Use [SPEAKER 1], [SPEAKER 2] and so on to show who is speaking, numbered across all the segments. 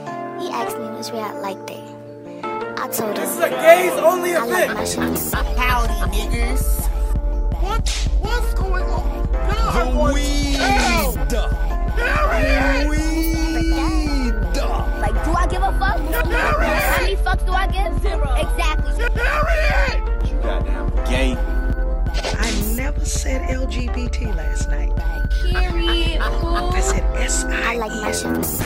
[SPEAKER 1] asked me which way I liked it. I told
[SPEAKER 2] This is
[SPEAKER 1] her
[SPEAKER 2] a gays only
[SPEAKER 1] I like
[SPEAKER 2] event.
[SPEAKER 1] my shoes.
[SPEAKER 3] Howdy, niggas.
[SPEAKER 4] What? What's going on? God, what- Hell, Harriet!
[SPEAKER 5] Like, do I give a fuck? How many fucks do I give? Zero. Exactly.
[SPEAKER 4] Harriet!
[SPEAKER 2] Gay.
[SPEAKER 6] I never said LGBT last night.
[SPEAKER 5] Period.
[SPEAKER 6] I said S
[SPEAKER 1] I like my shoes.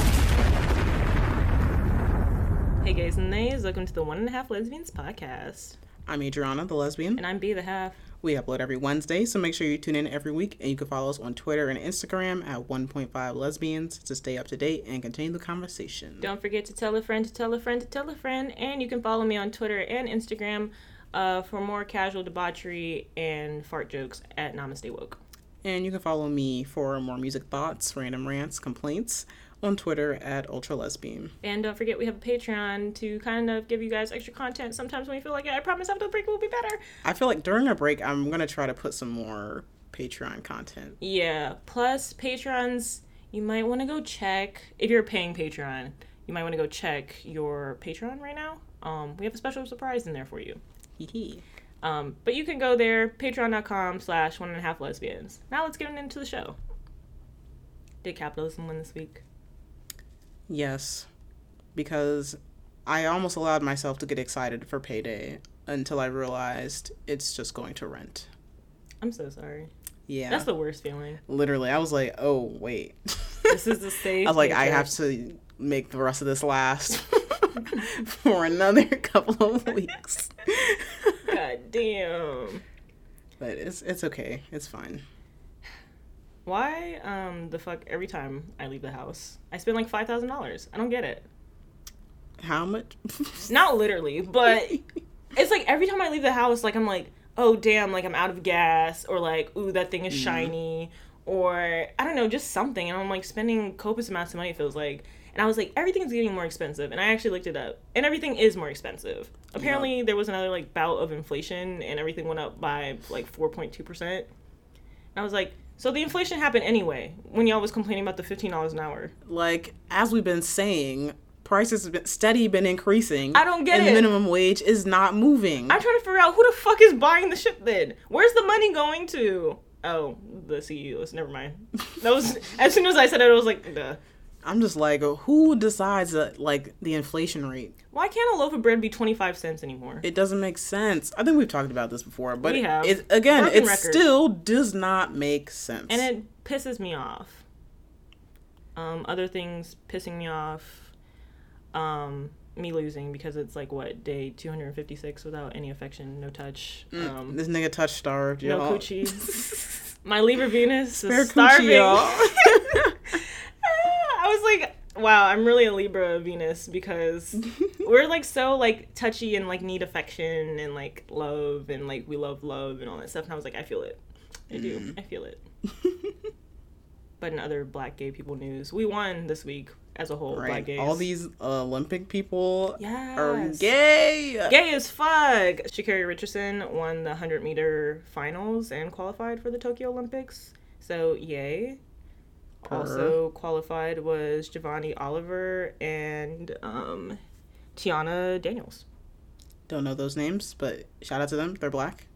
[SPEAKER 7] Hey guys and nays, welcome to the One and a Half Lesbians podcast.
[SPEAKER 3] I'm Adriana, the lesbian.
[SPEAKER 7] And I'm B the Half.
[SPEAKER 3] We upload every Wednesday, so make sure you tune in every week. And you can follow us on Twitter and Instagram at 1.5 lesbians to stay up to date and continue the conversation.
[SPEAKER 7] Don't forget to tell a friend to tell a friend to tell a friend. And you can follow me on Twitter and Instagram uh, for more casual debauchery and fart jokes at Namaste Woke.
[SPEAKER 3] And you can follow me for more music thoughts, random rants, complaints on Twitter at ultra lesbian.
[SPEAKER 7] And don't forget we have a Patreon to kind of give you guys extra content sometimes when you feel like it. I promise after the break will be better.
[SPEAKER 3] I feel like during a break, I'm gonna try to put some more Patreon content.
[SPEAKER 7] Yeah. Plus, Patrons, you might want to go check. If you're a paying Patreon, you might want to go check your Patreon right now. Um, we have a special surprise in there for you.
[SPEAKER 3] Hee
[SPEAKER 7] Um, but you can go there, patreon.com slash one and a half lesbians. Now let's get into the show. Did capitalism win this week?
[SPEAKER 3] Yes, because I almost allowed myself to get excited for payday until I realized it's just going to rent.
[SPEAKER 7] I'm so sorry.
[SPEAKER 3] Yeah,
[SPEAKER 7] That's the worst feeling.
[SPEAKER 3] literally. I was like, oh wait.
[SPEAKER 7] This is the stage.
[SPEAKER 3] I was like, I have to make the rest of this last for another couple of weeks.
[SPEAKER 7] God damn.
[SPEAKER 3] but it's it's okay. It's fine.
[SPEAKER 7] Why um the fuck every time I leave the house I spend like five thousand dollars? I don't get it.
[SPEAKER 3] How much?
[SPEAKER 7] Not literally, but it's like every time I leave the house, like I'm like, oh damn, like I'm out of gas, or like, ooh, that thing is shiny, or I don't know, just something. And I'm like spending copious amounts of money, it feels like. And I was like, everything's getting more expensive. And I actually looked it up, and everything is more expensive. Apparently, there was another like bout of inflation, and everything went up by like 4.2%. And I was like, so the inflation happened anyway when y'all was complaining about the $15 an hour.
[SPEAKER 3] like as we've been saying, prices have been steady been increasing.
[SPEAKER 7] I don't get
[SPEAKER 3] and
[SPEAKER 7] it.
[SPEAKER 3] minimum wage is not moving.
[SPEAKER 7] I'm trying to figure out who the fuck is buying the shit then. Where's the money going to? Oh, the CEOs. Never mind. That was as soon as I said it, I was like, Duh.
[SPEAKER 3] I'm just like, who decides that like the inflation rate?
[SPEAKER 7] why can't a loaf of bread be 25 cents anymore?
[SPEAKER 3] It doesn't make sense. I think we've talked about this before, but
[SPEAKER 7] We have.
[SPEAKER 3] it again,
[SPEAKER 7] Broken
[SPEAKER 3] it
[SPEAKER 7] record.
[SPEAKER 3] still does not make sense.
[SPEAKER 7] and it pisses me off. Um, other things pissing me off. Um, me losing because it's like what day 256 without any affection, no touch, um,
[SPEAKER 3] this nigga touch starved,
[SPEAKER 7] no
[SPEAKER 3] Mm, y'all.
[SPEAKER 7] coochie. My Libra Venus
[SPEAKER 3] Spare
[SPEAKER 7] is
[SPEAKER 3] coochie,
[SPEAKER 7] starving.
[SPEAKER 3] y'all.
[SPEAKER 7] I was like, wow, I'm really a Libra Venus because we're like so like touchy and like need affection and like love and like we love love and all that stuff. And I was like, I feel it. I do.
[SPEAKER 3] Mm.
[SPEAKER 7] I feel it. but in other black gay people news, we won this week as a whole. Black
[SPEAKER 3] Right.
[SPEAKER 7] gays.
[SPEAKER 3] All these uh, Olympic people are
[SPEAKER 7] Yes.
[SPEAKER 3] gay.
[SPEAKER 7] Gay as fuck. Shakari Richardson won the 100 meter finals and qualified for the Tokyo Olympics. So, yay.
[SPEAKER 3] Purr.
[SPEAKER 7] Also qualified was Giovanni Oliver and um, Tiana Daniels.
[SPEAKER 3] Don't know those names, but shout out to them. They're black.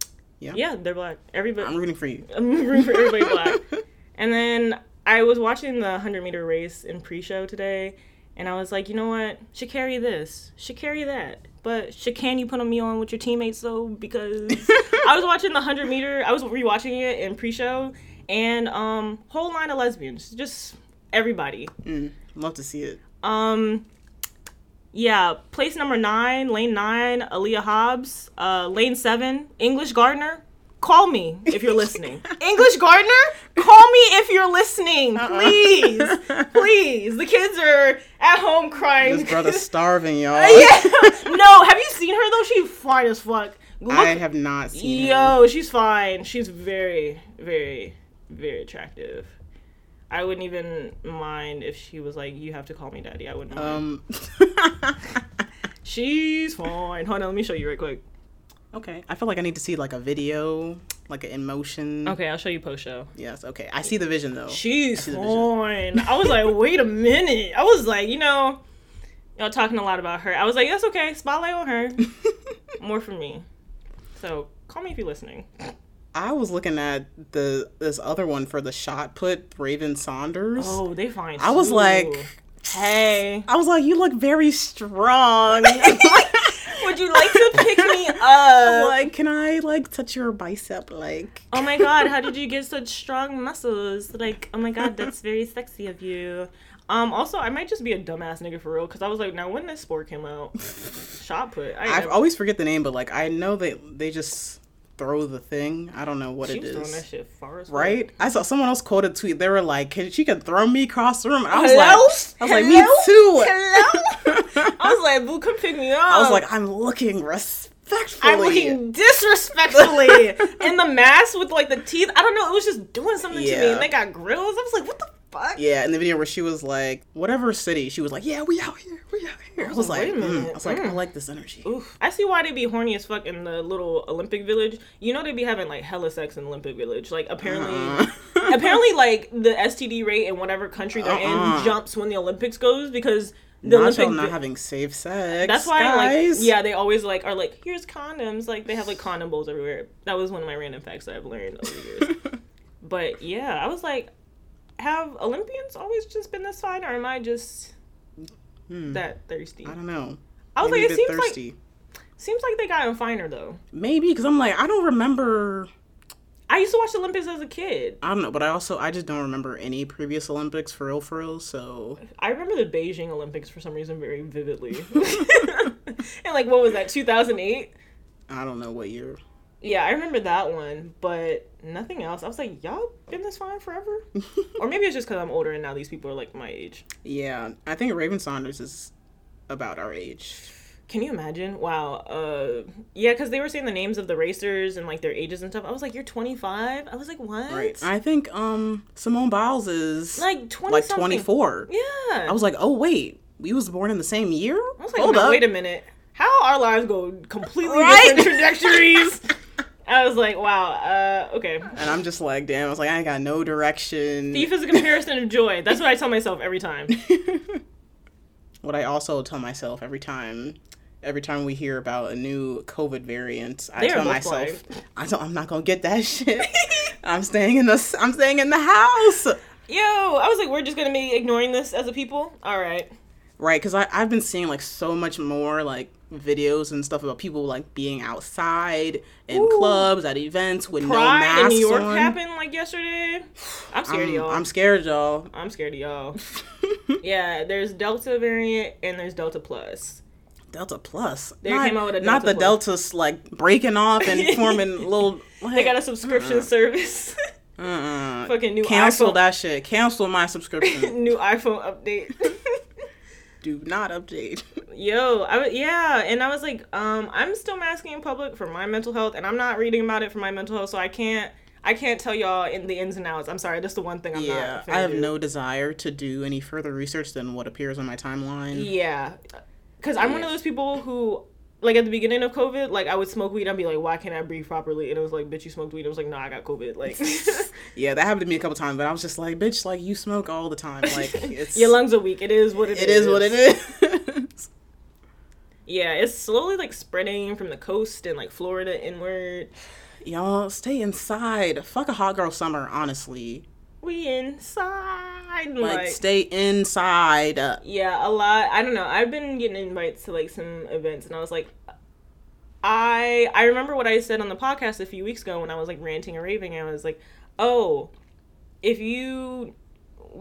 [SPEAKER 7] Yeah, they're black. Everybody,
[SPEAKER 3] I'm rooting for you.
[SPEAKER 7] I'm rooting for everybody black. And then I was watching the 100 meter race in pre show today, and I was like, you know what? Should carry this, should carry that. But should can you put a meal on with your teammates though? Because I was watching the 100 meter, I was rewatching it in pre show, and um, whole line of lesbians, just everybody.
[SPEAKER 3] Love to see it.
[SPEAKER 7] Um, yeah, place number nine, lane nine, Aaliyah Hobbs. Uh, lane seven, English Gardner. Call me if you're listening. English Gardner, call me if you're listening, please, please. The kids are at home crying.
[SPEAKER 3] This brother's starving,
[SPEAKER 7] Uh,
[SPEAKER 3] y'all.
[SPEAKER 7] no, have you seen her though? She's fine as fuck. Look,
[SPEAKER 3] I have not seen her.
[SPEAKER 7] yo, she's fine. She's very, very, very attractive. I wouldn't even mind if she was like, "You have to call me daddy." I wouldn't. mind.
[SPEAKER 3] Um,
[SPEAKER 7] She's fine. Hold on, let me show you right quick.
[SPEAKER 3] okay, I feel like I need to see like a video, like an emotion.
[SPEAKER 7] Okay, I'll show you post show.
[SPEAKER 3] Yes. Okay, I see the vision though.
[SPEAKER 7] She's
[SPEAKER 3] the visual.
[SPEAKER 7] fine. I was like, wait a minute. I was like, you know, y'all talking a lot about her. I was like, that's okay. Spotlight on her. More for me. So call me if you're listening.
[SPEAKER 3] I was looking at the this other one for the shot put, Raven Saunders.
[SPEAKER 7] Oh, they find.
[SPEAKER 3] I was
[SPEAKER 7] too.
[SPEAKER 3] like,
[SPEAKER 7] hey,
[SPEAKER 3] I was like, you look very strong.
[SPEAKER 7] would you like to pick me up?
[SPEAKER 3] like, can I like touch your bicep? Like,
[SPEAKER 7] Oh my god, how did you get such strong muscles? Like, oh my god, that's very sexy of you. Um, also, I might just be a dumbass nigga for real, cause I was like, now when this sport came out, shot put. I,
[SPEAKER 3] I
[SPEAKER 7] never-
[SPEAKER 3] always forget the name, but like, I know they they just throw the thing. I don't know what
[SPEAKER 7] she
[SPEAKER 3] it
[SPEAKER 7] was throwing that
[SPEAKER 3] is.
[SPEAKER 7] shit far as fuck.
[SPEAKER 3] Right? I saw someone else quote a tweet. They were like, "Can she can throw me across the room?" And I was
[SPEAKER 7] Hello?
[SPEAKER 3] like, "I was like, me
[SPEAKER 7] Hello?
[SPEAKER 3] too."
[SPEAKER 7] Hello? I was like, boo, come pick me up.
[SPEAKER 3] I was like, "I'm looking respectfully."
[SPEAKER 7] I'm looking disrespectfully in the mask with like the teeth. I don't know. It was just doing something to me,
[SPEAKER 3] Yeah.
[SPEAKER 7] and they got grills. I was like, what the fuck?
[SPEAKER 3] Yeah, in the video where she was like, whatever city, she was like, yeah, we out here, we out here. I was
[SPEAKER 7] like,
[SPEAKER 3] like,
[SPEAKER 7] Oh, wait a
[SPEAKER 3] mm. I
[SPEAKER 7] minute,
[SPEAKER 3] was like, I
[SPEAKER 7] mm.
[SPEAKER 3] like this energy.
[SPEAKER 7] Oof. I see why they be horny as fuck in the little Olympic Village. You know they be having like hella sex in Olympic Village. Like apparently,
[SPEAKER 3] Uh-uh.
[SPEAKER 7] apparently like the STD rate in whatever country they're
[SPEAKER 3] Uh-uh.
[SPEAKER 7] in jumps when the Olympics goes because the
[SPEAKER 3] Not y'all
[SPEAKER 7] Olympic.
[SPEAKER 3] not
[SPEAKER 7] Vi-
[SPEAKER 3] having safe sex.
[SPEAKER 7] that's why,
[SPEAKER 3] guys.
[SPEAKER 7] like, yeah, they always like are like, here's condoms. Like they have like condom bowls everywhere. That was one of my random facts that I've learned over the years. but yeah, I was like, have Olympians always just been this fine, or am I just that thirsty?
[SPEAKER 3] Hmm. I don't know.
[SPEAKER 7] I was
[SPEAKER 3] Maybe
[SPEAKER 7] like,
[SPEAKER 3] a
[SPEAKER 7] it
[SPEAKER 3] bit
[SPEAKER 7] seems like
[SPEAKER 3] thirsty.
[SPEAKER 7] Seems like they got him finer though.
[SPEAKER 3] Maybe because I'm like, I don't remember.
[SPEAKER 7] I used to watch the Olympics as a kid.
[SPEAKER 3] I don't know, but I also I just don't remember any previous Olympics for real, for real. So
[SPEAKER 7] I remember the Beijing Olympics for some reason very vividly. and like what was that? 2008?
[SPEAKER 3] I don't know what year.
[SPEAKER 7] Yeah, I remember that one, but nothing else. I was like, y'all been this fine forever? or maybe it's just cuz I'm older and now these people are like my age.
[SPEAKER 3] Yeah, I think Raven Saunders is about our age.
[SPEAKER 7] Can you imagine? Wow. Uh yeah, cuz they were saying the names of the racers and like their ages and stuff. I was like, "You're 25?" I was like, "What?"
[SPEAKER 3] Right. I think um Simone Biles is
[SPEAKER 7] like 20
[SPEAKER 3] like
[SPEAKER 7] something.
[SPEAKER 3] 24.
[SPEAKER 7] Yeah.
[SPEAKER 3] I was like, oh wait, we was born in the same year.
[SPEAKER 7] I was like, no, wait a minute. How our lives go completely different trajectories. I was like, wow, uh, okay.
[SPEAKER 3] And I'm just like, damn. I was like, I ain't got no direction.
[SPEAKER 7] Thief is a comparison of joy. That's what I tell myself every time.
[SPEAKER 3] What I also tell myself every time, every time we hear about a new COVID variant, I
[SPEAKER 7] They are
[SPEAKER 3] tell
[SPEAKER 7] both
[SPEAKER 3] myself, I don't, I'm not gonna get that shit. I'm staying in the, I'm staying in the house.
[SPEAKER 7] Yo, I was like, we're just gonna be ignoring this as a people? All right.
[SPEAKER 3] Right? Because I, I've been seeing like so much more like videos and stuff about people like being outside in clubs at events with no
[SPEAKER 7] Pride
[SPEAKER 3] masks
[SPEAKER 7] in New York
[SPEAKER 3] on.
[SPEAKER 7] happened like yesterday. I'm scared of
[SPEAKER 3] I'm,
[SPEAKER 7] y'all.
[SPEAKER 3] I'm scared, y'all.
[SPEAKER 7] I'm scared of y'all. yeah, there's Delta variant and there's Delta Plus.
[SPEAKER 3] Delta Plus.
[SPEAKER 7] They
[SPEAKER 3] not,
[SPEAKER 7] came out with a
[SPEAKER 3] not
[SPEAKER 7] Delta
[SPEAKER 3] the
[SPEAKER 7] Plus.
[SPEAKER 3] Deltas like breaking off and forming little.
[SPEAKER 7] They got a subscription
[SPEAKER 3] Mm.
[SPEAKER 7] service.
[SPEAKER 3] uh-uh.
[SPEAKER 7] Fucking new
[SPEAKER 3] cancel
[SPEAKER 7] iPhone.
[SPEAKER 3] that shit. Cancel my subscription.
[SPEAKER 7] new iPhone update.
[SPEAKER 3] Do not update.
[SPEAKER 7] yo i was yeah and i was like um i'm still masking in public for my mental health and i'm not reading about it for my mental health so i can't i can't tell y'all in the ins and outs i'm sorry that's the one thing i'm
[SPEAKER 3] yeah,
[SPEAKER 7] not
[SPEAKER 3] I
[SPEAKER 7] finna
[SPEAKER 3] have
[SPEAKER 7] do.
[SPEAKER 3] no desire to do any further research than what appears on my timeline.
[SPEAKER 7] yeah because i'm one of those people who like at the beginning of covid like i would smoke weed and be like why can't i breathe properly and it was like bitch you smoked weed i was like no i got covid like
[SPEAKER 3] Yeah, that happened to me a couple times, but I was just like, bitch, like you smoke all the time. Like it's
[SPEAKER 7] your lungs are weak it is what
[SPEAKER 3] it is what it is.
[SPEAKER 7] yeah it's slowly like spreading from the coast and like florida inward
[SPEAKER 3] Y'all stay inside. Fuck a hot girl summer, honestly.
[SPEAKER 7] we inside
[SPEAKER 3] Like, stay inside.
[SPEAKER 7] Yeah, a lot. I don't know. I've been getting invites to like some events, and I was like, I I remember what I said on the podcast a few weeks ago when I was like ranting and raving. I was like, oh, if you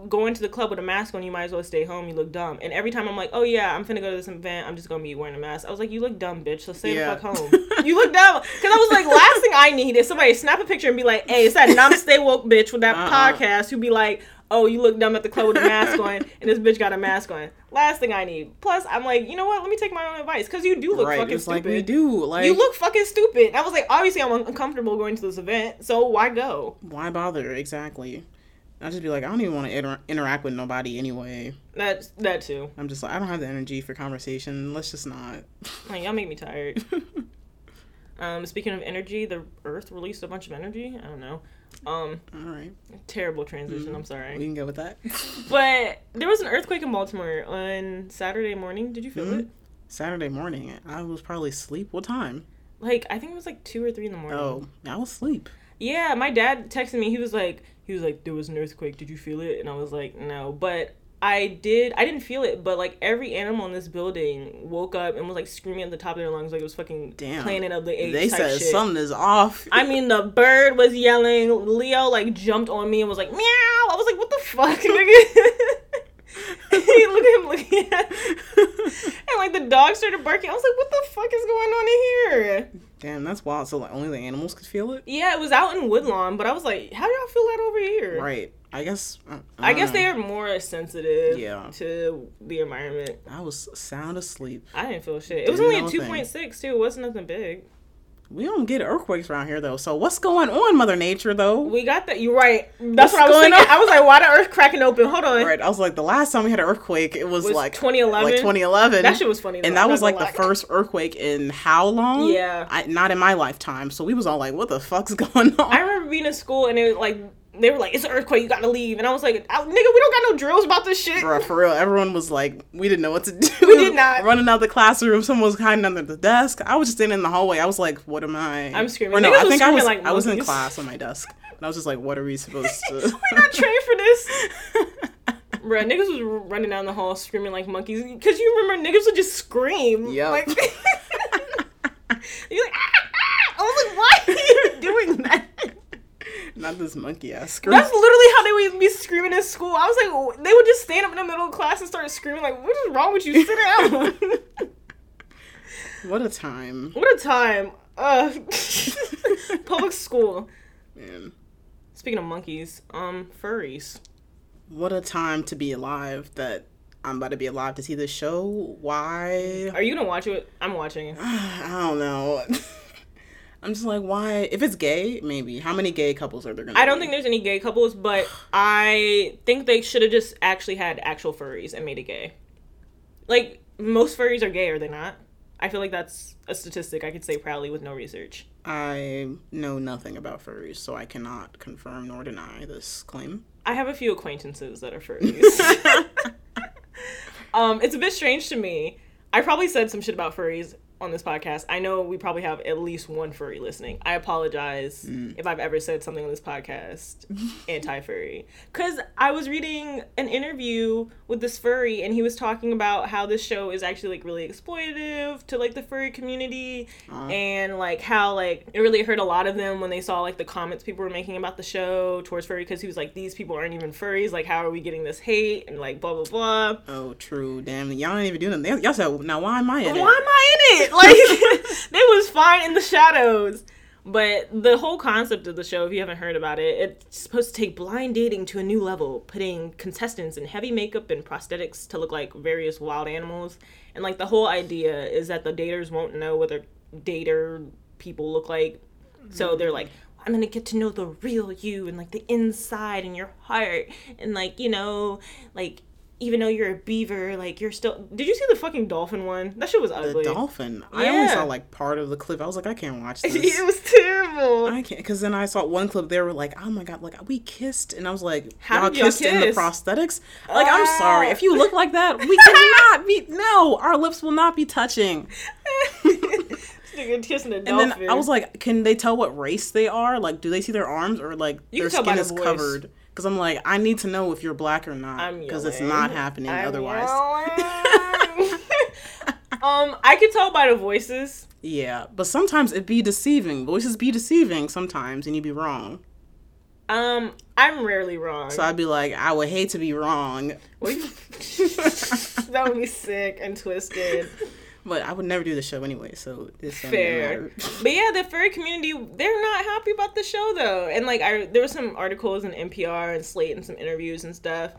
[SPEAKER 7] go into the club with a mask on, you might as well stay home. You look dumb. And every time I'm like, oh yeah, I'm finna go to this event. I'm just gonna be wearing a mask. I was like, you look dumb, bitch. So stay
[SPEAKER 3] Yeah.
[SPEAKER 7] the fuck home. you look dumb. Cause I was like, last thing I need is somebody to snap a picture and be like, hey, it's that namaste woke bitch with that
[SPEAKER 3] Uh-uh.
[SPEAKER 7] podcast who be like, oh, you look dumb at the club with a mask on, and this bitch got a mask on. Last thing I need. Plus, I'm like, you know what? Let me take my own advice. Cause you do look
[SPEAKER 3] right.
[SPEAKER 7] fucking
[SPEAKER 3] It's
[SPEAKER 7] stupid
[SPEAKER 3] like we do. Like
[SPEAKER 7] you look fucking stupid. And I was like, obviously, I'm uncomfortable going to this event, so why go?
[SPEAKER 3] why bother exactly i just be like i don't even want to inter- interact with nobody anyway
[SPEAKER 7] That's that too.
[SPEAKER 3] i'm just like i don't have the energy for conversation let's just not
[SPEAKER 7] Like, y'all make me tired. um, speaking of energy, the Earth released a bunch of energy. I don't know. Um,
[SPEAKER 3] All right,
[SPEAKER 7] terrible transition. I'm sorry.
[SPEAKER 3] we can go with that.
[SPEAKER 7] But there was an earthquake in Baltimore on Saturday morning. Did you feel
[SPEAKER 3] Mm-hmm.
[SPEAKER 7] it?
[SPEAKER 3] Saturday morning, I was probably asleep. What time?
[SPEAKER 7] Like I think it was like two or three in the morning.
[SPEAKER 3] Oh, I was asleep.
[SPEAKER 7] Yeah, my dad texted me. He was like, he was like, there was an earthquake. Did you feel it? And I was like, no. But I did. I didn't feel it. But like every animal in this building woke up and was like screaming at the top of their lungs, like it was fucking
[SPEAKER 3] Damn.
[SPEAKER 7] Planet of the Apes.
[SPEAKER 3] They
[SPEAKER 7] type
[SPEAKER 3] said
[SPEAKER 7] shit.
[SPEAKER 3] something is off.
[SPEAKER 7] I mean, the bird was yelling. Leo like jumped on me and was like meow. I was like, what the fuck, nigga? Look at him looking at and like the dog started barking. I was like, what the fuck is going on in here?
[SPEAKER 3] Damn, that's wild. So like only the animals could feel it.
[SPEAKER 7] Yeah, it was out in Woodlawn, but I was like, how do y'all feel that over here?
[SPEAKER 3] Right. I guess. I,
[SPEAKER 7] I guess
[SPEAKER 3] don't
[SPEAKER 7] they
[SPEAKER 3] know.
[SPEAKER 7] are more sensitive
[SPEAKER 3] Yeah.
[SPEAKER 7] to the environment.
[SPEAKER 3] I was sound asleep.
[SPEAKER 7] I didn't feel shit. It
[SPEAKER 3] Didn't
[SPEAKER 7] was only
[SPEAKER 3] know
[SPEAKER 7] a
[SPEAKER 3] a thing.
[SPEAKER 7] 2.6 too. It wasn't nothing big.
[SPEAKER 3] We don't get earthquakes around here though. So what's going on, Mother Nature though?
[SPEAKER 7] We got that. You're right. That's what
[SPEAKER 3] What's
[SPEAKER 7] I was
[SPEAKER 3] going
[SPEAKER 7] thinking.
[SPEAKER 3] on?
[SPEAKER 7] I was like, why the earth cracking open? Hold on.
[SPEAKER 3] right. I was like, the last time we had an earthquake, it was,
[SPEAKER 7] Was
[SPEAKER 3] like
[SPEAKER 7] 2011?
[SPEAKER 3] Like 2011.
[SPEAKER 7] That shit was funny. though.
[SPEAKER 3] and that
[SPEAKER 7] I'm
[SPEAKER 3] was
[SPEAKER 7] not
[SPEAKER 3] like
[SPEAKER 7] gonna
[SPEAKER 3] the
[SPEAKER 7] lie.
[SPEAKER 3] first earthquake in how long?
[SPEAKER 7] Yeah.
[SPEAKER 3] I, not in my lifetime. So we was all like, what the fuck's going on?
[SPEAKER 7] I remember being in school and it was like they were like, "It's an earthquake. You gotta leave." And I was like, "Oh, "Nigga, we don't got no drills about this shit."
[SPEAKER 3] Bruh, for real, everyone was like, we didn't know what to do.
[SPEAKER 7] We did not.
[SPEAKER 3] Running out the classroom, someone was hiding under the desk. I was just standing in the hallway. I was like, what am I?
[SPEAKER 7] I'm screaming.
[SPEAKER 3] Or no,
[SPEAKER 7] Niggas
[SPEAKER 3] I
[SPEAKER 7] was
[SPEAKER 3] think I
[SPEAKER 7] screaming
[SPEAKER 3] was,
[SPEAKER 7] like
[SPEAKER 3] I was in
[SPEAKER 7] monkeys.
[SPEAKER 3] class on my desk. And I was just like, what are we supposed to
[SPEAKER 7] We're not trained for this. Bruh, niggas was running down the hall screaming like monkeys. Cause you remember niggas would just scream.
[SPEAKER 3] Yup.
[SPEAKER 7] Like, you're like, ah, ah. I was like, why are you doing that?
[SPEAKER 3] Not this monkey ass scream.
[SPEAKER 7] That's literally how they would be screaming in school. I was like, w- they would just stand up in the middle of class and start screaming, like, what is wrong with you? Sit down.
[SPEAKER 3] What a time.
[SPEAKER 7] what a time. Uh, public school.
[SPEAKER 3] Man.
[SPEAKER 7] Speaking of monkeys, um, furries.
[SPEAKER 3] What a time to be alive that I'm about to be alive to see this show. Why?
[SPEAKER 7] Are you gonna watch it? I'm watching.
[SPEAKER 3] I don't know. I'm just like, why? If it's gay, maybe. How many gay couples are there gonna
[SPEAKER 7] I don't
[SPEAKER 3] be?
[SPEAKER 7] think there's any gay couples, but I think they should have just actually had actual furries and made it gay. Like most furries are gay, are they not? I feel like that's a statistic I could say proudly with no research.
[SPEAKER 3] I know nothing about furries, so I cannot confirm nor deny this claim.
[SPEAKER 7] I have a few acquaintances that are furries. um, it's a bit strange to me. I probably said some shit about furries on this podcast. I know we probably have at least one furry listening. I apologize if I've ever said something on this podcast anti furry. Because I was reading an interview with this furry, and he was talking about how this show is actually like really exploitive to like the furry community, and like how like it really hurt a lot of them when they saw like the comments people were making about the show towards furry. Because he was like, these people aren't even furries. Like, how are we getting this hate? And like, blah blah blah.
[SPEAKER 3] Oh, true. Damn, y'all ain't even doing nothing. Y'all said, now why am I in it?
[SPEAKER 7] Why am I in it? Like they was fine in the shadows. But the whole concept of the show, if you haven't heard about it, it's supposed to take blind dating to a new level, putting contestants in heavy makeup and prosthetics to look like various wild animals. And like the whole idea is that the daters won't know what their dater people look like. So they're like, I'm gonna get to know the real you and like the inside and your heart and like, you know, like even though you're a beaver, like you're still Did you see the fucking dolphin one? That shit was
[SPEAKER 3] The
[SPEAKER 7] ugly.
[SPEAKER 3] dolphin. I only
[SPEAKER 7] Yeah.
[SPEAKER 3] saw like part of the clip. I was like, I can't watch this.
[SPEAKER 7] it was terrible.
[SPEAKER 3] I can't, cause then I saw one clip. They were like, "Oh my god, like we kissed," and I was like,
[SPEAKER 7] How
[SPEAKER 3] "Y'all
[SPEAKER 7] did y'all
[SPEAKER 3] kissed in the
[SPEAKER 7] kiss?"
[SPEAKER 3] prosthetics." Like, I'm sorry
[SPEAKER 7] Ah.
[SPEAKER 3] if you look like that, we cannot be. No, our lips will not be touching.
[SPEAKER 7] Nigga kissing a
[SPEAKER 3] And
[SPEAKER 7] dolphin.
[SPEAKER 3] then I was like, "Can they tell what race they are? Like, do they see their arms or like
[SPEAKER 7] You
[SPEAKER 3] their
[SPEAKER 7] can tell by
[SPEAKER 3] skin
[SPEAKER 7] the
[SPEAKER 3] is
[SPEAKER 7] voice.
[SPEAKER 3] covered?" Because I'm like, I need to know if you're black or not,
[SPEAKER 7] I'm
[SPEAKER 3] because it's
[SPEAKER 7] yelling.
[SPEAKER 3] not happening otherwise.
[SPEAKER 7] um, I could tell by the voices.
[SPEAKER 3] Yeah, but sometimes it be deceiving. Voices be deceiving sometimes, and you be wrong.
[SPEAKER 7] Um, I'm rarely wrong.
[SPEAKER 3] So I'd be like, I would hate to be wrong,
[SPEAKER 7] What you- that would be sick and twisted.
[SPEAKER 3] but I would never do the show anyway. So it's
[SPEAKER 7] Fair. But yeah, the furry community, they're not happy about the show though. And like I there were some articles in NPR and Slate and some interviews and stuff.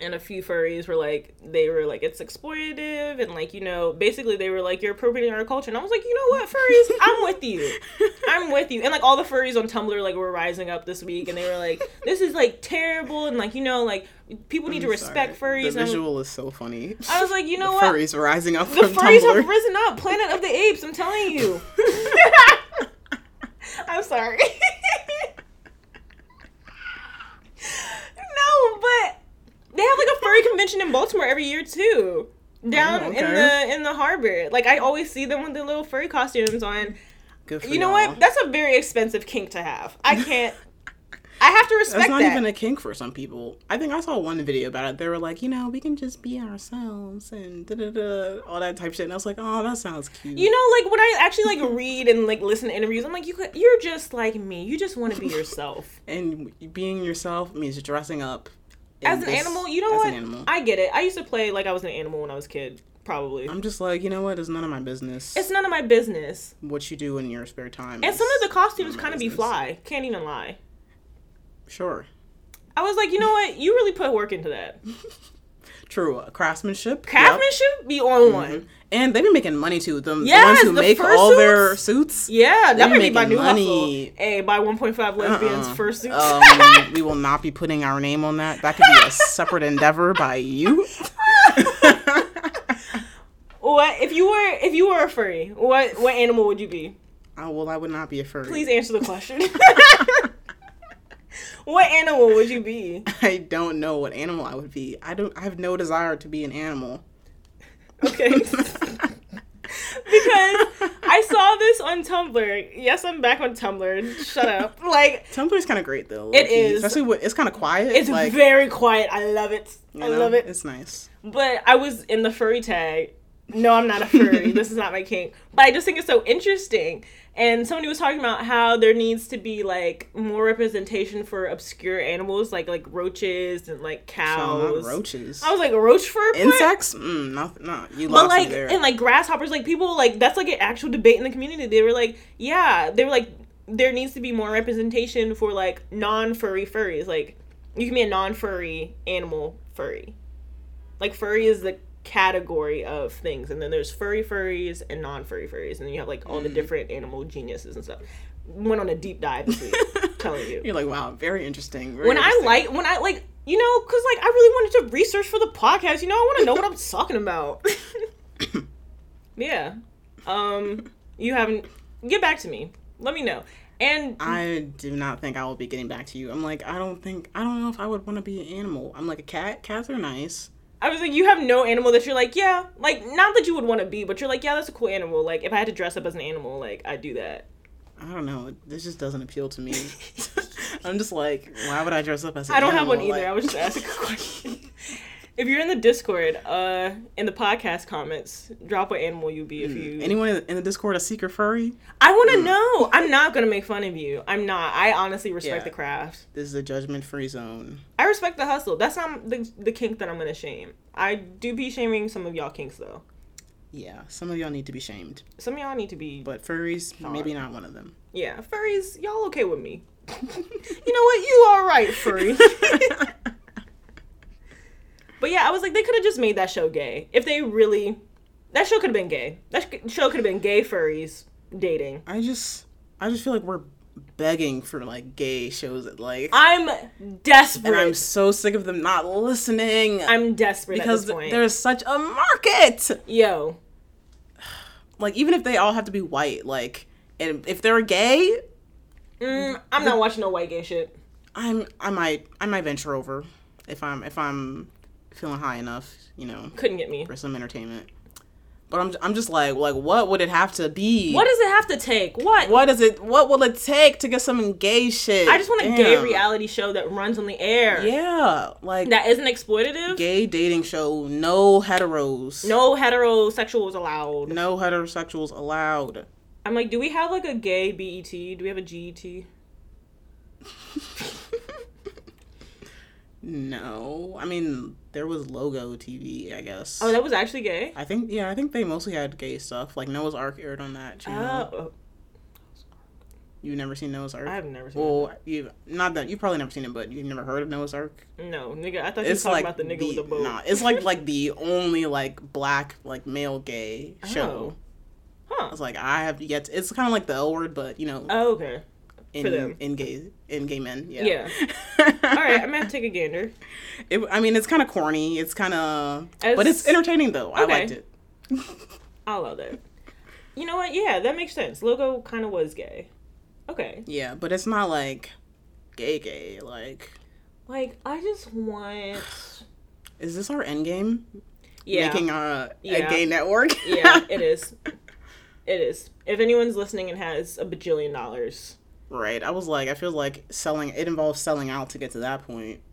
[SPEAKER 7] And a few furries were like, they were like, it's exploitative. And like, you know, basically they were like, you're appropriating our culture. And I was like, you know what, furries, I'm with you. I'm with you. And like all the furries on Tumblr like were rising up this week and they were like, this is like terrible. And like, you know, like people need to respect
[SPEAKER 3] Sorry.
[SPEAKER 7] furries. and
[SPEAKER 3] The
[SPEAKER 7] I'm-
[SPEAKER 3] visual is so funny.
[SPEAKER 7] I was like, you know what?
[SPEAKER 3] Furries rising up
[SPEAKER 7] The
[SPEAKER 3] from
[SPEAKER 7] furries
[SPEAKER 3] Tumblr.
[SPEAKER 7] have risen up. Planet of the Apes, I'm telling you. I'm sorry. convention in Baltimore every year too. Down
[SPEAKER 3] Oh,
[SPEAKER 7] in
[SPEAKER 3] okay.
[SPEAKER 7] the in the harbor. Like I always see them with their little furry costumes on.
[SPEAKER 3] Good for
[SPEAKER 7] You know
[SPEAKER 3] y'all.
[SPEAKER 7] what? That's a very expensive kink to have. I can't I have to respect
[SPEAKER 3] That's not
[SPEAKER 7] that.
[SPEAKER 3] even a kink for some people. I think I saw one video about it. They were like, you know, we can just be ourselves and da da da, all that type shit. And I was like, oh, that sounds cute.
[SPEAKER 7] You know, like when I actually like read and like listen to interviews, I'm like, you could, you're just like me. You just want to be yourself.
[SPEAKER 3] and being yourself means dressing up in
[SPEAKER 7] As an
[SPEAKER 3] this-
[SPEAKER 7] animal, you know
[SPEAKER 3] as
[SPEAKER 7] what?
[SPEAKER 3] An animal. I-
[SPEAKER 7] I get it. I used to play like I was an animal when I was a kid, probably.
[SPEAKER 3] am just like, you know what? It's none of my business
[SPEAKER 7] it's none of my business.
[SPEAKER 3] what you do in your spare time.
[SPEAKER 7] And
[SPEAKER 3] is
[SPEAKER 7] some of the costumes
[SPEAKER 3] none my
[SPEAKER 7] kind of be
[SPEAKER 3] business.
[SPEAKER 7] fly. Can't even lie.
[SPEAKER 3] Sure.
[SPEAKER 7] I was like, you know what? You really put work into that.
[SPEAKER 3] True. Uh, craftsmanship. Yep.
[SPEAKER 7] Craftsmanship be on
[SPEAKER 3] Mm-hmm.
[SPEAKER 7] one.
[SPEAKER 3] And they've been making money too. Them,
[SPEAKER 7] Yes,
[SPEAKER 3] the ones who
[SPEAKER 7] the
[SPEAKER 3] make
[SPEAKER 7] fur
[SPEAKER 3] all their
[SPEAKER 7] suits.
[SPEAKER 3] suits.
[SPEAKER 7] Yeah,
[SPEAKER 3] They're
[SPEAKER 7] that might be my
[SPEAKER 3] making
[SPEAKER 7] new
[SPEAKER 3] money.
[SPEAKER 7] hustle. Hey, buy 1.5 lesbians
[SPEAKER 3] Uh-uh.
[SPEAKER 7] fursuits.
[SPEAKER 3] Um, we will not be putting our name on that. That could be a separate endeavor by you.
[SPEAKER 7] what if you were if you were a furry? What what animal would you be?
[SPEAKER 3] Oh, well, I would not be a furry.
[SPEAKER 7] Please answer the question. what animal would you be?
[SPEAKER 3] I don't know what animal I would be. I don't. I have no desire to be an animal.
[SPEAKER 7] Okay. because I saw this on Tumblr. Yes, I'm back on Tumblr. Shut up. Like
[SPEAKER 3] Tumblr's kind of great though.
[SPEAKER 7] It
[SPEAKER 3] low-key.
[SPEAKER 7] is.
[SPEAKER 3] Especially when it's kind of quiet.
[SPEAKER 7] it's
[SPEAKER 3] like,
[SPEAKER 7] very quiet. I love it.
[SPEAKER 3] you
[SPEAKER 7] I
[SPEAKER 3] know,
[SPEAKER 7] love it.
[SPEAKER 3] It's nice.
[SPEAKER 7] But I was in the furry tag. No, I'm not a furry. this is not my kink. But I just think it's so interesting. And somebody was talking about how there needs to be like more representation for obscure animals, like like roaches and like
[SPEAKER 3] Oh,
[SPEAKER 7] cows.
[SPEAKER 3] not roaches.
[SPEAKER 7] I was like, roach fur? What?
[SPEAKER 3] Insects? Mm, no, no, you
[SPEAKER 7] But
[SPEAKER 3] lost
[SPEAKER 7] like
[SPEAKER 3] me there.
[SPEAKER 7] and like grasshoppers, like people like that's like an actual debate in the community. They were like, yeah, they were like, there needs to be more representation for like non-furry furries. Like, you can be a non-furry animal furry. Like furry is the category of things, and then there's furry furries and non-furry furries, and then you have like all the different animal geniuses and stuff. Went on a deep dive this week, telling you
[SPEAKER 3] You're like, wow, very interesting. very
[SPEAKER 7] when I
[SPEAKER 3] interesting.
[SPEAKER 7] like when I like you know because like I really wanted to research for the podcast. You know, I want to know what I'm talking about. yeah, um, you haven't get back to me. Let me know. And
[SPEAKER 3] I do not think I will be getting back to you. I'm like, I don't think, I don't know if I would want to be an animal. I'm like, a cat? Cats are nice.
[SPEAKER 7] I was like, you have no animal that you're like, yeah, like not that you would want to be, but you're like, yeah, that's a cool animal. Like if I had to dress up as an animal, like I would do that.
[SPEAKER 3] I don't know. This just doesn't appeal to me. I'm just like, why would I dress up as an
[SPEAKER 7] I don't have
[SPEAKER 3] animal?
[SPEAKER 7] one either.
[SPEAKER 3] Like-
[SPEAKER 7] I was just asking a question. If you're in the Discord, uh, in the podcast comments, drop what animal you be
[SPEAKER 3] Hmm,
[SPEAKER 7] if you
[SPEAKER 3] Anyone in- in the Discord a secret furry?
[SPEAKER 7] I want
[SPEAKER 3] Mm.
[SPEAKER 7] to know. I'm not gonna make fun of you. I'm not. I honestly respect
[SPEAKER 3] Yeah.
[SPEAKER 7] the craft.
[SPEAKER 3] This is a judgment free zone.
[SPEAKER 7] I respect the hustle. That's not the, the kink that I'm gonna shame. I do be shaming some of y'all kinks though.
[SPEAKER 3] Yeah, some of y'all need to be shamed,
[SPEAKER 7] Some of y'all need to be. But
[SPEAKER 3] but furries, maybe not one of them.
[SPEAKER 7] yeah, furries, y'all okay with me? you know what? You all right, furry. but yeah, I was like, they could have just made that show gay if they really. That show could have been gay. That sh- show could have been gay furries dating.
[SPEAKER 3] I just, I just feel like we're begging for like gay shows. That, like,
[SPEAKER 7] I'm
[SPEAKER 3] and I'm
[SPEAKER 7] desperate.
[SPEAKER 3] so sick of them not listening
[SPEAKER 7] I'm, desperate
[SPEAKER 3] because
[SPEAKER 7] at this point.
[SPEAKER 3] there's such a market.
[SPEAKER 7] Yo,
[SPEAKER 3] like even if they all have to be white like and if they're gay
[SPEAKER 7] Mm, I'm not watching no white gay shit.
[SPEAKER 3] i'm i might i might venture over if i'm if i'm feeling high enough you know
[SPEAKER 7] Couldn't get me.
[SPEAKER 3] for some entertainment but i'm, I'm just like like what would it have to be
[SPEAKER 7] What does it have to take? What?
[SPEAKER 3] what is it what will it take to get some gay shit
[SPEAKER 7] I just want a gay
[SPEAKER 3] Damn.
[SPEAKER 7] reality show that runs on the air.
[SPEAKER 3] yeah like
[SPEAKER 7] That isn't exploitative.
[SPEAKER 3] gay dating show no heteros
[SPEAKER 7] No heterosexuals allowed.
[SPEAKER 3] no heterosexuals allowed
[SPEAKER 7] I'm like, do we have like a gay BET? Do we have a E GET?
[SPEAKER 3] no i mean there was logo tv i guess
[SPEAKER 7] Oh, that was actually gay.
[SPEAKER 3] I think yeah, I think they mostly had gay stuff. Like Noah's Ark aired on that channel.
[SPEAKER 7] Oh,
[SPEAKER 3] You've never seen Noah's Ark?
[SPEAKER 7] I've never seen.
[SPEAKER 3] Well, you not that you've probably never seen it, but you've never heard of Noah's Ark.
[SPEAKER 7] that. No, nigga, I thought you were
[SPEAKER 3] It's
[SPEAKER 7] talking
[SPEAKER 3] like
[SPEAKER 7] about the nigga with the boat.
[SPEAKER 3] nah, it's like like the only like black like male gay
[SPEAKER 7] Oh.
[SPEAKER 3] show.
[SPEAKER 7] Huh.
[SPEAKER 3] It's like I have yet. To, it's kind of like the L word, but you know,
[SPEAKER 7] Oh, okay.
[SPEAKER 3] in
[SPEAKER 7] for them.
[SPEAKER 3] in gay in gay men. Yeah.
[SPEAKER 7] Yeah. All right, I'm gonna have to take a gander.
[SPEAKER 3] It, I mean, it's kind of corny. It's kind of, but
[SPEAKER 7] It's-
[SPEAKER 3] it's entertaining though. I
[SPEAKER 7] Okay.
[SPEAKER 3] liked it.
[SPEAKER 7] I love that. You know what? Yeah, that makes sense. Logo kind of was gay. Okay.
[SPEAKER 3] Yeah, but it's not like gay gay. Like
[SPEAKER 7] Like, I just want.
[SPEAKER 3] Is this our end game?
[SPEAKER 7] Yeah.
[SPEAKER 3] Making a,
[SPEAKER 7] Yeah.
[SPEAKER 3] a gay network?
[SPEAKER 7] yeah, it is. It is. If anyone's listening and has a bajillion dollars,
[SPEAKER 3] right. I was like, I feel like selling, it involves selling out to get to that point.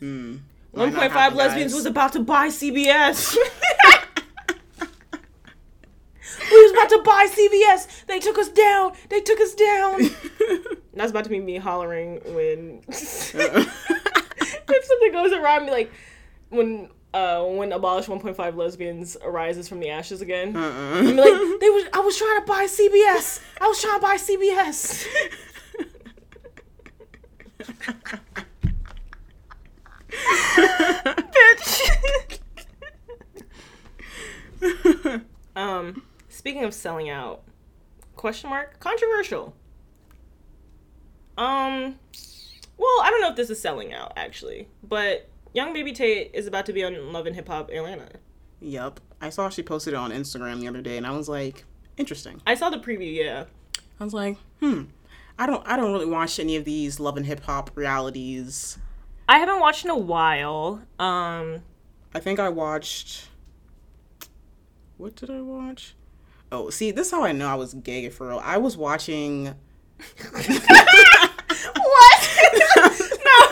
[SPEAKER 3] Hmm. Might not
[SPEAKER 7] 1.5
[SPEAKER 3] happen,
[SPEAKER 7] lesbians
[SPEAKER 3] guys.
[SPEAKER 7] was about to buy CBS. we was about to buy CBS. They took us down. They took us down. That's about to be me hollering when
[SPEAKER 3] Uh-uh.
[SPEAKER 7] if something goes around me, like when uh when abolish 1.5 lesbians arises from the ashes again. I'm like they was I was trying to buy CBS. I was trying to buy CBS. Bitch. um, speaking of selling out, question mark controversial. Um, well, I don't know if this is selling out actually, but Young Baby Tate is about to be on Love and Hip Hop Atlanta.
[SPEAKER 3] Yep. I saw she posted it on Instagram the other day and I was like, interesting.
[SPEAKER 7] I saw the preview. Yeah,
[SPEAKER 3] I was like, hmm. I don't I don't really watch any of these love and hip hop realities.
[SPEAKER 7] I haven't watched in a while. Um,
[SPEAKER 3] I think I watched what did I watch? Oh, see, this is how I know I was gay for real. I was watching
[SPEAKER 7] what? no,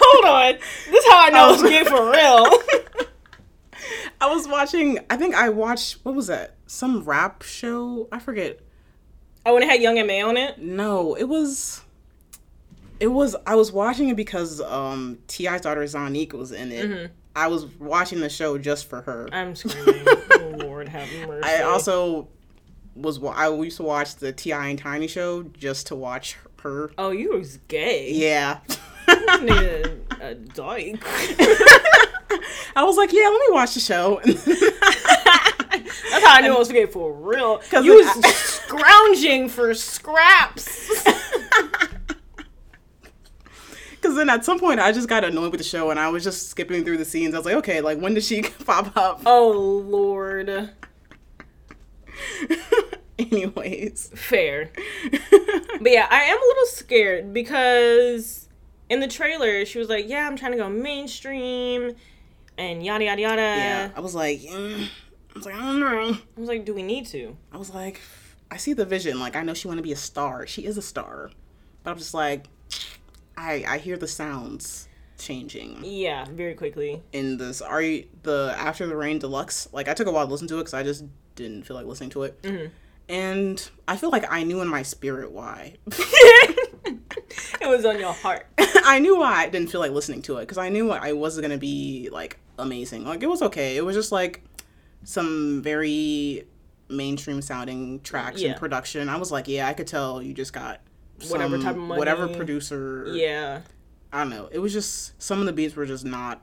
[SPEAKER 7] hold on. This is how I know it's good for real.
[SPEAKER 3] I was watching I think I watched what was that? Some rap show? I forget.
[SPEAKER 7] oh, when it had Young and May on it.
[SPEAKER 3] No, it was it was I was watching it because um T.I.'s daughter Zonique was in it.
[SPEAKER 7] Mm-hmm.
[SPEAKER 3] I was watching the show just for her.
[SPEAKER 7] I'm screaming. oh, Lord have mercy.
[SPEAKER 3] I also was wa- I used to watch the Ti and Tiny show just to watch her.
[SPEAKER 7] Oh, you was gay.
[SPEAKER 3] Yeah,
[SPEAKER 7] Nigga, a dyke.
[SPEAKER 3] I was like, yeah, let me watch the show.
[SPEAKER 7] That's how I knew I was gay for real.
[SPEAKER 3] 'Cause
[SPEAKER 7] you
[SPEAKER 3] it-
[SPEAKER 7] was scrounging for scraps.
[SPEAKER 3] Because then at some point I just got annoyed with the show and I was just skipping through the scenes. I was like, okay, like when does she pop up?
[SPEAKER 7] oh Lord.
[SPEAKER 3] Anyways,
[SPEAKER 7] Fair. But yeah, I am a little scared because in the trailer she was like, "Yeah, I'm trying to go mainstream," and yada yada yada.
[SPEAKER 3] yeah, I was like, mm. I was like, I don't know.
[SPEAKER 7] I was like, "Do we need to?"
[SPEAKER 3] I was like, I see the vision. Like I know she want to be a star. She is a star, but I'm just like, I I hear the sounds changing.
[SPEAKER 7] Yeah, very quickly.
[SPEAKER 3] in this are you the after the rain deluxe like i took a while to listen to it because i just didn't feel like listening to it and i feel like i knew in my spirit why
[SPEAKER 7] It was on your heart.
[SPEAKER 3] i knew why i didn't feel like listening to it because i knew i wasn't going to be like amazing like it was okay it was just like some very mainstream sounding tracks
[SPEAKER 7] Yeah.
[SPEAKER 3] and production i was like yeah i could tell you just got
[SPEAKER 7] Whatever
[SPEAKER 3] some-
[SPEAKER 7] type of
[SPEAKER 3] whatever
[SPEAKER 7] money.
[SPEAKER 3] producer
[SPEAKER 7] Yeah.
[SPEAKER 3] i don't know it was just some of the beats were just not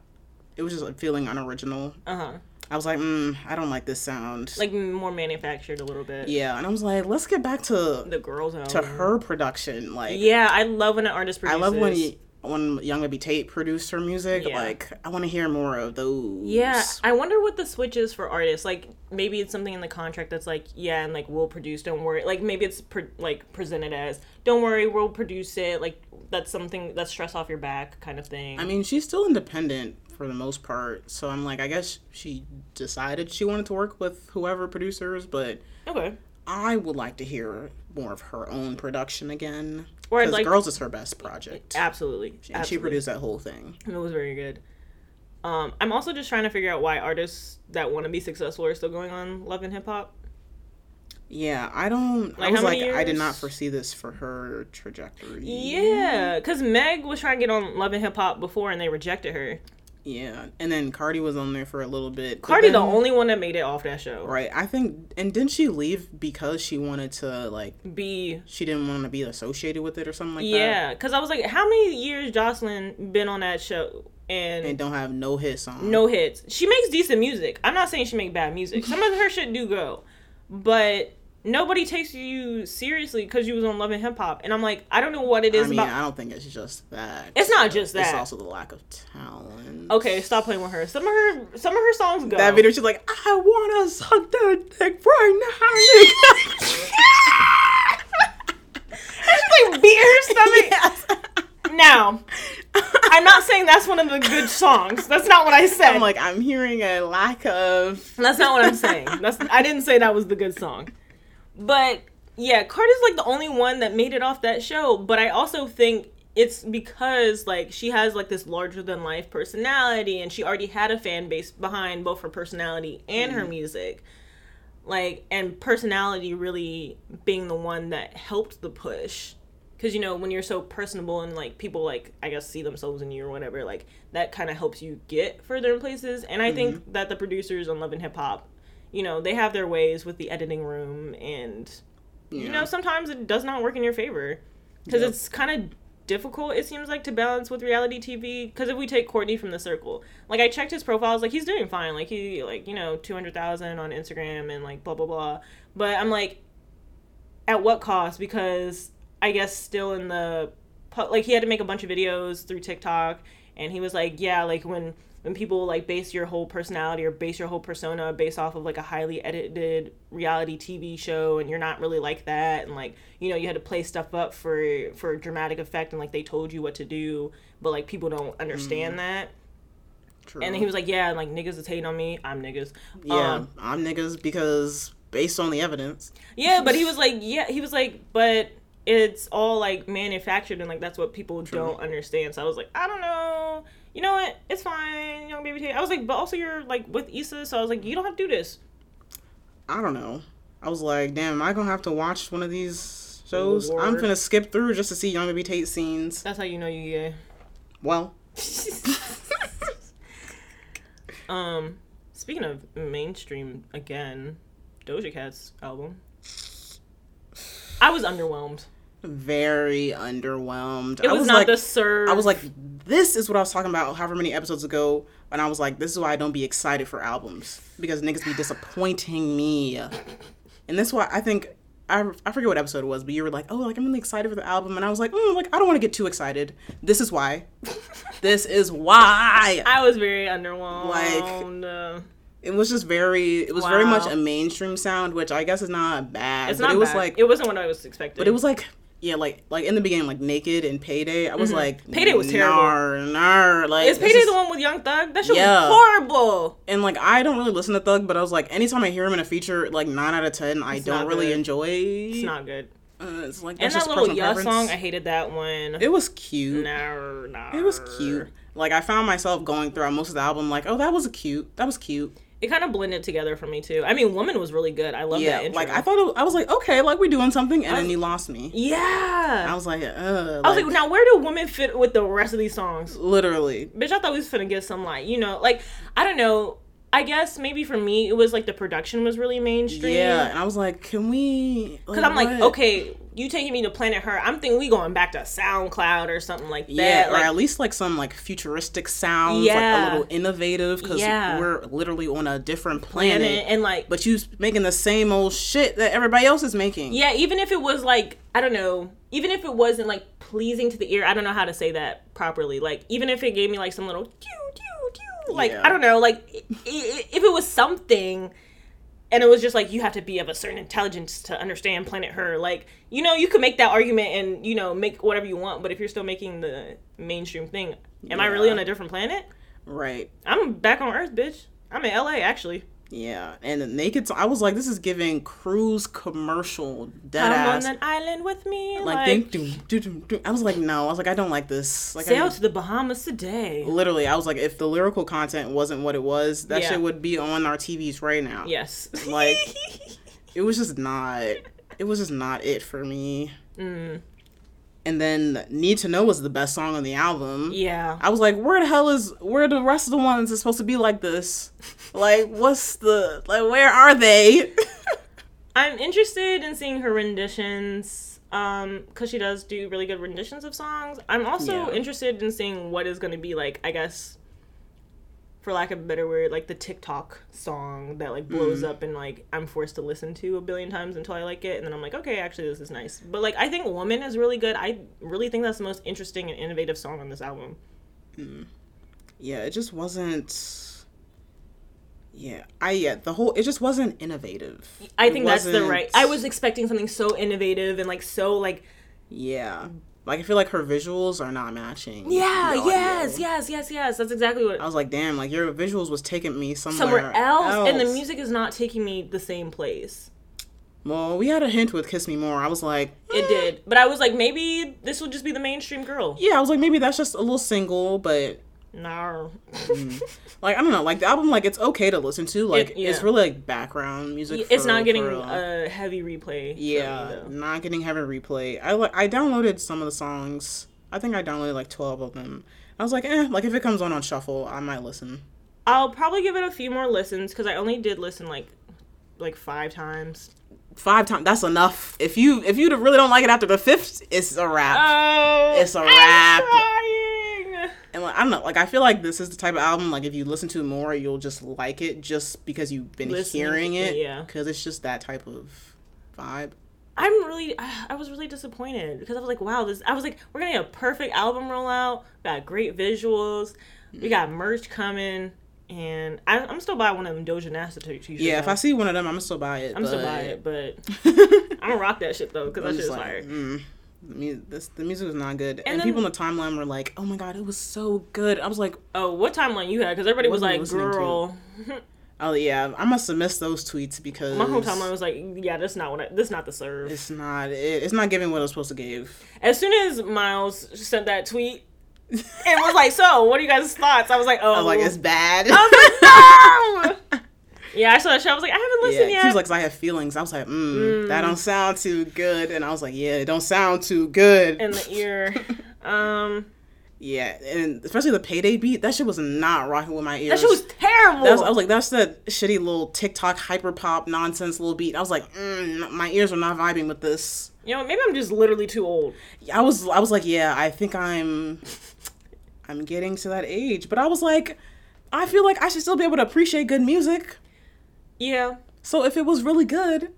[SPEAKER 3] it was just feeling unoriginal
[SPEAKER 7] Uh huh.
[SPEAKER 3] I was like, mm, I don't like this sound.
[SPEAKER 7] Like more manufactured a little bit.
[SPEAKER 3] yeah, and I was like, let's get back to
[SPEAKER 7] The girls own.
[SPEAKER 3] to her production. Like,
[SPEAKER 7] Yeah, I love when an artist
[SPEAKER 3] I
[SPEAKER 7] produces.
[SPEAKER 3] love when y- when Young Baby Tate produced her music.
[SPEAKER 7] Yeah.
[SPEAKER 3] Like, I want to hear more of those.
[SPEAKER 7] Yeah, I wonder what the switch is for artists. Like maybe it's something in the contract that's like, yeah, and like we'll produce. Don't worry. Like maybe it's pre- like presented as, don't worry, we'll produce it. Like that's something that's stress off your back kind of thing.
[SPEAKER 3] I mean, she's still independent for the most part, so I'm like, I guess she decided she wanted to work with whoever producers, but
[SPEAKER 7] okay.
[SPEAKER 3] I would like to hear more of her own production again.
[SPEAKER 7] Or I'd
[SPEAKER 3] Because
[SPEAKER 7] like-
[SPEAKER 3] Girls is her best project,
[SPEAKER 7] Absolutely.
[SPEAKER 3] and she
[SPEAKER 7] Absolutely.
[SPEAKER 3] produced that whole thing.
[SPEAKER 7] It was very good. Um, I'm also just trying to figure out why artists that want to be successful are still going on Love and Hip Hop.
[SPEAKER 3] Yeah, I don't.
[SPEAKER 7] Like,
[SPEAKER 3] I was
[SPEAKER 7] how
[SPEAKER 3] like,
[SPEAKER 7] many
[SPEAKER 3] I did not
[SPEAKER 7] years?
[SPEAKER 3] foresee this for her trajectory.
[SPEAKER 7] Yeah, because Meg was trying to get on Love and Hip Hop before and they rejected her.
[SPEAKER 3] Yeah, and then Cardi was on there for a little bit. but
[SPEAKER 7] Cardi, the
[SPEAKER 3] then-
[SPEAKER 7] only one that made it off that show.
[SPEAKER 3] Right, I think, and didn't she leave because she wanted to like
[SPEAKER 7] Be
[SPEAKER 3] she didn't want to be associated with it or something like that?
[SPEAKER 7] Yeah, because I was like, how many years Jocelyn been on that show and,
[SPEAKER 3] and don't have no hits on.
[SPEAKER 7] no hits? She makes decent music. I'm not saying she make bad music. Some of her shit do go, but nobody takes you seriously because you was on Love and Hip Hop. And I'm like, I don't know what it
[SPEAKER 3] I
[SPEAKER 7] is
[SPEAKER 3] mean,
[SPEAKER 7] about.
[SPEAKER 3] I don't think it's just that.
[SPEAKER 7] It's not just
[SPEAKER 3] It's
[SPEAKER 7] that.
[SPEAKER 3] also the lack of talent.
[SPEAKER 7] okay, stop playing with her. Some of her some of her songs go.
[SPEAKER 3] That video, she's like, I wanna suck that dick right now.
[SPEAKER 7] She, like beat her stomach.
[SPEAKER 3] Yes.
[SPEAKER 7] Now, I'm not saying that's one of the good songs. That's not what I said.
[SPEAKER 3] I'm like, I'm hearing a lack of.
[SPEAKER 7] That's not what I'm saying. That's I didn't say that was the good song. But yeah, Carter's like the only one that made it off that show, but I also think it's because like she has like this larger than life personality and she already had a fan base behind both her personality and her music. Like and personality really being the one that helped the push. Cause you know when you're so personable and like people like I guess see themselves in you or whatever like that kind of helps you get further in places and I think that the producers on Love and Hip Hop you know they have their ways with the editing room and you know sometimes it does not work in your favor because it's kind of difficult it seems like to balance with reality tv because if we take courtney from the circle like i checked his profile I was like he's doing fine like he like you know 200000 on instagram and like blah blah blah but i'm like at what cost because i guess still in the pu- like he had to make a bunch of videos through tiktok and he was like yeah like when when people like base your whole personality or base your whole persona based off of like a highly edited reality tv show and you're not really like that and like you know you had to play stuff up for for dramatic effect and like they told you what to do but like people don't understand that
[SPEAKER 3] True.
[SPEAKER 7] and then he was like yeah like niggas is hating on me i'm niggas
[SPEAKER 3] yeah,
[SPEAKER 7] Um,
[SPEAKER 3] I'm niggas because based on the evidence.
[SPEAKER 7] Yeah, but he was like, yeah, he was like, but it's all like manufactured and like that's what people don't understand. So I was like, I don't know. You know what? It's fine, young baby. Tay. I was like, but also you're like with Issa, so I was like, you don't have to do this.
[SPEAKER 3] I don't know. I was like, damn, am I gonna have to watch one of these shows? I'm
[SPEAKER 7] Lord.
[SPEAKER 3] gonna skip through just to see Young Baby Tate scenes.
[SPEAKER 7] That's how you know you gay.
[SPEAKER 3] Well,
[SPEAKER 7] Um, speaking of mainstream again, Doja Cat's album. I was underwhelmed.
[SPEAKER 3] very underwhelmed.
[SPEAKER 7] It
[SPEAKER 3] I
[SPEAKER 7] was,
[SPEAKER 3] was
[SPEAKER 7] not
[SPEAKER 3] like,
[SPEAKER 7] the serve.
[SPEAKER 3] I was like, this is what I was talking about however many episodes ago, and I was like, this is why I don't be excited for albums because niggas be disappointing me. And that's why I think I, I forget what episode it was, but you were like, oh, like I'm really excited for the album, and I was like, mm, like I don't want to get too excited. This is why. this is why.
[SPEAKER 7] I was very underwhelmed. uh,
[SPEAKER 3] It was just very. It was very much
[SPEAKER 7] Wow.
[SPEAKER 3] a mainstream sound, which I guess is not bad.
[SPEAKER 7] it's
[SPEAKER 3] but
[SPEAKER 7] not
[SPEAKER 3] it was
[SPEAKER 7] bad.
[SPEAKER 3] like,
[SPEAKER 7] it wasn't what I was expecting.
[SPEAKER 3] but it was like. Yeah, like like in the beginning, like naked and payday. I was like,
[SPEAKER 7] Mm-hmm. Payday was terrible.
[SPEAKER 3] Nar, nar, like
[SPEAKER 7] Is
[SPEAKER 3] this
[SPEAKER 7] Payday
[SPEAKER 3] is-
[SPEAKER 7] the one with Young Thug? That shit
[SPEAKER 3] Yeah.
[SPEAKER 7] was horrible.
[SPEAKER 3] and like I don't really listen to Thug, but I was like, anytime I hear him in a feature, like nine out of ten, I
[SPEAKER 7] not
[SPEAKER 3] don't really
[SPEAKER 7] good.
[SPEAKER 3] enjoy. It's
[SPEAKER 7] It's not good.
[SPEAKER 3] Uh, it's like
[SPEAKER 7] And
[SPEAKER 3] that's
[SPEAKER 7] that
[SPEAKER 3] just
[SPEAKER 7] little
[SPEAKER 3] personal
[SPEAKER 7] Yeah
[SPEAKER 3] preference.
[SPEAKER 7] song, I hated that one.
[SPEAKER 3] it was cute.
[SPEAKER 7] Nar, nar.
[SPEAKER 3] It was cute. Like I found myself going throughout most of the album, like, oh, that was cute. That was cute.
[SPEAKER 7] It kind of blended together for me too. I mean, Woman was really good. I love that
[SPEAKER 3] Yeah.
[SPEAKER 7] intro.
[SPEAKER 3] Like I thought, it, I was like, okay, like we're doing something, and then you lost me.
[SPEAKER 7] yeah.
[SPEAKER 3] I was like, uh,
[SPEAKER 7] I was like, now where do women fit with the rest of these songs?
[SPEAKER 3] literally.
[SPEAKER 7] Bitch, I thought we was finna get some like, you know, like I don't know. I guess maybe for me it was like the production was really mainstream.
[SPEAKER 3] Yeah, and I was like, can we?
[SPEAKER 7] Cause I'm like,
[SPEAKER 3] what?
[SPEAKER 7] okay, you taking me to Planet Her. I'm thinking we going back to SoundCloud or something like that.
[SPEAKER 3] Yeah, or
[SPEAKER 7] like,
[SPEAKER 3] at least like some like futuristic sounds,
[SPEAKER 7] Yeah.
[SPEAKER 3] like a little innovative, because
[SPEAKER 7] Yeah.
[SPEAKER 3] we're literally on a different
[SPEAKER 7] and,
[SPEAKER 3] planet.
[SPEAKER 7] and like
[SPEAKER 3] but you making the same old shit that everybody else is making.
[SPEAKER 7] Yeah, even if it was like I don't know, even if it wasn't like pleasing to the ear, I don't know how to say that properly. Like even if it gave me like some little doo, doo, doo, like
[SPEAKER 3] Yeah.
[SPEAKER 7] I don't know, like i- i- if it was something, and it was just like you have to be of a certain intelligence to understand Planet Her. Like you know, you could make that argument and you know make whatever you want, but if you're still making the mainstream thing, am I really
[SPEAKER 3] Yeah.
[SPEAKER 7] on a different planet?
[SPEAKER 3] Right.
[SPEAKER 7] I'm back on Earth, bitch. I'm in LA actually.
[SPEAKER 3] Yeah. And the naked. Song, I was like, this is giving cruise commercial dead
[SPEAKER 7] I'm on
[SPEAKER 3] ass.
[SPEAKER 7] an island with me. Like,
[SPEAKER 3] Like, think doom, doom, doom, doom. I was like, no. I was like, I don't like this. Like, I
[SPEAKER 7] sail to the Bahamas today.
[SPEAKER 3] literally, I was like, if the lyrical content wasn't what it was, that
[SPEAKER 7] Yeah.
[SPEAKER 3] shit would be on our TVs right now.
[SPEAKER 7] Yes.
[SPEAKER 3] Like, it was just not. It was just not it for me.
[SPEAKER 7] Mm.
[SPEAKER 3] And then "Need to Know" was the best song on the album.
[SPEAKER 7] yeah.
[SPEAKER 3] I was like, where the hell is where the rest of the ones is supposed to be like this? Like, what's the like? Where are they?
[SPEAKER 7] I'm interested in seeing her renditions um cuz she does do really good renditions of songs. I'm also
[SPEAKER 3] Yeah.
[SPEAKER 7] interested in seeing what is going to be like, I guess for lack of a better word, like the TikTok song that like
[SPEAKER 3] Mm.
[SPEAKER 7] blows up and like I'm forced to listen to a billion times until I like it and then I'm like, okay, actually this is nice. But like I think Woman is really good. I really think that's the most interesting and innovative song on this album.
[SPEAKER 3] yeah, it just wasn't. Yeah, I yeah the whole it just wasn't innovative.
[SPEAKER 7] I
[SPEAKER 3] It
[SPEAKER 7] think that's the
[SPEAKER 3] wasn't-
[SPEAKER 7] right. I was expecting something so innovative and like so like
[SPEAKER 3] yeah Like I feel like her visuals are not matching.
[SPEAKER 7] Yeah,
[SPEAKER 3] the audio.
[SPEAKER 7] yes, yes, yes, yes. That's exactly what
[SPEAKER 3] I was like, damn, like your visuals was taking me somewhere,
[SPEAKER 7] somewhere else, and the music is not taking me the same place.
[SPEAKER 3] Well, we had a hint with "Kiss Me More." I was like,
[SPEAKER 7] It did, but I was like, maybe this will just be the mainstream girl.
[SPEAKER 3] Eh. yeah, I was like, maybe that's just a little single, but
[SPEAKER 7] No,
[SPEAKER 3] like I don't know, like the album, like it's okay to listen to, like
[SPEAKER 7] It- yeah.
[SPEAKER 3] it's really like background music.
[SPEAKER 7] it's
[SPEAKER 3] for-
[SPEAKER 7] not getting
[SPEAKER 3] for, uh,
[SPEAKER 7] a heavy replay. for me,
[SPEAKER 3] yeah,
[SPEAKER 7] though.
[SPEAKER 3] not getting heaven replay. I like I downloaded some of the songs. I think I downloaded like twelve of them. I was like, eh, like if it comes on on shuffle, I might listen.
[SPEAKER 7] I'll probably give it a few more listens because I only did listen like like five times.
[SPEAKER 3] Five times, that's enough. If you if you really don't like it after the fifth, it's a wrap.
[SPEAKER 7] Oh,
[SPEAKER 3] It's a
[SPEAKER 7] I'm
[SPEAKER 3] wrap.
[SPEAKER 7] Trying.
[SPEAKER 3] and like, I don't know, like I feel like this is the type of album like if you listen to it more, you'll just like it just because you've been
[SPEAKER 7] Listening,
[SPEAKER 3] hearing it,
[SPEAKER 7] yeah.
[SPEAKER 3] because it's just that type of vibe.
[SPEAKER 7] I'm really, I was really disappointed because I was like, wow, this. I was like, we're gonna get a perfect album rollout. Got great visuals.
[SPEAKER 3] Mm-hmm.
[SPEAKER 7] We got merch coming, and I, I'm still buying one of them Doja Nasta t- t-shirts.
[SPEAKER 3] Yeah, if I
[SPEAKER 7] though.
[SPEAKER 3] see one of them, I'm still buy it.
[SPEAKER 7] I'm still
[SPEAKER 3] but-
[SPEAKER 7] buying it, but
[SPEAKER 3] I'm
[SPEAKER 7] I'm gonna rock that shit though because that shit
[SPEAKER 3] just
[SPEAKER 7] is
[SPEAKER 3] like,
[SPEAKER 7] fire.
[SPEAKER 3] mm, the mu- this, the music was not good, and,
[SPEAKER 7] then-
[SPEAKER 3] people in the timeline were like, "Oh my god, it was so good." I was like,
[SPEAKER 7] Oh, what timeline you had? Because everybody was
[SPEAKER 3] What are we
[SPEAKER 7] like,
[SPEAKER 3] listening to?
[SPEAKER 7] girl.
[SPEAKER 3] "Oh yeah, I must have missed those tweets because
[SPEAKER 7] My whole timeline was like, yeah, that's not what I, that's not the serve.
[SPEAKER 3] it's not it, it's not giving what I was supposed to give."
[SPEAKER 7] As soon as Miles sent that tweet, it was like, so what are you guys' thoughts? I was like, oh,
[SPEAKER 3] I was like, "It's bad."
[SPEAKER 7] yeah, I saw that show. I was like, I haven't
[SPEAKER 3] Yeah,
[SPEAKER 7] listened
[SPEAKER 3] she
[SPEAKER 7] yet.
[SPEAKER 3] was like, "I have feelings." I was like, mm, "That don't sound too good," and I was like, "Yeah, it don't sound too good."
[SPEAKER 7] in the ear. Um,
[SPEAKER 3] yeah, and especially the payday beat, that shit was not rocking with my ears.
[SPEAKER 7] that shit was terrible.
[SPEAKER 3] That's, I was like, that's that shitty little TikTok hyper pop nonsense little beat. I was like, mm, my ears are not vibing with this.
[SPEAKER 7] you know, maybe I'm just literally too old.
[SPEAKER 3] I was, I was like, yeah, I think I'm, I'm getting to that age. But I was like, I feel like I should still be able to appreciate good music.
[SPEAKER 7] Yeah,
[SPEAKER 3] So if it was really good,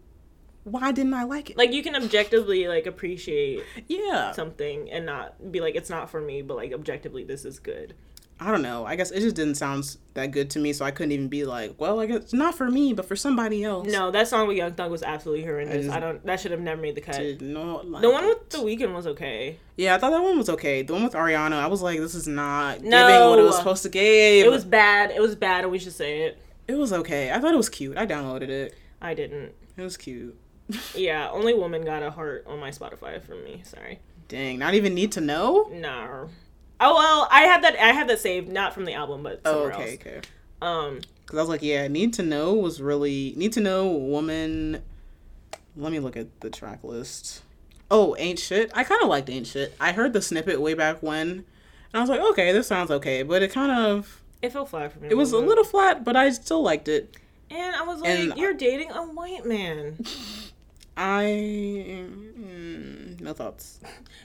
[SPEAKER 3] why didn't I like it?
[SPEAKER 7] like you can objectively like appreciate
[SPEAKER 3] yeah,
[SPEAKER 7] something and not be like it's not for me, but like objectively this is good.
[SPEAKER 3] I don't know. I guess it just didn't sound that good to me, so I couldn't even be like, well, I guess it's not for me, but for somebody else.
[SPEAKER 7] No, that song with Young Thug was absolutely horrendous. I,
[SPEAKER 3] just-
[SPEAKER 7] don't. That should have never made the cut.
[SPEAKER 3] Did not like
[SPEAKER 7] The one
[SPEAKER 3] it.
[SPEAKER 7] with the weekend was okay.
[SPEAKER 3] Yeah, I thought that one was okay. The one with Ariana, I was like, this is not
[SPEAKER 7] No.
[SPEAKER 3] giving what it was supposed to give.
[SPEAKER 7] It was bad. It was bad, and we should say it.
[SPEAKER 3] it was okay. I thought it was cute. I downloaded it.
[SPEAKER 7] I didn't.
[SPEAKER 3] It was cute.
[SPEAKER 7] Yeah, only woman got a heart on my Spotify from me. Sorry.
[SPEAKER 3] Dang, not even need to know.
[SPEAKER 7] No. Oh well, I had that. I had that saved, not from the album, but
[SPEAKER 3] Oh,
[SPEAKER 7] somewhere
[SPEAKER 3] okay,
[SPEAKER 7] else.
[SPEAKER 3] okay.
[SPEAKER 7] Um,
[SPEAKER 3] Because I was like, yeah, need to know was really need to know woman. Let me look at the track list. Oh, ain't shit. I kind of liked ain't shit. I heard the snippet way back when, and I was like, okay, this sounds okay. But it kind of
[SPEAKER 7] it felt flat for me.
[SPEAKER 3] it was a
[SPEAKER 7] bit.
[SPEAKER 3] little flat, but I still liked it.
[SPEAKER 7] And I was like,
[SPEAKER 3] And-
[SPEAKER 7] "You're dating a white man."
[SPEAKER 3] I mm, no thoughts.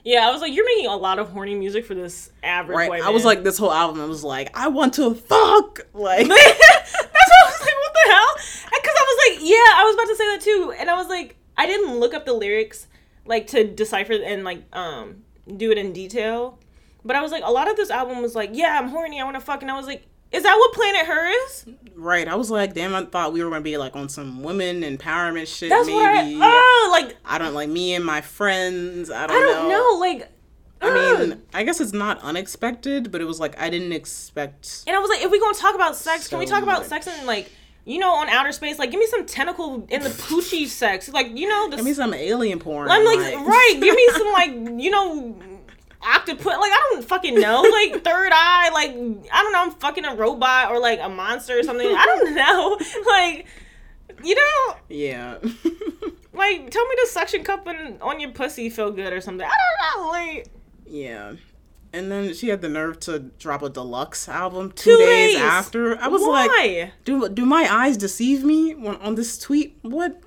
[SPEAKER 7] yeah, I was like, "You're making a lot of horny music for this average
[SPEAKER 3] Right.
[SPEAKER 7] white
[SPEAKER 3] I was
[SPEAKER 7] man."
[SPEAKER 3] like, this whole album. I was like, I want to fuck.
[SPEAKER 7] That's
[SPEAKER 3] Like,
[SPEAKER 7] what I was like, what the hell? Because I was like, yeah, I was about to say that too, and I was like, I didn't look up the lyrics like to decipher and like um do it in detail, but I was like, a lot of this album was like, yeah, I'm horny, I want to fuck, and I was like, is that what Planet Her is?
[SPEAKER 3] right. I was like, damn. I thought we were gonna be like on some women empowerment shit.
[SPEAKER 7] That's
[SPEAKER 3] maybe.
[SPEAKER 7] what I oh like
[SPEAKER 3] I don't like me and my friends. I don't,
[SPEAKER 7] I don't know like.
[SPEAKER 3] I
[SPEAKER 7] ugh.
[SPEAKER 3] mean, I guess it's not unexpected, but it was like I didn't expect.
[SPEAKER 7] and I was like, if we gonna talk about sex,
[SPEAKER 3] So
[SPEAKER 7] can we talk about
[SPEAKER 3] much.
[SPEAKER 7] sex and like, you know, on outer space? Like, give me some tentacle in the poochie sex, like you know, the
[SPEAKER 3] Give me some alien porn.
[SPEAKER 7] I'm like, right, give me some like, you know, octopus. Like I don't fucking know. Like third eye. Like I don't know. I'm fucking a robot or like a monster or something. I don't know. Like you know,
[SPEAKER 3] Yeah.
[SPEAKER 7] like tell me the suction cup and on your pussy feel good or something. I don't know. Like
[SPEAKER 3] yeah. And then she had the nerve to drop a deluxe album
[SPEAKER 7] Two
[SPEAKER 3] two, days,
[SPEAKER 7] days.
[SPEAKER 3] after. I was like,
[SPEAKER 7] why?
[SPEAKER 3] do do my eyes deceive me when, on this tweet? What?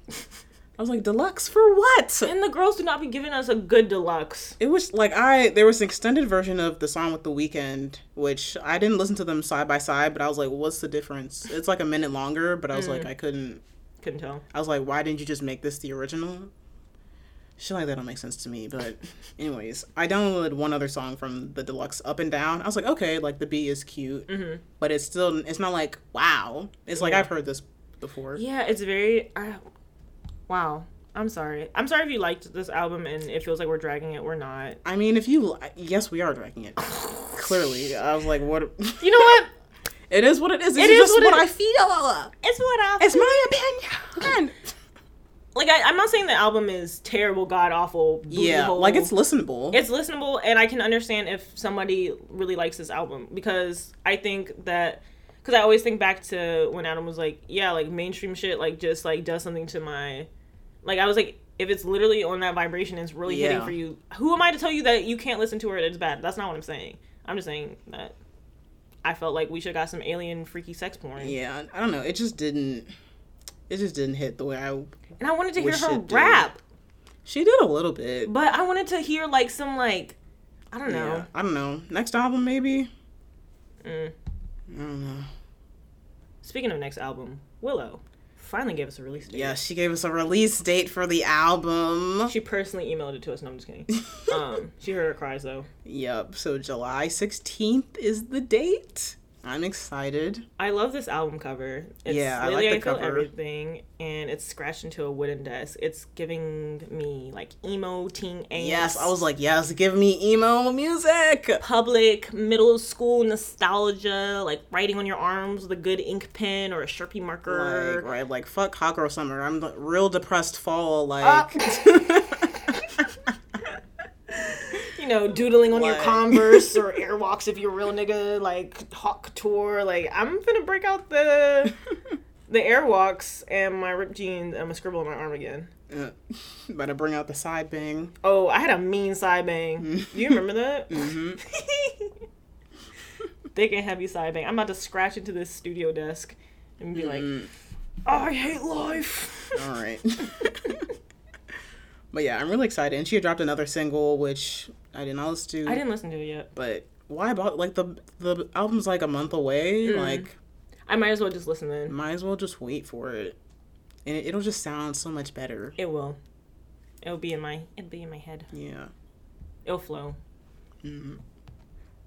[SPEAKER 3] I was like, deluxe for what?
[SPEAKER 7] and the girls do not be giving us a good deluxe.
[SPEAKER 3] It was like I there was an extended version of the song with the weekend, which I didn't listen to them side by side, but I was like, what's the difference? It's like a minute longer, but I was
[SPEAKER 7] Mm.
[SPEAKER 3] like, I couldn't.
[SPEAKER 7] Couldn't tell.
[SPEAKER 3] I was like, why didn't you just make this the original? Shit like that don't make sense to me, but anyways, I downloaded one other song from the deluxe, Up and Down. I was like, okay, like the beat is cute,
[SPEAKER 7] Mm-hmm.
[SPEAKER 3] but it's still it's not like wow. It's like I've heard this before.
[SPEAKER 7] Yeah, it's very. Uh, wow. I'm sorry. I'm sorry if you liked this album and it feels like we're dragging it. We're not.
[SPEAKER 3] I mean, if you li- yes, we are dragging it. Clearly, I was like, what?
[SPEAKER 7] You know what?
[SPEAKER 3] it is what it is. It's
[SPEAKER 7] It is
[SPEAKER 3] just
[SPEAKER 7] what
[SPEAKER 3] what,
[SPEAKER 7] it-
[SPEAKER 3] I feel.
[SPEAKER 7] It's what I.
[SPEAKER 3] It's my opinion.
[SPEAKER 7] like. I, I'm not saying the album is terrible, god awful.
[SPEAKER 3] Yeah, like it's listenable.
[SPEAKER 7] it's listenable and i can understand if somebody really likes this album because i think that because i always think back to when adam was like yeah like mainstream shit like just like does something to my like i was like if it's literally on that vibration it's really hitting
[SPEAKER 3] Yeah.
[SPEAKER 7] for you who am i to tell you that you can't listen to it it's bad that's not what i'm saying i'm just saying that i felt like we should have got some alien freaky sex porn
[SPEAKER 3] yeah, I don't know. It just didn't. It just didn't hit the way I.
[SPEAKER 7] and i wanted to hear
[SPEAKER 3] Wish
[SPEAKER 7] her
[SPEAKER 3] it did.
[SPEAKER 7] rap
[SPEAKER 3] She did a little bit.
[SPEAKER 7] but i wanted to hear like some like i don't know
[SPEAKER 3] Yeah, I don't know. Next album maybe.
[SPEAKER 7] Mm.
[SPEAKER 3] I don't know.
[SPEAKER 7] speaking of next album willow finally gave us a release date
[SPEAKER 3] Yeah, she gave us a release date for the album.
[SPEAKER 7] She personally emailed it to us. No, I'm just kidding. Um, she heard her cries though.
[SPEAKER 3] Yep. So July 16th is the date. I'm excited.
[SPEAKER 7] I love this album cover. It's
[SPEAKER 3] Yeah, I
[SPEAKER 7] Lately
[SPEAKER 3] like the
[SPEAKER 7] Feel
[SPEAKER 3] cover.
[SPEAKER 7] Everything, and it's scratched into a wooden desk. It's giving me like emo teen angst.
[SPEAKER 3] Yes, I was like, yes, give me emo music.
[SPEAKER 7] public middle school nostalgia, like writing on your arms with a good ink pen or a sharpie marker.
[SPEAKER 3] Like, right, like fuck Hawker summer. I'm the real depressed fall. Like,
[SPEAKER 7] Ah! you know, doodling on your
[SPEAKER 3] Like-
[SPEAKER 7] Converse or Airwalks if you're a real nigga, like Hawk Tour. Like, I'm gonna break out the the Airwalks and my ripped jeans and my scribble on my arm again.
[SPEAKER 3] uh, better bring out the side bang.
[SPEAKER 7] Oh, I had a mean side bang. Do you remember that? mm-hmm. Thick and heavy side bang. I'm about to scratch into this studio desk and be like, oh, I hate life.
[SPEAKER 3] All right. but yeah, I'm really excited. And she had dropped another single, which I did not listen to.
[SPEAKER 7] I didn't listen to it yet.
[SPEAKER 3] But why about like the the album's like a month away?
[SPEAKER 7] Mm-hmm.
[SPEAKER 3] Like,
[SPEAKER 7] I might as well just listen then.
[SPEAKER 3] might as well just wait for it, and it, it'll just sound so much better.
[SPEAKER 7] It will. It'll be in my. It'll be in my head.
[SPEAKER 3] Yeah.
[SPEAKER 7] It'll flow.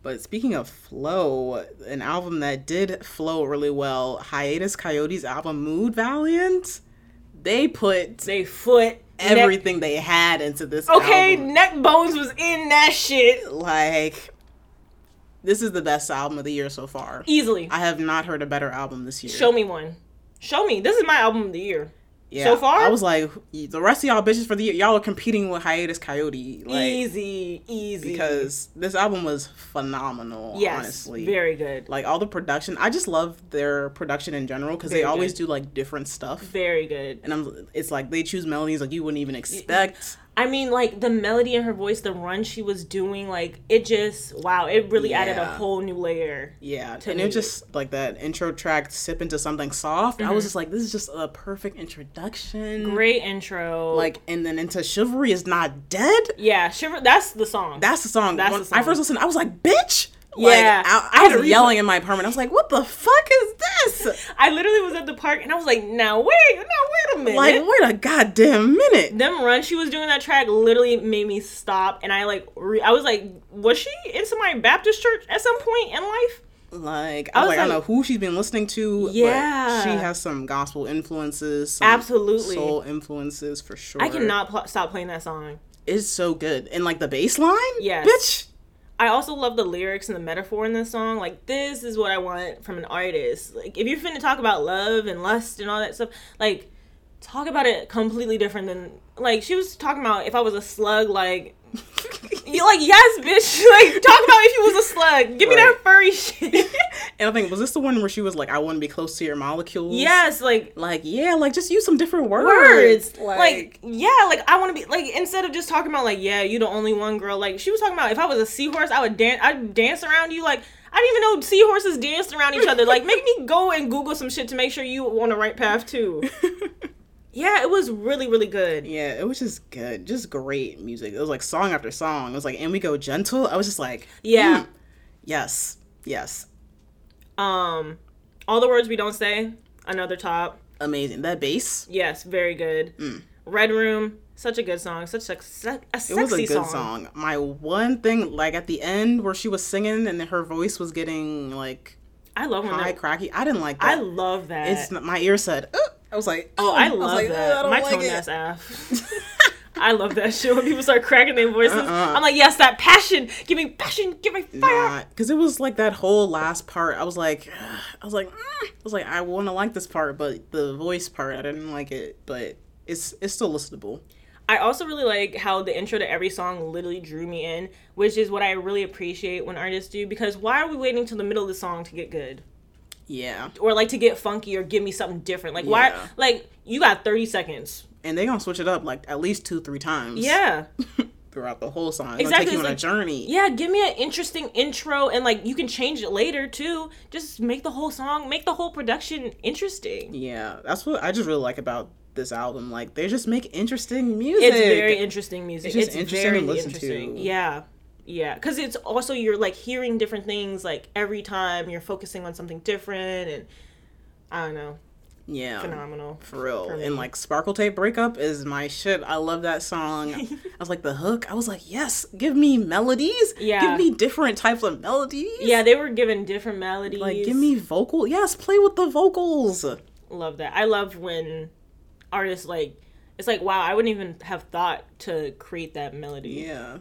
[SPEAKER 3] But speaking of flow, an album that did flow really well, Hiatus Coyote's album Mood Valiant, they put
[SPEAKER 7] They foot everything.
[SPEAKER 3] everything they had into this
[SPEAKER 7] Okay,
[SPEAKER 3] album.
[SPEAKER 7] neck bones was in that shit
[SPEAKER 3] Like this is the best album of the year so far.
[SPEAKER 7] easily.
[SPEAKER 3] I have not heard a better album this year.
[SPEAKER 7] Show me one. Show me. This is my album of the year.
[SPEAKER 3] Yeah,
[SPEAKER 7] so far?
[SPEAKER 3] I was like the rest of y'all bitches for the year, y'all are competing with Hiatus Coyote. Like
[SPEAKER 7] easy, easy.
[SPEAKER 3] because this album was phenomenal,
[SPEAKER 7] yes,
[SPEAKER 3] honestly.
[SPEAKER 7] very good,
[SPEAKER 3] like all the production i just love their production in general because they
[SPEAKER 7] Very
[SPEAKER 3] always
[SPEAKER 7] good.
[SPEAKER 3] do like different stuff
[SPEAKER 7] very good.
[SPEAKER 3] and i'm it's like they choose melodies like you wouldn't even expect
[SPEAKER 7] I mean, like the melody in her voice, the run she was doing, like it just wow, it really added a
[SPEAKER 3] Yeah.
[SPEAKER 7] whole new layer.
[SPEAKER 3] yeah and it was just like that intro track sip into something soft i was just like this is just a perfect introduction
[SPEAKER 7] Mm-hmm. Great intro.
[SPEAKER 3] like and then into chivalry is not dead
[SPEAKER 7] yeah, shiver. That's the song.
[SPEAKER 3] that's the song
[SPEAKER 7] That's
[SPEAKER 3] when
[SPEAKER 7] the song.
[SPEAKER 3] i first listened i was like bitch like,
[SPEAKER 7] Yeah.
[SPEAKER 3] I,
[SPEAKER 7] I
[SPEAKER 3] I,
[SPEAKER 7] had to
[SPEAKER 3] was
[SPEAKER 7] replay-
[SPEAKER 3] yelling in my apartment. I was like, "What the fuck is this?
[SPEAKER 7] I literally was at the park and I was like, now wait, now wait a minute.
[SPEAKER 3] Like, wait a goddamn minute!"
[SPEAKER 7] them run she was doing that track literally made me stop and i like re- i was like was she in somebody baptist church at some point in life
[SPEAKER 3] Like I
[SPEAKER 7] was
[SPEAKER 3] was, like, I don't know
[SPEAKER 7] like-
[SPEAKER 3] who she's been listening to.
[SPEAKER 7] Yeah.
[SPEAKER 3] but she has some gospel influences, some
[SPEAKER 7] Absolutely.
[SPEAKER 3] soul influences for sure.
[SPEAKER 7] i cannot pl- stop playing that song
[SPEAKER 3] It's so good, and like the bass line,
[SPEAKER 7] Yes.
[SPEAKER 3] bitch.
[SPEAKER 7] i also love the lyrics and the metaphor in this song like this is what i want from an artist like if you're finna talk about love and lust and all that stuff like talk about it completely different than like she was talking about if i was a slug like you like yes bitch like talk about if you was a slug give me that
[SPEAKER 3] Right.
[SPEAKER 7] furry shit
[SPEAKER 3] And I think was this the one where she was like, "I want to be close to your molecules."
[SPEAKER 7] yes like
[SPEAKER 3] Like yeah, like just use some different words.
[SPEAKER 7] words. Like, yeah, like I want to be like instead of just talking about like yeah, you the only one girl. Like she was talking about if I was a seahorse, I would dance. I'd dance around you. Like I didn't even know seahorses danced around each other. Like make me go and Google some shit to make sure you on the right path too. yeah, it was really really good.
[SPEAKER 3] yeah, it was just good, just great music. It was like song after song. It was like, "And we go gentle." I was just like, mm.
[SPEAKER 7] Yeah.
[SPEAKER 3] "Yes, yes,
[SPEAKER 7] Um, all the words we don't say. Another top.
[SPEAKER 3] amazing." That bass,
[SPEAKER 7] Yes, very good. Red Room. Such a good song. Such a, se- a sexy
[SPEAKER 3] Mm. It was a good
[SPEAKER 7] song.
[SPEAKER 3] song. My one thing, like at the end where she was singing and then her voice was getting like
[SPEAKER 7] I love when
[SPEAKER 3] high,
[SPEAKER 7] that.
[SPEAKER 3] cracky. I didn't like
[SPEAKER 7] I
[SPEAKER 3] that.
[SPEAKER 7] love that.
[SPEAKER 3] it's my ear said, "Ugh." I was like,
[SPEAKER 7] Oh, I
[SPEAKER 3] was
[SPEAKER 7] love
[SPEAKER 3] like, "Ugh, I
[SPEAKER 7] that.
[SPEAKER 3] don't
[SPEAKER 7] My
[SPEAKER 3] like
[SPEAKER 7] tone
[SPEAKER 3] it."
[SPEAKER 7] ass ass. I love that shit when people start cracking their voices. I'm like, yes, that passion. Give me passion. Give me fire.
[SPEAKER 3] because it was like that whole last part. I was like, I was like, mm. I was like, I want to like this part, but the voice part, I didn't like it. But it's it's still listenable.
[SPEAKER 7] I also really like how the intro to every song literally drew me in, which is what I really appreciate when artists do. Because why are we waiting till the middle of the song to get good?
[SPEAKER 3] Yeah,
[SPEAKER 7] or like to get funky or give me something different. Like
[SPEAKER 3] Yeah.
[SPEAKER 7] why? Like you got thirty seconds.
[SPEAKER 3] and they gonna switch it up like at least two, three times.
[SPEAKER 7] Yeah,
[SPEAKER 3] throughout the whole song. It's
[SPEAKER 7] Exactly,
[SPEAKER 3] gonna take you
[SPEAKER 7] it's
[SPEAKER 3] on a
[SPEAKER 7] like-
[SPEAKER 3] journey.
[SPEAKER 7] yeah. Give me an interesting intro, and like you can change it later too. Just make the whole song, make the whole production interesting.
[SPEAKER 3] yeah. That's what I just really like about this album. Like they just make interesting music.
[SPEAKER 7] It's very interesting music.
[SPEAKER 3] It's
[SPEAKER 7] It's,
[SPEAKER 3] just interesting to
[SPEAKER 7] very
[SPEAKER 3] listen
[SPEAKER 7] interesting.
[SPEAKER 3] to.
[SPEAKER 7] Yeah, yeah. Because it's also you're like hearing different things like every time. You're focusing on something different, and I don't know,
[SPEAKER 3] yeah.
[SPEAKER 7] phenomenal.
[SPEAKER 3] For real.
[SPEAKER 7] for me.
[SPEAKER 3] and like Sparkle Tape Breakup is my shit. I love that song. I was like the hook. I was like, yes, give me melodies.
[SPEAKER 7] Yeah.
[SPEAKER 3] Give me different types of melodies.
[SPEAKER 7] Yeah, they were given different melodies.
[SPEAKER 3] Like give me vocal. Yes, play with the vocals.
[SPEAKER 7] love that. I love when artists like it's like wow, I wouldn't even have thought to create that melody.
[SPEAKER 3] Yeah.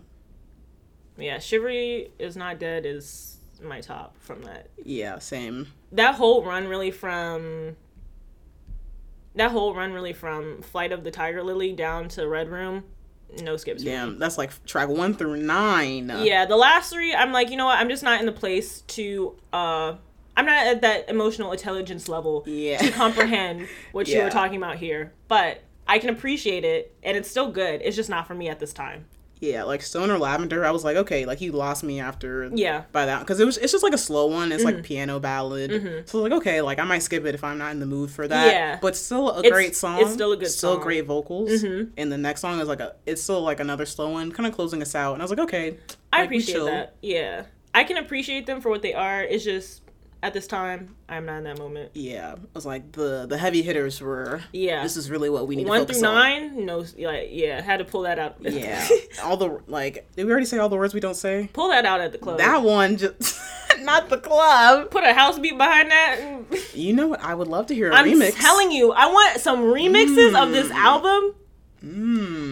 [SPEAKER 7] Yeah, Shivery is not dead is my top from that.
[SPEAKER 3] Yeah, same.
[SPEAKER 7] That whole run really from that whole run really from Flight of the Tiger Lily down to Red Room, no skips. for me.
[SPEAKER 3] Damn, that's like track one through nine.
[SPEAKER 7] Mm. Yeah, the last three, I'm like, you know what? I'm just not in the place to. uh I'm not at that emotional intelligence level
[SPEAKER 3] Yeah.
[SPEAKER 7] to comprehend what you
[SPEAKER 3] Yeah.
[SPEAKER 7] were talking about here, but I can appreciate it, and it's still good. It's just not for me at this time.
[SPEAKER 3] yeah, like Stoner Lavender, I was like, okay, like he lost me after
[SPEAKER 7] Yeah.
[SPEAKER 3] by that because it was it's just like a slow one. It's
[SPEAKER 7] Mm-hmm.
[SPEAKER 3] like piano ballad, so like okay, like I might skip it if I'm not in the mood for that.
[SPEAKER 7] Yeah.
[SPEAKER 3] but still a
[SPEAKER 7] It's-
[SPEAKER 3] great song.
[SPEAKER 7] it's still a good
[SPEAKER 3] still
[SPEAKER 7] song. Mm-hmm.
[SPEAKER 3] great vocals. And the next song is like a it's still like another slow one, kind of closing us out. And I was like, okay,
[SPEAKER 7] I
[SPEAKER 3] like, we
[SPEAKER 7] appreciate
[SPEAKER 3] chill.
[SPEAKER 7] that. Yeah, I can appreciate them for what they are. It's just at this time, I'm not in that moment.
[SPEAKER 3] Yeah, I was like the the heavy hitters were.
[SPEAKER 7] Yeah.
[SPEAKER 3] this is really what we need. to
[SPEAKER 7] One
[SPEAKER 3] focus
[SPEAKER 7] through
[SPEAKER 3] on.
[SPEAKER 7] nine, no, like yeah, had to pull that out.
[SPEAKER 3] Yeah, all the like. Did we already say all the words we don't say?
[SPEAKER 7] pull that out at the club.
[SPEAKER 3] That one just not the club.
[SPEAKER 7] Put a house beat behind that.
[SPEAKER 3] You know what? I would love to hear a
[SPEAKER 7] I'm
[SPEAKER 3] remix. Mm.
[SPEAKER 7] telling you, I want some remixes of this album.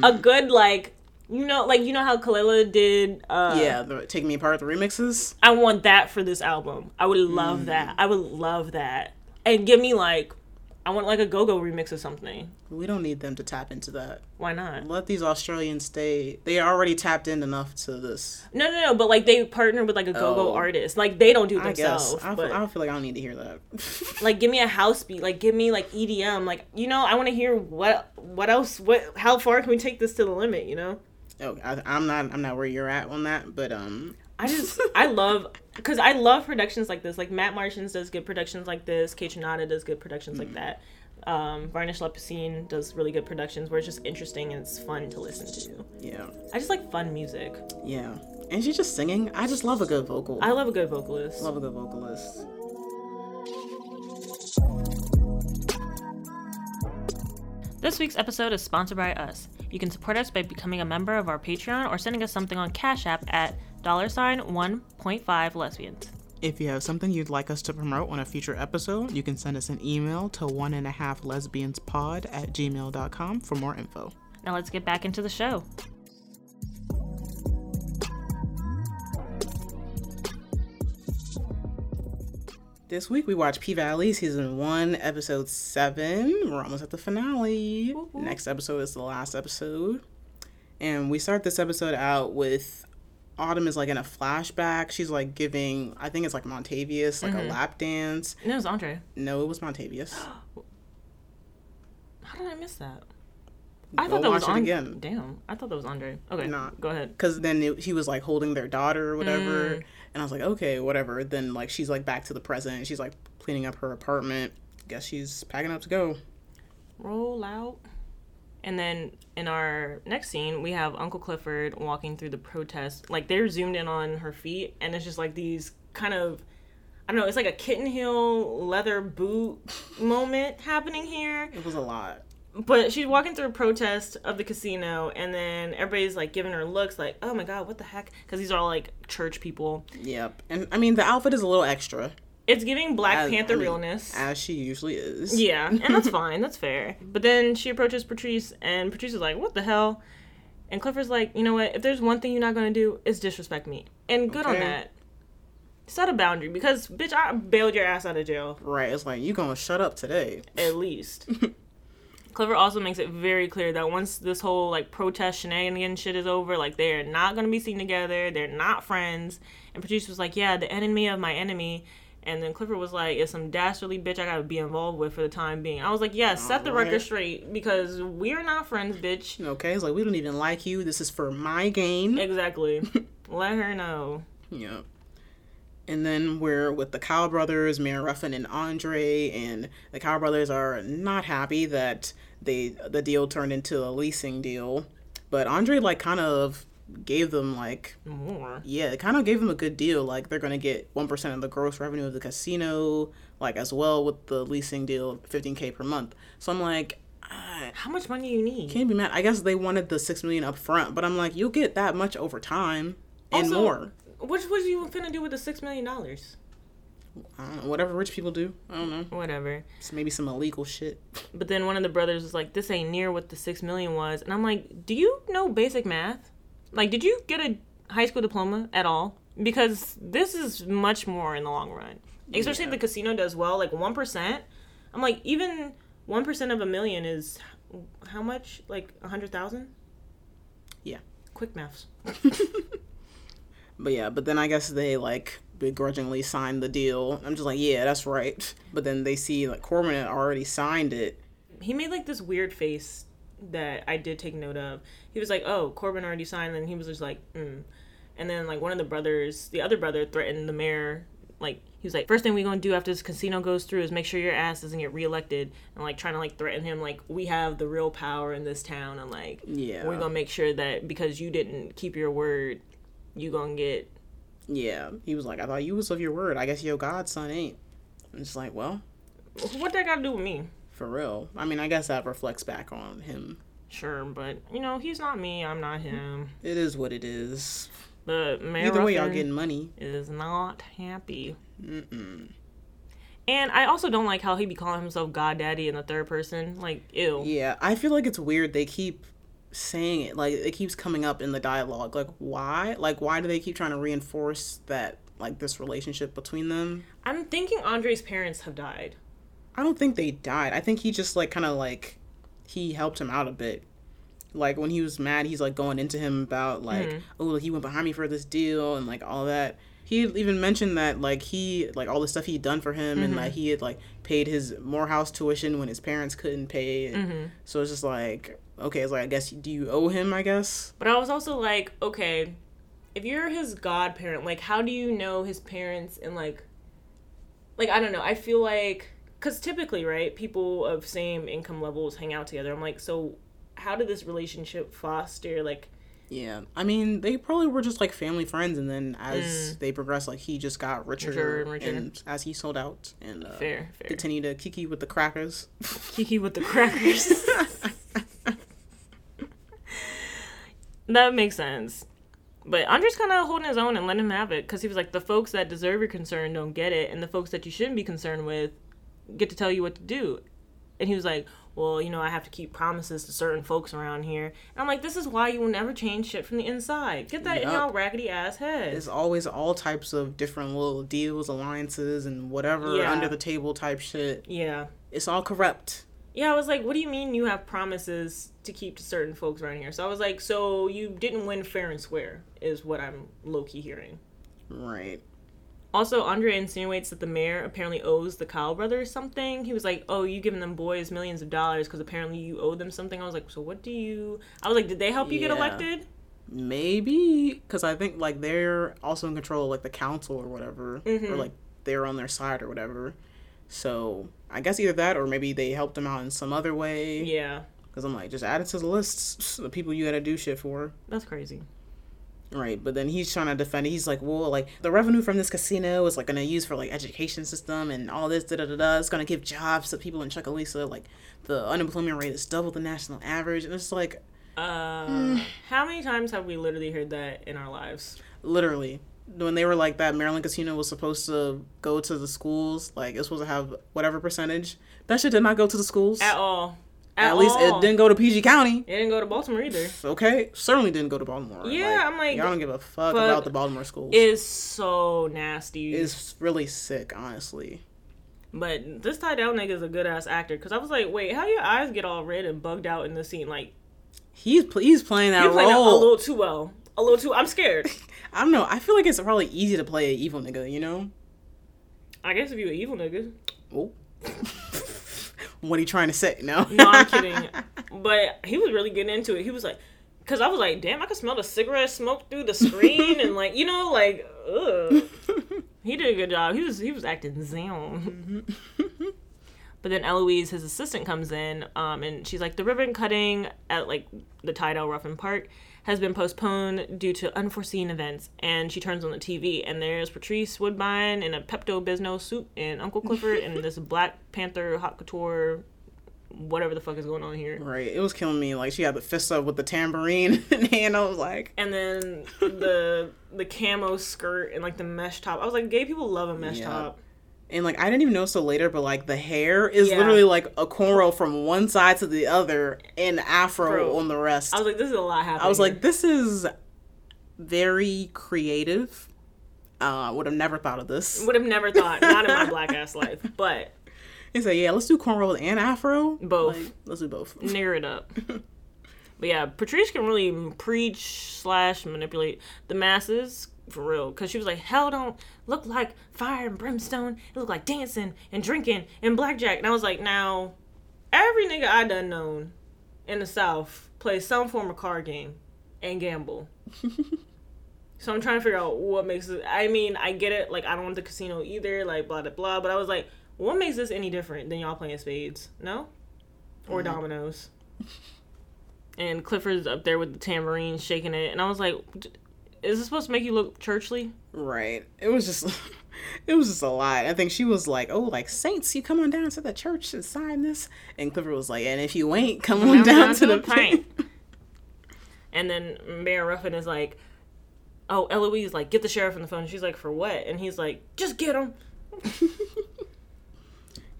[SPEAKER 7] A good like, you know, like you know how Kalela did. Uh,
[SPEAKER 3] Yeah, the Take Me Apart the remixes.
[SPEAKER 7] I want that for this album. I would
[SPEAKER 3] Mm.
[SPEAKER 7] love that. I would love that. And give me like, I want like a Go Go remix or something.
[SPEAKER 3] We don't need them to tap into that.
[SPEAKER 7] Why not?
[SPEAKER 3] Let these Australians stay. They are already tapped in enough to this.
[SPEAKER 7] No, no, no. But like they partner with like a Go Go
[SPEAKER 3] Oh.
[SPEAKER 7] artist. Like they don't do it
[SPEAKER 3] I guess.
[SPEAKER 7] themselves.
[SPEAKER 3] I,
[SPEAKER 7] but
[SPEAKER 3] feel, I don't feel like I don't need to hear that.
[SPEAKER 7] like, give me a house beat. Like give me like EDM. Like you know, I want to hear what what else. What how far can we take this to the limit? You know.
[SPEAKER 3] oh, I, I'm not. I'm not where you're at on that. But um,
[SPEAKER 7] I just I love because I love productions like this. Like Matt Martians does good productions like this. Kate Renata does good productions like that. Um, Varnish Lepicine does really good productions where it's just interesting and it's fun to listen to.
[SPEAKER 3] yeah,
[SPEAKER 7] I just like fun music.
[SPEAKER 3] yeah. And she's just singing. I just love a good vocal.
[SPEAKER 7] I love a good vocalist.
[SPEAKER 3] love a good vocalist.
[SPEAKER 7] This week's episode is sponsored by us. You can support us by becoming a member of our Patreon or sending us something on Cash App at dollar sign 1.5 lesbians.
[SPEAKER 3] If you have something you'd like us to promote on a future episode, you can send us an email to one and a half lesbianspod at gmail.com for more info.
[SPEAKER 7] Now let's get back into the show.
[SPEAKER 3] This week we watch P Valley season one, episode seven. We're almost at the finale. Next episode is the last episode. And we start this episode out with Autumn is like in a flashback. She's like giving, I think it's like Montavious, like a lap dance.
[SPEAKER 7] No, it's Andre.
[SPEAKER 3] No, it was Montavious.
[SPEAKER 7] How did I miss that? I
[SPEAKER 3] Go
[SPEAKER 7] thought that was
[SPEAKER 3] watch it
[SPEAKER 7] Andre.
[SPEAKER 3] again.
[SPEAKER 7] Damn, I thought that was Andre. Okay,
[SPEAKER 3] Nah.
[SPEAKER 7] go ahead.
[SPEAKER 3] Because then it, he was like holding their daughter or whatever. And I was like, okay, whatever. Then like she's like back to the present. She's like cleaning up her apartment. Guess she's packing up to go.
[SPEAKER 7] Roll out. And then in our next scene, we have Uncle Clifford walking through the protest. Like they're zoomed in on her feet, and it's just like these kind of, I don't know, it's like a kitten heel leather boot moment happening here.
[SPEAKER 3] It was a lot.
[SPEAKER 7] But she's walking through a protest of the casino, and then everybody's like giving her looks, like, oh my god, what the heck? Because these are all like church people.
[SPEAKER 3] Yep. And I mean, the outfit is a little extra.
[SPEAKER 7] It's giving Black
[SPEAKER 3] As-
[SPEAKER 7] Panther
[SPEAKER 3] I mean,
[SPEAKER 7] realness.
[SPEAKER 3] as she usually is.
[SPEAKER 7] Yeah, and that's fine. That's fair. But then she approaches Patrice, and Patrice is like, "What the hell?" And Clifford's like, "You know what? If there's one thing you're not gonna do, is disrespect me." And good on
[SPEAKER 3] Okay.
[SPEAKER 7] that. Set a boundary because, bitch, I bailed your ass out of jail
[SPEAKER 3] Right. It's like you gonna shut up today.
[SPEAKER 7] at least. Clever also makes it very clear that once this whole like protest shenanigan shit is over, like they're not gonna be seen together. They're not friends. And producer was like, "Yeah, the enemy of my enemy." And then Clifford was like, "It's some dastardly bitch I gotta be involved with for the time being." I was like, Oh, "Yeah, set the record
[SPEAKER 3] Alright.
[SPEAKER 7] straight because we're not friends, bitch."
[SPEAKER 3] Okay. It's like we don't even like you. This is for my gain.
[SPEAKER 7] Exactly. Let her know.
[SPEAKER 3] Yep. And then we're with the Cow brothers, Mayor Ruffin and Andre, and the Cow brothers are not happy that they the deal turned into a leasing deal. But Andre like kind of gave them like
[SPEAKER 7] More.
[SPEAKER 3] yeah, it kind of gave them a good deal. Like they're gonna get one percent of the gross revenue of the casino, like as well with the leasing deal, fifteen k per month. So I'm like, I
[SPEAKER 7] How much money you need?
[SPEAKER 3] can't be mad. I guess they wanted the six million up front, but I'm like, you'll get that much over time and
[SPEAKER 7] Also,
[SPEAKER 3] more.
[SPEAKER 7] What was you finna do with the six million dollars?
[SPEAKER 3] I don't know, whatever rich people do. I don't know.
[SPEAKER 7] Whatever.
[SPEAKER 3] It's maybe some illegal shit.
[SPEAKER 7] But then one of the brothers was like, "This ain't near what the six million was," and I'm like, "Do you know basic math? Like, did you get a high school diploma at all? Because this is much more in the long run, especially if the casino does well. Like one percent, I'm like, even one percent of a million is how much? Like a hundred thousand?
[SPEAKER 3] Yeah.
[SPEAKER 7] Quick maths.
[SPEAKER 3] But yeah, but then I guess they like begrudgingly signed the deal. I'm just like, yeah, that's right. But then they see like Corbin had already signed it.
[SPEAKER 7] He made like this weird face that I did take note of. He was like, "Oh, Corbin already signed," and he was just like, "Mm." And then like one of the brothers, the other brother, threatened the mayor. Like he was like, first thing we gonna do after this casino goes through is make sure your ass doesn't get reelected." And like trying to like threaten him, like we have the real power in this town, and like
[SPEAKER 3] Yeah.
[SPEAKER 7] we're gonna make sure that because you didn't keep your word, you gonna get
[SPEAKER 3] Yeah. He was like, I thought you was of your word. I guess your godson ain't. I'm just like, well,
[SPEAKER 7] what that gotta do with me.
[SPEAKER 3] for real. I mean, I guess that reflects back on him.
[SPEAKER 7] Sure, but you know he's not me. I'm not him.
[SPEAKER 3] It is what it is.
[SPEAKER 7] But mayor
[SPEAKER 3] Either way, y'all
[SPEAKER 7] Ruffin-
[SPEAKER 3] getting money.
[SPEAKER 7] is not happy. And I also don't like how he be calling himself God Daddy in the third person. Like, ew.
[SPEAKER 3] Yeah, I feel like it's weird. They keep saying it like it keeps coming up in the dialogue. Like, why? Like, why do they keep trying to reinforce that? Like this relationship between them.
[SPEAKER 7] I'm thinking Andre's parents have died.
[SPEAKER 3] I don't think they died. I think he just like kind of like he helped him out a bit. Like when he was mad, he's like going into him about like,
[SPEAKER 7] Hmm.
[SPEAKER 3] oh, he went behind me for this deal and like all that. He had even mentioned that like he like all the stuff he'd done for him and
[SPEAKER 7] Mm-hmm.
[SPEAKER 3] like he had like paid his Morehouse tuition when his parents couldn't pay. And
[SPEAKER 7] Mm-hmm.
[SPEAKER 3] So it's just like okay, it's like I guess do you owe him? I guess
[SPEAKER 7] But I was also like, okay, if you're his godparent, like, how do you know his parents and, like, like, I don't know. I feel like, because typically, right, people of same income levels hang out together. I'm like, so how did this relationship foster, like,
[SPEAKER 3] yeah. I mean they probably were just like family friends and then as they progressed, like he just got richer,
[SPEAKER 7] Mm. Richer and
[SPEAKER 3] and,
[SPEAKER 7] richer.
[SPEAKER 3] as he sold out and uh,
[SPEAKER 7] fair, fair.
[SPEAKER 3] continue to kiki with the crackers.
[SPEAKER 7] Kiki with the crackers. that makes sense. But Andre's kind of holding his own and letting him have it because he was like, the folks that deserve your concern don't get it, and the folks that you shouldn't be concerned with get to tell you what to do. And he was like, well, you know, I have to keep promises to certain folks around here. And I'm like, this is why you will never change shit from the inside. Get that in
[SPEAKER 3] Yup.
[SPEAKER 7] your raggedy ass head.
[SPEAKER 3] There's always all types of different little deals, alliances, and whatever
[SPEAKER 7] Yeah.
[SPEAKER 3] under the table type shit.
[SPEAKER 7] yeah.
[SPEAKER 3] It's all corrupt.
[SPEAKER 7] Yeah, I was like, what do you mean you have promises to keep to certain folks around here? So I was like, so you didn't win fair and square, is what I'm low key hearing.
[SPEAKER 3] Right.
[SPEAKER 7] Also, Andre insinuates that the mayor apparently owes the Kyle brothers something. He was like, oh, you giving them boys millions of dollars because apparently you owe them something. I was like, so what do you. I was like, did they help you get
[SPEAKER 3] Yeah.
[SPEAKER 7] elected?
[SPEAKER 3] Maybe because I think like they're also in control of like the council or whatever,
[SPEAKER 7] Mm-hmm.
[SPEAKER 3] or like they're on their side or whatever. So I guess either that or maybe they helped him out in some other way.
[SPEAKER 7] Yeah,
[SPEAKER 3] Because I'm like, just add it to the list the people you gotta do shit for.
[SPEAKER 7] that's crazy.
[SPEAKER 3] Right, but then he's trying to defend it. He's like, "Well, like the revenue from this casino is like gonna use for like education system and all this da da da da. It's gonna give jobs to people in Chuckalisa. Like the unemployment rate is double the national average." And it's like,
[SPEAKER 7] Uh, How many times have we literally heard that in our lives?
[SPEAKER 3] literally, when they were like that Maryland casino was supposed to go to the schools, like it's supposed to have whatever percentage. That shit did not go to the schools.
[SPEAKER 7] at all.
[SPEAKER 3] At least
[SPEAKER 7] all.
[SPEAKER 3] it didn't go to PG County.
[SPEAKER 7] It didn't go to Baltimore either.
[SPEAKER 3] Okay, certainly didn't go to Baltimore.
[SPEAKER 7] Yeah, I'm like,
[SPEAKER 3] y'all don't give a
[SPEAKER 7] fuck.
[SPEAKER 3] fuck about the Baltimore schools.
[SPEAKER 7] It's so nasty.
[SPEAKER 3] it's really sick, honestly.
[SPEAKER 7] But this tied out nigga's a good ass actor because I was like, wait, how your eyes get all red and bugged out in the scene? Like
[SPEAKER 3] He's pl- he's playing that
[SPEAKER 7] you played that a
[SPEAKER 3] role.
[SPEAKER 7] little too well. A little too. I'm scared.
[SPEAKER 3] I don't know. I feel like it's probably easy to play an evil nigga. You know.
[SPEAKER 7] I guess if you an evil nigga.
[SPEAKER 3] Oh. what are you trying to say? No.
[SPEAKER 7] No, I'm kidding. but he was really getting into it. He was like, because I was like, damn, I can smell the cigarette smoke through the screen and like, you know, like, ugh. he did a good job. He was he was acting zam.
[SPEAKER 3] Mm-hmm.
[SPEAKER 7] but then Eloise, his assistant, comes in, um, and she's like, the ribbon cutting at like the Tidal Ruffin Park has been postponed due to unforeseen events. And she turns on the TV, and there's Patrice Woodbine in a Pepto Bismol suit, and Uncle Clifford, and this Black Panther hot couture. Whatever the fuck is going on here.
[SPEAKER 3] Right. It was killing me. Like she had the fist up with the tambourine in hand. I was like,
[SPEAKER 7] and then the the camo skirt and like the mesh top. I was like, gay people love a mesh
[SPEAKER 3] Yeah.
[SPEAKER 7] top.
[SPEAKER 3] and like I didn't even notice till later, but like the hair is
[SPEAKER 7] Yeah.
[SPEAKER 3] literally like a cornrow from one side to the other, and afro
[SPEAKER 7] Bro.
[SPEAKER 3] on the rest.
[SPEAKER 7] I was like, this is a lot happening.
[SPEAKER 3] I was
[SPEAKER 7] here.
[SPEAKER 3] like, this is very creative. Uh, would have never thought of this.
[SPEAKER 7] would have never thought, not in my black ass life, but
[SPEAKER 3] He said, "Yeah, let's do cornrows and afro.
[SPEAKER 7] Both.
[SPEAKER 3] Like, let's do both."
[SPEAKER 7] nigger it up. But yeah, Patrice can really preach slash manipulate the masses for real, because she was like, hell don't look like fire and brimstone. It look like dancing and drinking and blackjack. And I was like, now every nigga I done known in the South plays some form of card game and gamble. so I'm trying to figure out what makes it. I mean, I get it. Like, I don't want the casino either. Like, blah blah blah. But I was like, what makes this any different than y'all playing spades? No, or
[SPEAKER 3] Mm-hmm.
[SPEAKER 7] dominoes. and Clifford's up there with the tambourine shaking it, and I was like, "D- is this supposed to make you look churchly?
[SPEAKER 3] Right. It was just it was just a lot. I think she was like, Oh, like Saints, you come on down to the church and sign this and Clifford was like, And if you ain't, come on down, to, the, pint.
[SPEAKER 7] and then Mayor Ruffin is like, oh, Eloise, like, get the sheriff on the phone. She's like, for what? And he's like, just get him.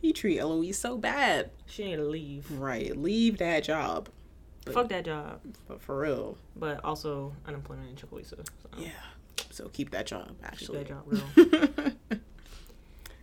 [SPEAKER 3] He treat Eloise so bad.
[SPEAKER 7] She need to leave.
[SPEAKER 3] Right. Leave that job.
[SPEAKER 7] Fuck that job.
[SPEAKER 3] But for real.
[SPEAKER 7] But also unemployment in Chickaloosa. So
[SPEAKER 3] Yeah. So keep that job,
[SPEAKER 7] keep
[SPEAKER 3] actually.
[SPEAKER 7] that job real.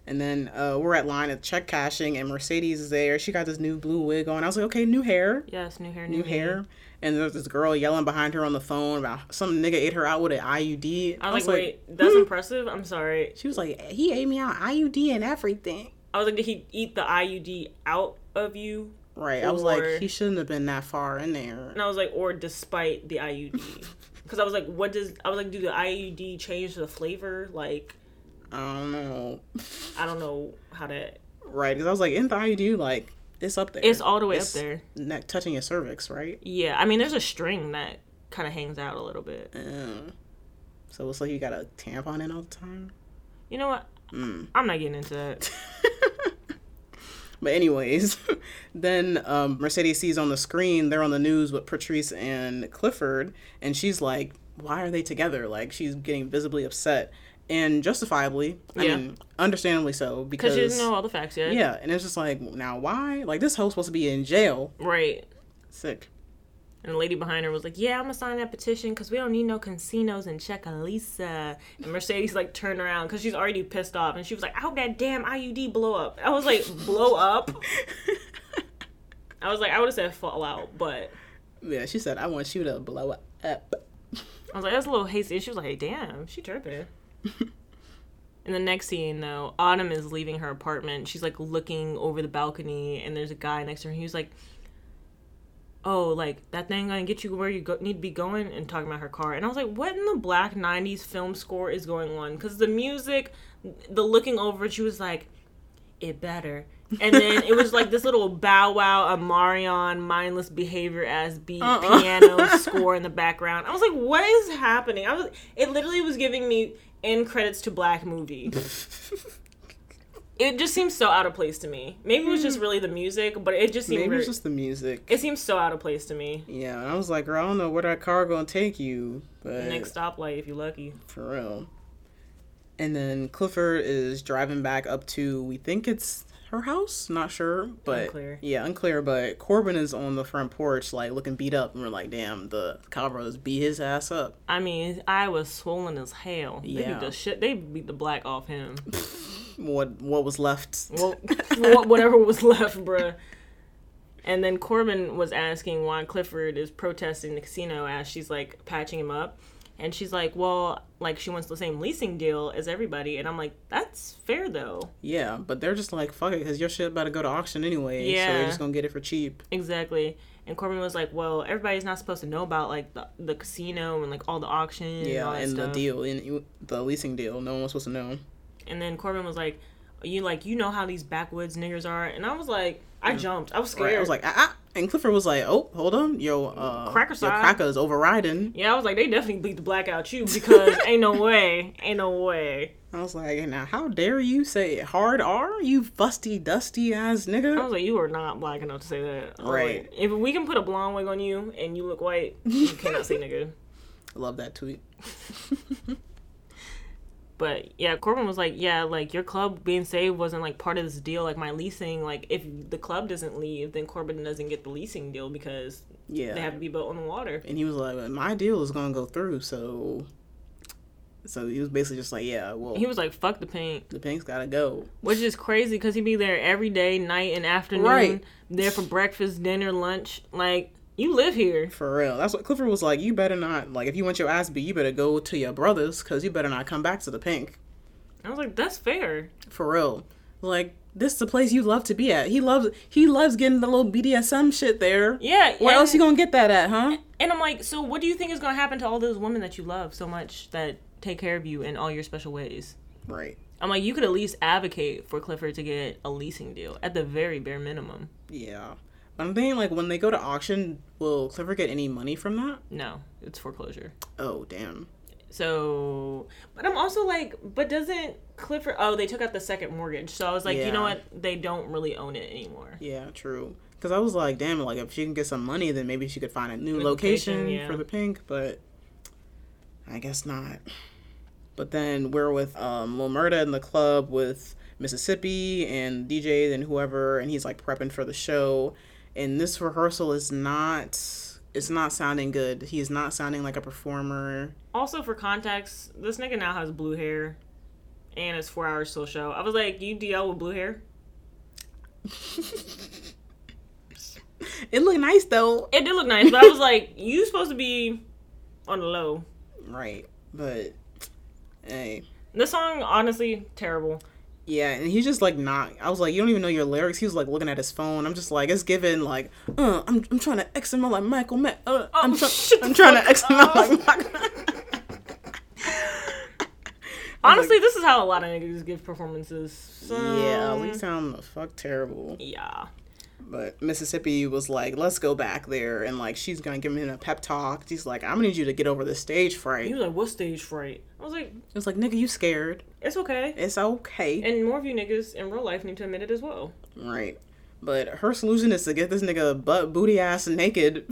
[SPEAKER 3] And then uh, we're at line at check cashing and Mercedes is there. She got this new blue wig on. I was like, Okay, new hair.
[SPEAKER 7] yes, new hair,
[SPEAKER 3] New hair. And there's this girl yelling behind her on the phone about some nigga ate her out with an IUD.
[SPEAKER 7] I was like, wait, that's
[SPEAKER 3] "Hmm."
[SPEAKER 7] impressive. I'm sorry.
[SPEAKER 3] She was like, he ate me out IUD and everything.
[SPEAKER 7] I was like, did he eat the IUD out of you?
[SPEAKER 3] Right. I was
[SPEAKER 7] Or-
[SPEAKER 3] like, he shouldn't have been that far in there.
[SPEAKER 7] And I was like, or despite the IUD? Because I was like, what does, I was like, do the IUD change the flavor? Like,
[SPEAKER 3] I don't know.
[SPEAKER 7] I don't know how to,
[SPEAKER 3] Right. Because I was like, in the IUD, like, it's up there.
[SPEAKER 7] it's all the way
[SPEAKER 3] It's
[SPEAKER 7] up there.
[SPEAKER 3] ne- touching your cervix, right?
[SPEAKER 7] Yeah. I mean, there's a string that kind of hangs out a little bit.
[SPEAKER 3] Eh. So it's like you got a tampon in all the time.
[SPEAKER 7] You know what?
[SPEAKER 3] Mm.
[SPEAKER 7] I'm not getting into that.
[SPEAKER 3] But anyways, then um, Mercedes sees on the screen they're on the news with Patrice and Clifford, and she's like, "Why are they together?" Like she's getting visibly upset, and justifiably, I
[SPEAKER 7] Yeah.
[SPEAKER 3] mean, understandably so
[SPEAKER 7] Because
[SPEAKER 3] because
[SPEAKER 7] you didn't know all the facts yet.
[SPEAKER 3] Yeah, and it's just like, now why? Like this hoe's supposed to be in jail.
[SPEAKER 7] Right.
[SPEAKER 3] Sick.
[SPEAKER 7] And the lady behind her was like, "Yeah, I'm gonna sign that petition because we don't need no casinos in Chickalisa." And Mercedes like turned around because she's already pissed off, and she was like, "I hope that damn IUD blow up." I was like, "Blow up." I was like, I would have said fallout, but
[SPEAKER 3] Yeah, she said, I want you to blow it up.
[SPEAKER 7] I was like, that's a little hasty. And she was like, damn, she tripping. In the next scene, though, Autumn is leaving her apartment. She's like looking over the balcony, and there's a guy next to her. And he was like, "Oh, like that thing gonna get you where you go- need to be going," and talking about her car. And I was like, "What in the black '90s film score is going on?" Because the music, the looking over, she was like, "It better." And then it was like this little bow wow, Amarion, mindless behavior as beat, piano score in the background. I was like, "What is happening?" I was. It literally was giving me end credits to black movie it just seems so out of place to me. Maybe it was just really the music, but it just seemed
[SPEAKER 3] Maybe
[SPEAKER 7] very,
[SPEAKER 3] it's just the music.
[SPEAKER 7] it seems so out of place to me.
[SPEAKER 3] Yeah, and I was like, girl, I don't know where that car gonna take you, but
[SPEAKER 7] Next stoplight, if you're lucky.
[SPEAKER 3] for real. And then Clifford is driving back up to we think it's her house, not sure, but
[SPEAKER 7] Unclear.
[SPEAKER 3] yeah, unclear. But Corbin is on the front porch, like looking beat up, and we're like, damn, the Cowboys beat his ass up.
[SPEAKER 7] I mean, I was swollen as hell. They
[SPEAKER 3] Yeah.
[SPEAKER 7] beat the shit. They beat the black off him.
[SPEAKER 3] What what was left?
[SPEAKER 7] Well, wha- whatever was left, bruh. And then Corbin was asking why Clifford is protesting the casino as she's like patching him up. And she's like, well, like she wants the same leasing deal as everybody. And I'm like, that's fair though.
[SPEAKER 3] Yeah, but they're just like, fuck it, because your shit about to go to auction anyway, so
[SPEAKER 7] Yeah.
[SPEAKER 3] they're just gonna get it for cheap.
[SPEAKER 7] Exactly. And Corbin was like, well, everybody's not supposed to know about like the, the casino and like all the auction and
[SPEAKER 3] Yeah,
[SPEAKER 7] all that
[SPEAKER 3] and the
[SPEAKER 7] stuff.
[SPEAKER 3] deal, in the leasing deal, no one was supposed to know.
[SPEAKER 7] And then Corbin was like, you like, you know how these backwoods niggers are. And I was like, I jumped. I was scared.
[SPEAKER 3] Right, I was like, ah, ah. and Clifford was like, oh, hold on, yo, uh,
[SPEAKER 7] Cracker
[SPEAKER 3] your
[SPEAKER 7] side.
[SPEAKER 3] cracker is overriding.
[SPEAKER 7] Yeah, I was like, they definitely bleed the black out you because ain't no way, ain't no way.
[SPEAKER 3] I was like, now how dare you say hard R, you fusty, dusty ass
[SPEAKER 7] I was
[SPEAKER 3] nigga?
[SPEAKER 7] like, you are not black enough to say that. I was
[SPEAKER 3] Right.
[SPEAKER 7] like, if we can put a blonde wig on you and you look white, you cannot say nigga.
[SPEAKER 3] I love that tweet.
[SPEAKER 7] But yeah, Corbin was like, yeah, like your club being saved wasn't like part of this deal. Like my leasing, like if the club doesn't leave, then Corbin doesn't get the leasing deal because
[SPEAKER 3] Yeah.
[SPEAKER 7] they have to be built on the water.
[SPEAKER 3] and he was like, my deal is gonna go through, so. So he was basically just like, yeah, well,
[SPEAKER 7] He was like, fuck the paint.
[SPEAKER 3] the pink's gotta go.
[SPEAKER 7] Which is crazy because he'd be there every day, night and afternoon.
[SPEAKER 3] Right.
[SPEAKER 7] There for breakfast, dinner, lunch. Like, you live here.
[SPEAKER 3] For real. That's what Clifford was like, you better not, like, if you want your ass beat, you better go to your brothers, because you better not come back to the pink.
[SPEAKER 7] I was like, that's fair.
[SPEAKER 3] For real. Like, this is the place you love to be at. He loves he loves getting the little BDSM shit there.
[SPEAKER 7] Yeah.
[SPEAKER 3] Where
[SPEAKER 7] and,
[SPEAKER 3] else you gonna get that at, huh?
[SPEAKER 7] And I'm like, so what do you think is going to happen to all those women that you love so much that take care of you in all your special ways?
[SPEAKER 3] Right.
[SPEAKER 7] I'm like, you could at least advocate for Clifford to get a leasing deal at the very bare minimum.
[SPEAKER 3] Yeah. But I'm thinking like when they go to auction, will Clifford get any money from that?
[SPEAKER 7] No, it's foreclosure.
[SPEAKER 3] Oh damn.
[SPEAKER 7] So, but I'm also like, but doesn't Clifford? Oh, they took out the second mortgage. So I was like, you know
[SPEAKER 3] Yeah.
[SPEAKER 7] what? They don't really own it anymore.
[SPEAKER 3] Yeah, true. Because I was like, damn, like if she can get some money, then maybe she could find a new location,
[SPEAKER 7] location, yeah.
[SPEAKER 3] for the pink. But I guess not. But then we're with um, Lil Murda in the club with Mississippi and DJ and whoever, and he's like prepping for the show. And this rehearsal is not. It's not sounding good. He is not sounding like a performer.
[SPEAKER 7] Also, for context, this nigga now has blue hair, and it's four hours till show. I was like, you DL with blue hair?
[SPEAKER 3] It looked nice though.
[SPEAKER 7] It did look nice, but I was like, you supposed to be on the low.
[SPEAKER 3] Right. But hey.
[SPEAKER 7] This song, honestly, terrible.
[SPEAKER 3] Yeah, and he's just like not. I was like, you don't even know your lyrics. He was like looking at his phone. I'm just like, it's given like, uh, I'm I'm trying to XML like Michael Ma- Uh, I'm, try-
[SPEAKER 7] Oh, shut the
[SPEAKER 3] I'm trying to
[SPEAKER 7] fuck
[SPEAKER 3] XML like Michael.
[SPEAKER 7] Honestly, this is how a lot of niggas give performances. So,
[SPEAKER 3] yeah, we sound the fuck terrible.
[SPEAKER 7] yeah.
[SPEAKER 3] But Mississippi was like, let's go back there, and like she's gonna give him a pep talk. She's like, I'm gonna need you to get over the stage fright.
[SPEAKER 7] He
[SPEAKER 3] It
[SPEAKER 7] was like, what stage fright? I was like,
[SPEAKER 3] was like, nigga, you scared?
[SPEAKER 7] it's okay.
[SPEAKER 3] It's okay.
[SPEAKER 7] And more of you niggas in real life need to admit it as well.
[SPEAKER 3] Right. But her solution is to get this nigga butt booty ass naked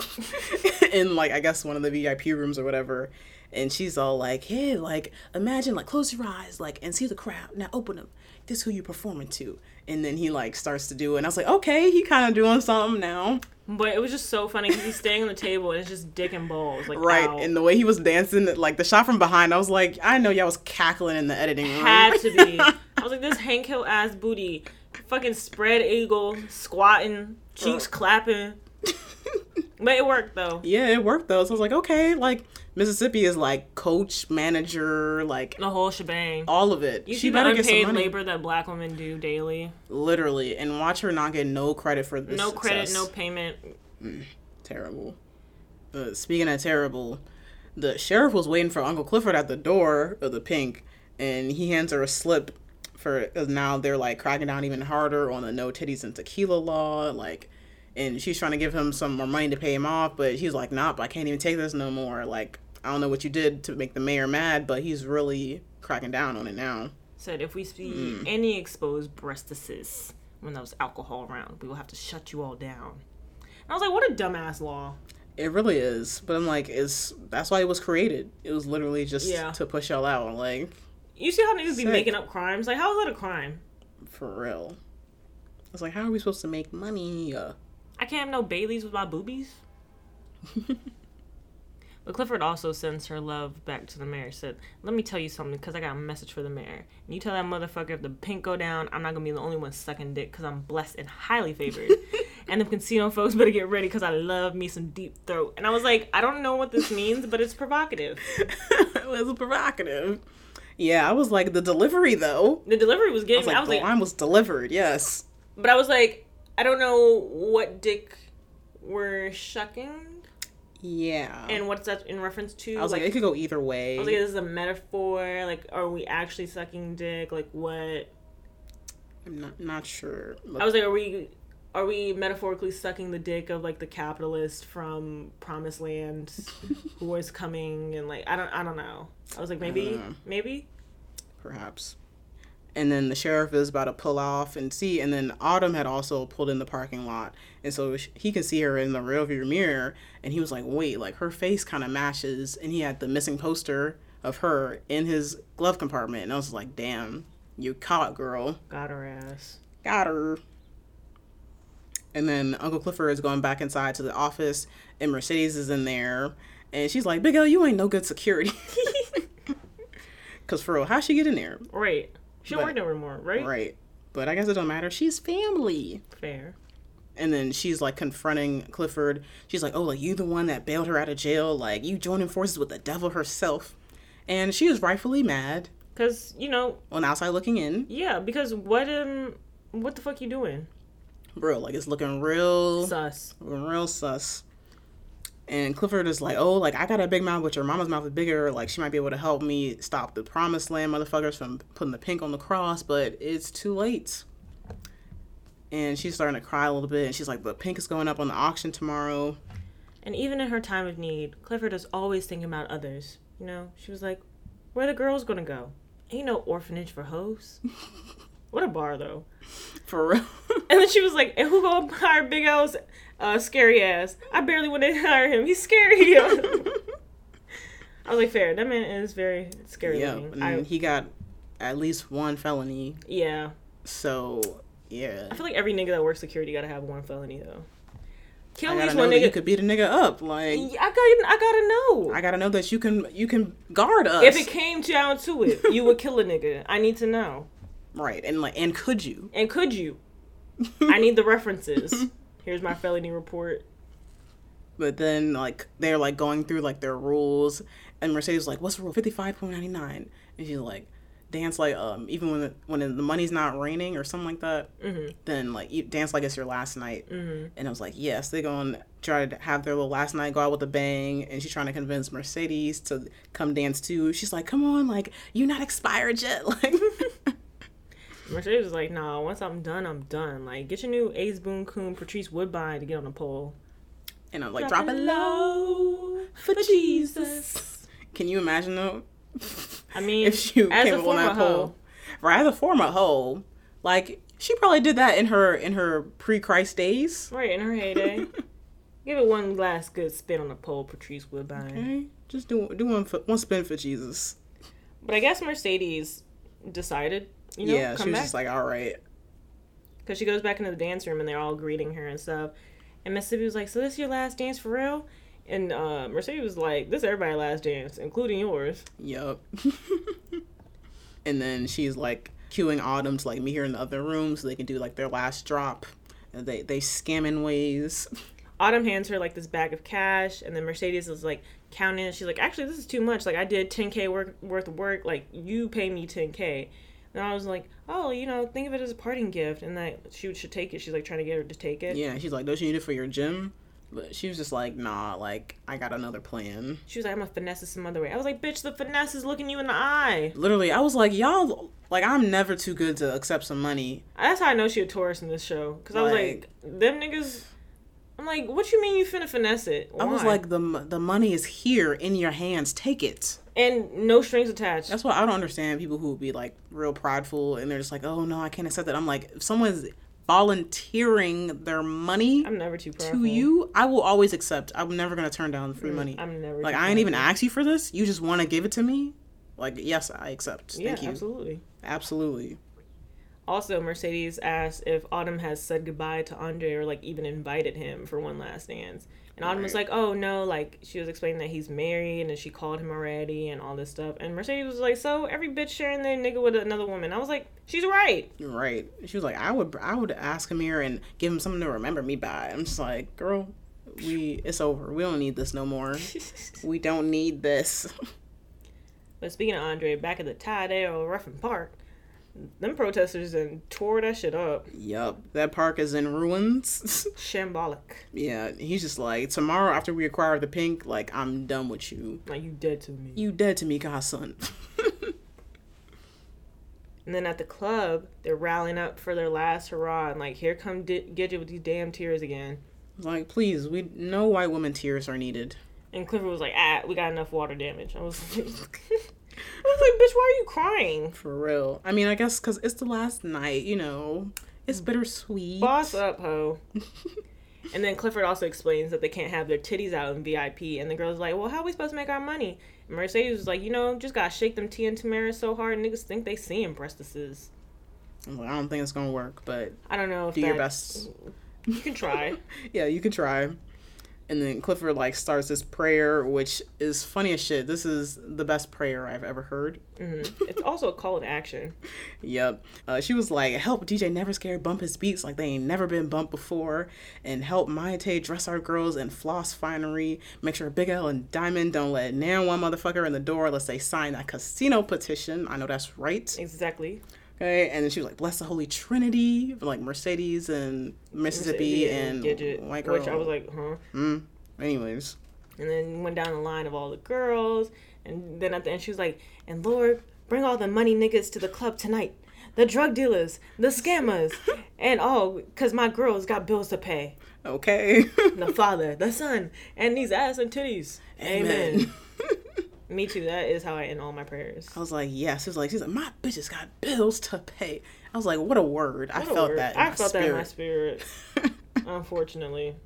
[SPEAKER 3] in like I guess one of the VIP rooms or whatever. And she's all like, "Hey, like imagine like close your eyes like and see the crowd. Now open them. This who you performing to." And then he like starts to do it. And I was like, "Okay, he kind of doing something now."
[SPEAKER 7] But it was just so funny because he's staying on the table and it's just dick and balls. Like,
[SPEAKER 3] Right.
[SPEAKER 7] out.
[SPEAKER 3] And the way he was dancing, like the shot from behind, I was like, "I know y'all was cackling in the editing room."
[SPEAKER 7] had to be. I was like, this Hank Hill ass booty, fucking spread eagle, squatting, cheeks clapping. But it worked though.
[SPEAKER 3] yeah, it worked though. So I was like, "Okay, like Mississippi is like coach, manager, like
[SPEAKER 7] The whole shebang.
[SPEAKER 3] all of it.
[SPEAKER 7] you
[SPEAKER 3] she
[SPEAKER 7] see
[SPEAKER 3] better
[SPEAKER 7] the
[SPEAKER 3] get some
[SPEAKER 7] unpaid
[SPEAKER 3] money,
[SPEAKER 7] labor that black women do daily.
[SPEAKER 3] literally, and watch her not get no credit for this.
[SPEAKER 7] No credit, no
[SPEAKER 3] success.
[SPEAKER 7] payment.
[SPEAKER 3] terrible. But speaking of terrible, the sheriff was waiting for Uncle Clifford at the door of the pink, and he hands her a slip for because now they're like cracking down even harder on the no titties and tequila law, like. And she's trying to give him some more money to pay him off, but he's like, "Nope, I can't even take this no more." Like, I don't know what you did to make the mayor mad, but he's really cracking down on it now.
[SPEAKER 7] Said if we see any exposed breastises when there was alcohol around, we will have to shut you all down. And I was like, what a dumbass law.
[SPEAKER 3] It really is, but I'm like, it's that's why it was created. It was literally just
[SPEAKER 7] Yeah.
[SPEAKER 3] to push y'all out. Like,
[SPEAKER 7] You see how niggas be
[SPEAKER 3] Sick.
[SPEAKER 7] making up crimes? Like, how is that a crime?
[SPEAKER 3] For real. I was like, how are we supposed to make money? Uh,
[SPEAKER 7] I can't have no Baileys with my boobies. but Clifford also sends her love back to the mayor. Said, "Let me tell you something, cause I got a message for the mayor. And you tell that motherfucker if the pink go down, I'm not gonna be the only one sucking dick, cause I'm blessed and highly favored. and the casino folks better get ready, cause I love me some deep throat." And I was like, I don't know what this means, but it's provocative.
[SPEAKER 3] it was provocative. Yeah, I was like, the delivery though.
[SPEAKER 7] The delivery was
[SPEAKER 3] I
[SPEAKER 7] getting.
[SPEAKER 3] was like,
[SPEAKER 7] I was
[SPEAKER 3] the
[SPEAKER 7] like,
[SPEAKER 3] line was delivered, yes.
[SPEAKER 7] but I was like, I don't know what dick we're shucking
[SPEAKER 3] Yeah.
[SPEAKER 7] and what's that in reference to.
[SPEAKER 3] I was like, it could go either way.
[SPEAKER 7] I was like, this is a metaphor. Like, are we actually sucking dick? Like, what?
[SPEAKER 3] I'm not, not sure.
[SPEAKER 7] I was like, are we, are we metaphorically sucking the dick of like the capitalist from Promised Land, who is coming? And like, I don't, I don't know. I was like, maybe, maybe.
[SPEAKER 3] perhaps. And then the sheriff is about to pull off and see, and then Autumn had also pulled in the parking lot, and so sh- he can see her in the rearview mirror, and he was like, "Wait, like her face kind of matches," and he had the missing poster of her in his glove compartment, and I was like, "Damn, you caught, girl,
[SPEAKER 7] Got her ass.
[SPEAKER 3] got her." And then Uncle Clifford is going back inside to the office, and Mercedes is in there, and she's like, "Big L, you ain't no good security." Cause for real, how she get in there?
[SPEAKER 7] Right. She don't work
[SPEAKER 3] But-
[SPEAKER 7] no more. Right.
[SPEAKER 3] Right. But I guess it don't matter. She's family.
[SPEAKER 7] Fair.
[SPEAKER 3] And then she's like confronting Clifford. She's like, "Oh, like you the one that bailed her out of jail? Like you joining forces with the devil herself?" And she is rightfully mad
[SPEAKER 7] Cause you know,
[SPEAKER 3] on the outside looking in.
[SPEAKER 7] yeah. Because what um, what the fuck you doing?
[SPEAKER 3] Real, like it's looking real,
[SPEAKER 7] Sus.
[SPEAKER 3] looking real sus. And Clifford is like, "Oh, like I got a big mouth, but your mama's mouth is bigger. Like she might be able to help me stop the promised land motherfuckers from putting the pink on the cross, but it's too late." and she's starting to cry a little bit and she's like but pink is going up on the auction tomorrow
[SPEAKER 7] And even in her time of need, Clifford is always thinking about others. You know, she was like, Where the girls gonna go? Ain't no orphanage for hoes. what a bar, though.
[SPEAKER 3] for real
[SPEAKER 7] And then she was like, And who gonna hire Big O's uh, scary ass? I barely want to hire him. He's scary. I was like, Fair. That man is very scary.
[SPEAKER 3] yeah
[SPEAKER 7] looking.
[SPEAKER 3] and
[SPEAKER 7] I,
[SPEAKER 3] he got at least one felony
[SPEAKER 7] yeah.
[SPEAKER 3] so yeah
[SPEAKER 7] I feel like every nigga that works security gotta have one felony, though. Kill
[SPEAKER 3] i
[SPEAKER 7] at
[SPEAKER 3] gotta
[SPEAKER 7] least
[SPEAKER 3] know
[SPEAKER 7] one
[SPEAKER 3] that you
[SPEAKER 7] nigga.
[SPEAKER 3] could beat a nigga up like
[SPEAKER 7] Yeah, I, gotta, I gotta know.
[SPEAKER 3] i gotta know that you can you can guard us
[SPEAKER 7] if it came down to it, you would kill a nigga. I need to know.
[SPEAKER 3] right and like and could you
[SPEAKER 7] And could you? I need the references. Here's my felony report.
[SPEAKER 3] but then like they're like going through like their rules and mercedes was like what's the rule 55.99 and she's like dance like um even when the, when the money's not raining or something like that then like you dance like it's your last night and i was like yes they're gonna try to have their little last night go out with a bang and she's trying to convince mercedes to come dance too she's like come on like you're not expired yet like
[SPEAKER 7] Mercedes was like, nah, once I'm done, I'm done. Like, get your new Ace Boon Coon Patrice Woodbine to get on the pole.
[SPEAKER 3] and i'm like drop it low Oh,
[SPEAKER 7] for Jesus.
[SPEAKER 3] can you imagine though
[SPEAKER 7] I mean,
[SPEAKER 3] if she
[SPEAKER 7] as
[SPEAKER 3] came
[SPEAKER 7] a
[SPEAKER 3] up on
[SPEAKER 7] former
[SPEAKER 3] that
[SPEAKER 7] hoe,
[SPEAKER 3] pole. Right, as a former hoe, like she probably did that in her in her pre-Christ days.
[SPEAKER 7] right in her heyday. Give it one last good spin on the pole, Patrice Woodbine.
[SPEAKER 3] Okay, just do do one for, one spin for Jesus.
[SPEAKER 7] But I guess Mercedes decided, you know,
[SPEAKER 3] yeah, she
[SPEAKER 7] come
[SPEAKER 3] was
[SPEAKER 7] back.
[SPEAKER 3] just like, all right,
[SPEAKER 7] Because she goes back into the dance room and they're all greeting her and stuff. And Mississippi was like, So this your last dance for real? And uh, Mercedes was like, This is everybody's last dance, including yours.
[SPEAKER 3] yup. and then she's like cueing Autumn to like meet her in the other room so they can do like their last drop. And They they scamming ways.
[SPEAKER 7] Autumn hands her like this bag of cash. And then Mercedes is like, Counting. She's like, Actually, this is too much. Like, I did 10K work, worth of work. Like, you pay me 10K. And I was like, Oh, you know, think of it as a parting gift. And that she should take it. She's like trying to get her to take it.
[SPEAKER 3] Yeah, she's like, don't you need it for your gym? But she was just like, nah, like I got another plan.
[SPEAKER 7] She was like, I'm going to finesse it some other way. I was like, Bitch, the finesse is looking you in the eye.
[SPEAKER 3] Literally, I was like, y'all, like I'm never too good to accept some money.
[SPEAKER 7] That's how I know she a Taurus in this show. Because I was like,
[SPEAKER 3] Like-
[SPEAKER 7] them niggas. I'm like, what you mean you finna finesse it?
[SPEAKER 3] I was
[SPEAKER 7] Why?"
[SPEAKER 3] like, the m- the money is here in your hands. Take it.
[SPEAKER 7] and no strings attached.
[SPEAKER 3] That's why I don't understand people who be like real prideful and they're just like, oh no, I can't accept that. I'm like, if someone's volunteering their money
[SPEAKER 7] I'm never too proud.
[SPEAKER 3] to you, I will always accept. I'm never gonna turn down free money.
[SPEAKER 7] Mm, I'm never
[SPEAKER 3] like
[SPEAKER 7] too
[SPEAKER 3] I ain't even asked you for this. You just want to give it to me. Like, yes, I accept.
[SPEAKER 7] Yeah,
[SPEAKER 3] Thank you. Absolutely.
[SPEAKER 7] absolutely. Also, Mercedes asked if Autumn has said goodbye to Andre or like even invited him for one last dance. And Autumn was like, "Oh no!" Like she was explaining that he's married and she called him already and all this stuff. And Mercedes was like, "So every bitch sharing their nigga with another woman." I was like, "She's right."
[SPEAKER 3] You're Right. She was like, I would, I would ask him here and give him something to remember me by. I'm just like, girl, we, it's over. We don't need this no more. we don't need this.
[SPEAKER 7] But speaking of Andre, back at the Tide Arrow Ruffin Park, them protesters then tore that shit up.
[SPEAKER 3] Yup. That park is in ruins.
[SPEAKER 7] Shambolic.
[SPEAKER 3] yeah. He's just like, tomorrow after we acquire the pink, like, I'm done with you.
[SPEAKER 7] Like you dead to me.
[SPEAKER 3] You dead to me, godson.
[SPEAKER 7] And then at the club, they're rallying up for their last hurrah, and like, here come D- Gidget with these damn tears again.
[SPEAKER 3] like, please, we no white woman tears are needed.
[SPEAKER 7] And Clifford was like, ah, we got enough water damage. I was like, I was like, bitch, why are you crying?
[SPEAKER 3] For real. I mean, I guess because it's the last night, you know. It's bittersweet.
[SPEAKER 7] Boss uh, up, ho. and then Clifford also explains that they can't have their titties out in VIP. And the girl's like, well, how are we supposed to make our money? And Mercedes was like, you know, just gotta shake them T and Tamara so hard, niggas think they seeing breastises.
[SPEAKER 3] I'm like, I don't think it's gonna work, but
[SPEAKER 7] I don't know if
[SPEAKER 3] do your
[SPEAKER 7] that's-
[SPEAKER 3] best.
[SPEAKER 7] You can try.
[SPEAKER 3] Yeah, you can try. And then Clifford like starts this prayer, which is funny as shit. This is the best prayer I've ever heard.
[SPEAKER 7] it's also a call to action.
[SPEAKER 3] Yep. Uh, she was like, "Help DJ Never Scared bump his beats like they ain't never been bumped before, and help Mayate dress our girls in floss finery. Make sure Big L and Diamond don't let nan one motherfucker in the door unless they sign that casino petition. I know that's right.
[SPEAKER 7] Exactly.
[SPEAKER 3] Okay, and then she was like, "Bless the Holy Trinity," like Mercedes and Mississippi and
[SPEAKER 7] Gidget,
[SPEAKER 3] white girl.
[SPEAKER 7] which I was like, huh?
[SPEAKER 3] anyways,
[SPEAKER 7] And then went down the line of all the girls, and then at the end she was like, "And Lord, bring all the money niggas to the club tonight, the drug dealers, the scammers, and all, cause my girls got bills to pay.
[SPEAKER 3] okay,
[SPEAKER 7] The Father, the Son, and these ass and titties. Amen."
[SPEAKER 3] Amen.
[SPEAKER 7] Me too. That is how I end all my prayers.
[SPEAKER 3] I was like, "Yes." She was like, "She's like, my bitches got bills to pay." I was like, "What a word!" I
[SPEAKER 7] What a
[SPEAKER 3] felt
[SPEAKER 7] word.
[SPEAKER 3] that. In
[SPEAKER 7] I
[SPEAKER 3] my
[SPEAKER 7] felt
[SPEAKER 3] spirit.
[SPEAKER 7] that in my spirit. Unfortunately.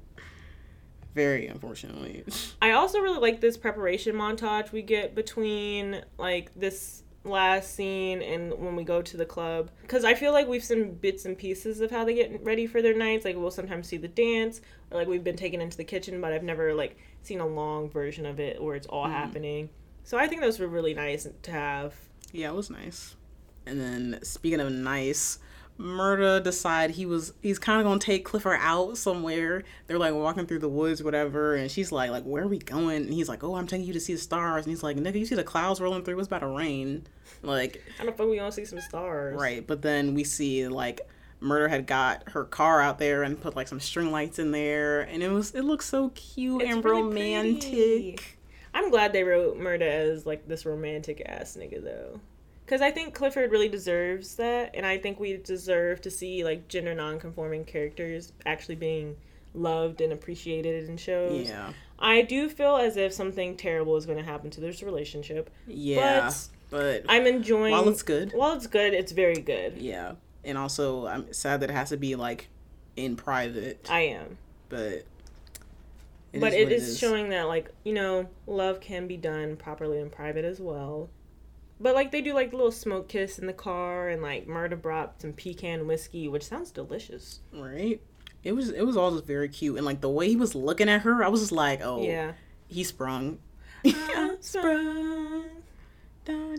[SPEAKER 3] Very unfortunately.
[SPEAKER 7] I also really like this preparation montage we get between like this last scene and when we go to the club because I feel like we've seen bits and pieces of how they get ready for their nights. Like we'll sometimes see the dance, or like we've been taken into the kitchen, but I've never like seen a long version of it where it's all happening. So I think those were really nice to have.
[SPEAKER 3] yeah, it was nice. And then speaking of nice. Murda decide he was he's kind of gonna take Clifford out somewhere. They're like walking through the woods, whatever, and she's like, like where are we going? And he's like, oh, I'm taking you to see the stars. And he's like, nigga, you see the clouds rolling through? It's about to rain. Like
[SPEAKER 7] I don't think we gonna see some stars.
[SPEAKER 3] Right, but then we see like Murder had got her car out there and put like some string lights in there, and it was it looks so cute
[SPEAKER 7] It's
[SPEAKER 3] and
[SPEAKER 7] really
[SPEAKER 3] romantic.
[SPEAKER 7] pretty. I'm glad they wrote Murda as like this romantic ass nigga though. Cause I think Clifford really deserves that, and I think we deserve to see like gender non-conforming characters actually being loved and appreciated in shows.
[SPEAKER 3] Yeah,
[SPEAKER 7] I do feel as if something terrible is going to happen to this relationship.
[SPEAKER 3] yeah, but,
[SPEAKER 7] I'm enjoying.
[SPEAKER 3] While it's good.
[SPEAKER 7] While it's good, it's very good.
[SPEAKER 3] yeah, and also I'm sad that it has to be like in private,
[SPEAKER 7] I am,
[SPEAKER 3] but it
[SPEAKER 7] but
[SPEAKER 3] what
[SPEAKER 7] it is, showing that like you know love can be done properly in private as well. But like they do like the little smoke kiss in the car and like Murda brought some pecan whiskey, which sounds delicious.
[SPEAKER 3] right. It was it was all just very cute, and like the way he was looking at her, I was just like, oh,
[SPEAKER 7] Yeah. Uh-huh.
[SPEAKER 3] he sprung. Don't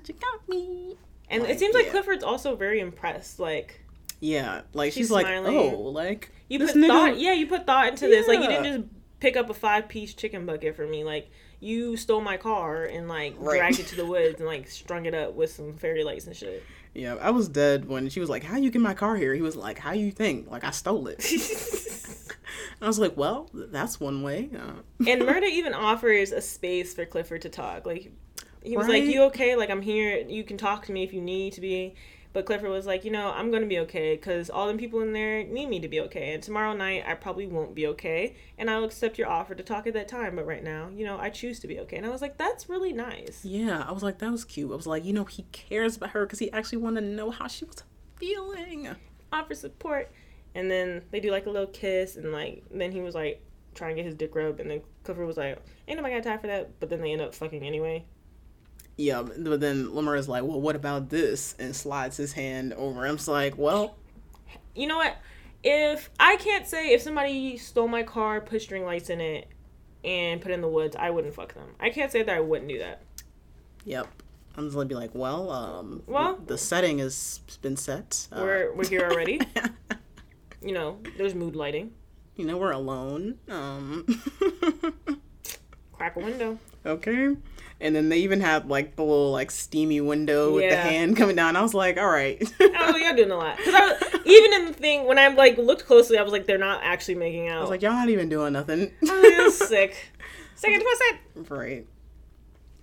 [SPEAKER 3] you got me?
[SPEAKER 7] And it seems like
[SPEAKER 3] yeah.
[SPEAKER 7] Clifford's also very impressed. Like
[SPEAKER 3] Yeah, like she's,
[SPEAKER 7] She's
[SPEAKER 3] like,
[SPEAKER 7] smiling.
[SPEAKER 3] oh, like
[SPEAKER 7] you
[SPEAKER 3] this
[SPEAKER 7] put
[SPEAKER 3] nigga-
[SPEAKER 7] thought yeah, you put thought into this. Like you didn't
[SPEAKER 3] Yeah.
[SPEAKER 7] just pick up a five piece chicken bucket for me. Like you stole my car and like
[SPEAKER 3] Right.
[SPEAKER 7] dragged it to the woods and like strung it up with some fairy lights and shit.
[SPEAKER 3] Yeah, I was dead when she was like, "How you get my car here?" He was like, "How you think? Like I stole it." I was like, "Well, th- that's one way." Uh,
[SPEAKER 7] And Murda even offers a space for Clifford to talk. Like he was like,
[SPEAKER 3] Right?
[SPEAKER 7] "You okay? Like I'm here. You can talk to me if you need to be." But Clifford was like, "You know, I'm gonna be okay because all them people in there need me to be okay. And tomorrow night, I probably won't be okay. And I'll accept your offer to talk at that time. But right now, you know, I choose to be okay." And I was like, "That's really nice."
[SPEAKER 3] yeah, I was like, "That was cute." I was like, "You know, he cares about her because he actually wanted to know how she was feeling."
[SPEAKER 7] Offer support." And then they do like a little kiss, and like then he was like trying to get his dick rubbed, and then Clifford was like, "Ain't nobody got time for that." But then they end up fucking anyway.
[SPEAKER 3] yeah, but then Lemur is like, well, what about this? And slides his hand over. I'm just like, well,
[SPEAKER 7] You know what? If I can't say if somebody stole my car, put string lights in it, and put it in the woods, I wouldn't fuck them. I can't say that I wouldn't do that.
[SPEAKER 3] yep. I'm just gonna be like, well, um,
[SPEAKER 7] Well-
[SPEAKER 3] the setting has been set. Uh,
[SPEAKER 7] We're we're here already. you know, there's mood lighting.
[SPEAKER 3] you know, we're alone. Um,
[SPEAKER 7] Crack a window.
[SPEAKER 3] okay. And then they even have like the little like steamy window with the
[SPEAKER 7] Yeah.
[SPEAKER 3] hand coming down. I was like, all right.
[SPEAKER 7] Oh, y'all doing a lot. 'Cause I was, even in the thing when I like looked closely, I was like, they're not actually making out.
[SPEAKER 3] I was like, y'all not even doing nothing.
[SPEAKER 7] this is sick. Sick and twisted.
[SPEAKER 3] right.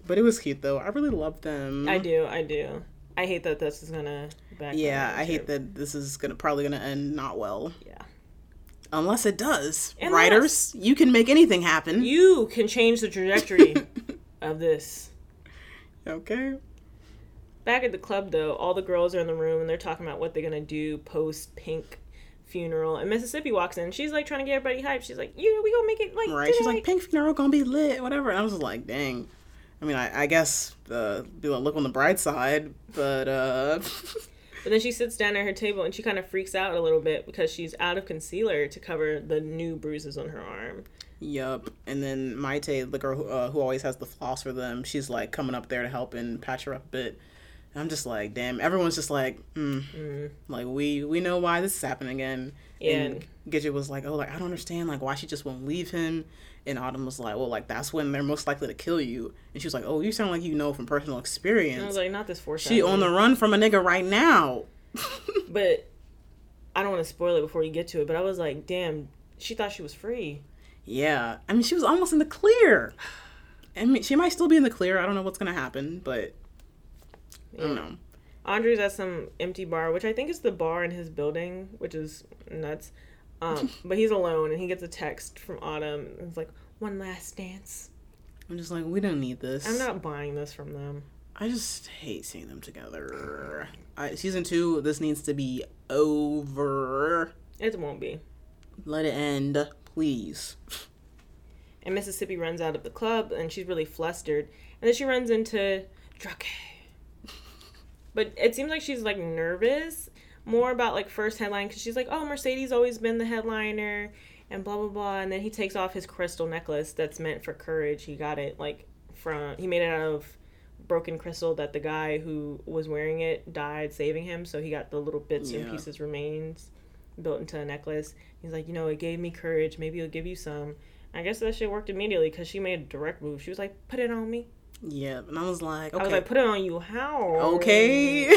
[SPEAKER 3] But it was cute though. I really loved them.
[SPEAKER 7] I do. I do. I hate that this is gonna. Back
[SPEAKER 3] Yeah,
[SPEAKER 7] on
[SPEAKER 3] I hate
[SPEAKER 7] too.
[SPEAKER 3] that this is gonna probably gonna end not well.
[SPEAKER 7] Yeah.
[SPEAKER 3] Unless it does.
[SPEAKER 7] Unless-
[SPEAKER 3] Writers, you can make anything happen.
[SPEAKER 7] You can change the trajectory of this.
[SPEAKER 3] okay.
[SPEAKER 7] Back at the club, though, all the girls are in the room and they're talking about what they're gonna do post pink funeral. And Mississippi walks in. She's like trying to get everybody hyped. She's like, "Yeah, we gonna make it like."
[SPEAKER 3] Right.
[SPEAKER 7] dinner,
[SPEAKER 3] She's like, Pink Funeral gonna be lit, whatever. And I was just like, dang. I mean, I, I guess uh, do I look on the bright side, but uh,
[SPEAKER 7] But then she sits down at her table and she kind of freaks out a little bit because she's out of concealer to cover the new bruises on her arm.
[SPEAKER 3] yup. And then Maite, the girl who, uh, who always has the floss for them, she's like coming up there to help and patch her up a bit. And I'm just like, damn. Everyone's just like, mm.
[SPEAKER 7] Mm-hmm.
[SPEAKER 3] like we we know why this is happening again.
[SPEAKER 7] And
[SPEAKER 3] Gidget was like, "Oh, like I don't understand, like why she just won't leave him." And Autumn was like, "Well, like that's when they're most likely to kill you." And she was like, "Oh, you sound like you know from personal
[SPEAKER 7] I was
[SPEAKER 3] experience.
[SPEAKER 7] like, "Not this foreshadowing."
[SPEAKER 3] she on the run from a nigga right now."
[SPEAKER 7] But I don't want to spoil it before you get to it. But I was like, "Damn." She thought she was free.
[SPEAKER 3] Yeah, I mean, she was almost in the clear. I mean, she might still be in the clear. I don't know what's gonna happen, but I don't know.
[SPEAKER 7] Andre's at some empty bar, which I think is the bar in his building, which is nuts. Um, but he's alone, and he gets a text from Autumn. And it's like one last dance.
[SPEAKER 3] I'm just like, we don't need this.
[SPEAKER 7] I'm not buying this from them.
[SPEAKER 3] I just hate seeing them together. I, season two, this needs to be over.
[SPEAKER 7] It won't be.
[SPEAKER 3] Let it end, please.
[SPEAKER 7] And Mississippi runs out of the club, and she's really flustered. And then she runs into Drake. But it seems like she's like nervous more about like first headline because she's like, oh, Mercedes always been the headliner, and blah blah blah. And then he takes off his crystal necklace that's meant for courage. He got it like from he made it out of broken crystal that the guy who was wearing it died saving him, so he got the little bits and
[SPEAKER 3] Yeah.
[SPEAKER 7] pieces remains built into a necklace. He's like, you know, it gave me courage. Maybe it'll give you some. I guess that shit worked immediately because she made a direct move. She was like, "Put it on me."
[SPEAKER 3] Yeah, and I was like, okay,
[SPEAKER 7] I was like, "Put it on you." How?
[SPEAKER 3] okay.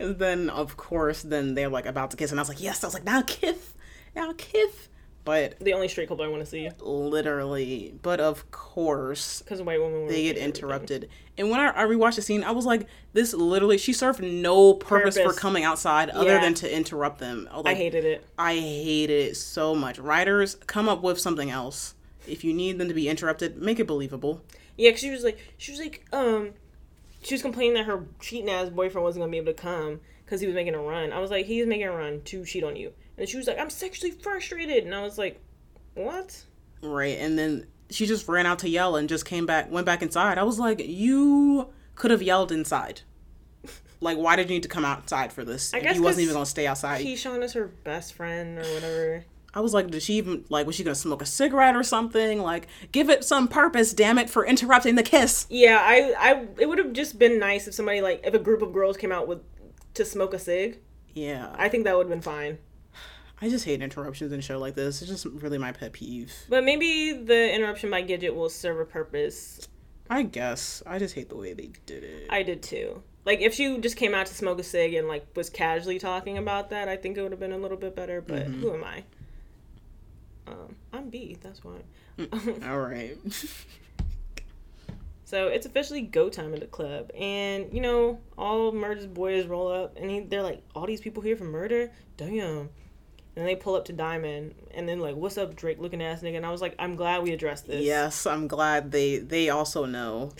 [SPEAKER 3] and then of course, then they're like about to kiss, and I was like, yes. I was like, now kiss, now kiss. But
[SPEAKER 7] The only straight couple I want to see
[SPEAKER 3] literally, but of course,
[SPEAKER 7] because white women. were-
[SPEAKER 3] they get interrupted. And when I, I rewatched the scene, I was like, this literally, she served no purpose,
[SPEAKER 7] Purpose.
[SPEAKER 3] for coming outside other
[SPEAKER 7] Yeah.
[SPEAKER 3] than to interrupt them. Like,
[SPEAKER 7] I hated it.
[SPEAKER 3] I hated it so much. Writers, come up with something else. If you need them to be interrupted, make it believable.
[SPEAKER 7] Yeah, 'cause she was like, she was like, um, she was complaining that her cheating ass boyfriend wasn't gonna be able to come because he was making a run. I was like, he's making a run to cheat on you, and she was like, I'm sexually frustrated, and I was like, what?
[SPEAKER 3] Right. And then she just ran out to yell and just came back, went back inside. I was like, you could have yelled inside. Like, why did you need to come outside for this? If
[SPEAKER 7] guess
[SPEAKER 3] he wasn't
[SPEAKER 7] 'cause
[SPEAKER 3] even going to stay outside.
[SPEAKER 7] Keyshawn is her best friend or whatever.
[SPEAKER 3] I was like, did she even, like, was she going to smoke a cigarette or something? Like, give it some purpose, damn it, for interrupting the kiss.
[SPEAKER 7] Yeah, I, I, it would have just been nice if somebody like if a group of girls came out with to smoke a cig.
[SPEAKER 3] Yeah. I,
[SPEAKER 7] I think that would have been fine.
[SPEAKER 3] I just hate interruptions in a show like this. It's just really my pet peeve.
[SPEAKER 7] But maybe the interruption by Gidget will serve a purpose.
[SPEAKER 3] I guess. I just hate the way they did it.
[SPEAKER 7] I did too. Like if she just came out to smoke a cig and like was casually talking about that, I think it would have been a little bit better. But who am I? Um, I'm B. That's why.
[SPEAKER 3] All right.
[SPEAKER 7] So it's officially go time at the club, and you know all Murder's boys roll up, and he, they're like, "All these people here for murder, damn!" And they pull up to Diamond, and then like, "What's up, Drake looking ass nigga?" And I was like, "I'm glad we addressed this."
[SPEAKER 3] yes, I'm glad they they also know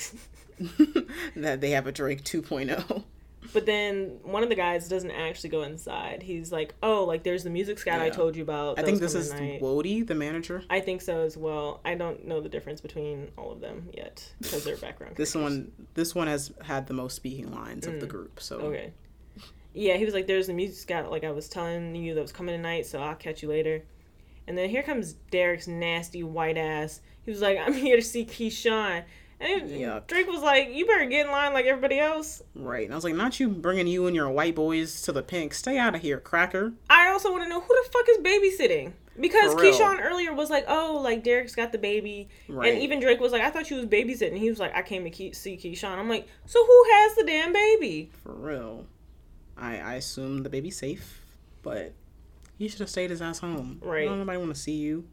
[SPEAKER 3] that they have a Drake 2.0.
[SPEAKER 7] But then one of the guys doesn't actually go inside. He's like, "Oh, like there's the music scout I
[SPEAKER 3] Yeah.
[SPEAKER 7] told you about."
[SPEAKER 3] I
[SPEAKER 7] that
[SPEAKER 3] think
[SPEAKER 7] was
[SPEAKER 3] this is
[SPEAKER 7] coming tonight."
[SPEAKER 3] Wody, the manager.
[SPEAKER 7] I think so as well. I don't know the difference between all of them yet because their background.
[SPEAKER 3] This one, this one has had the most speaking lines of the group. So
[SPEAKER 7] Mm. Okay. Yeah, he was like, "There's the music scout, like I was telling you that was coming tonight, so I'll catch you later." And then here comes Derek's nasty white ass. He was like, "I'm here to see Keyshawn," and
[SPEAKER 3] Yuck.
[SPEAKER 7] Drake was like, "You better get in line like everybody else."
[SPEAKER 3] right, and I was like, not you bringing you and your white boys to the pink. Stay out of here, cracker.
[SPEAKER 7] I also want to know who the fuck is babysitting because
[SPEAKER 3] For real.
[SPEAKER 7] Keyshawn earlier was like, "Oh, like Derek's got the baby,"
[SPEAKER 3] Right.
[SPEAKER 7] and even Drake was like, "I thought you was babysitting." He was like, "I came to Key- see Keyshawn." I'm like, "So who has the damn baby?"
[SPEAKER 3] For real. I I assume the baby's safe, but he should have stayed his ass home.
[SPEAKER 7] Right.
[SPEAKER 3] Don't nobody want to see you.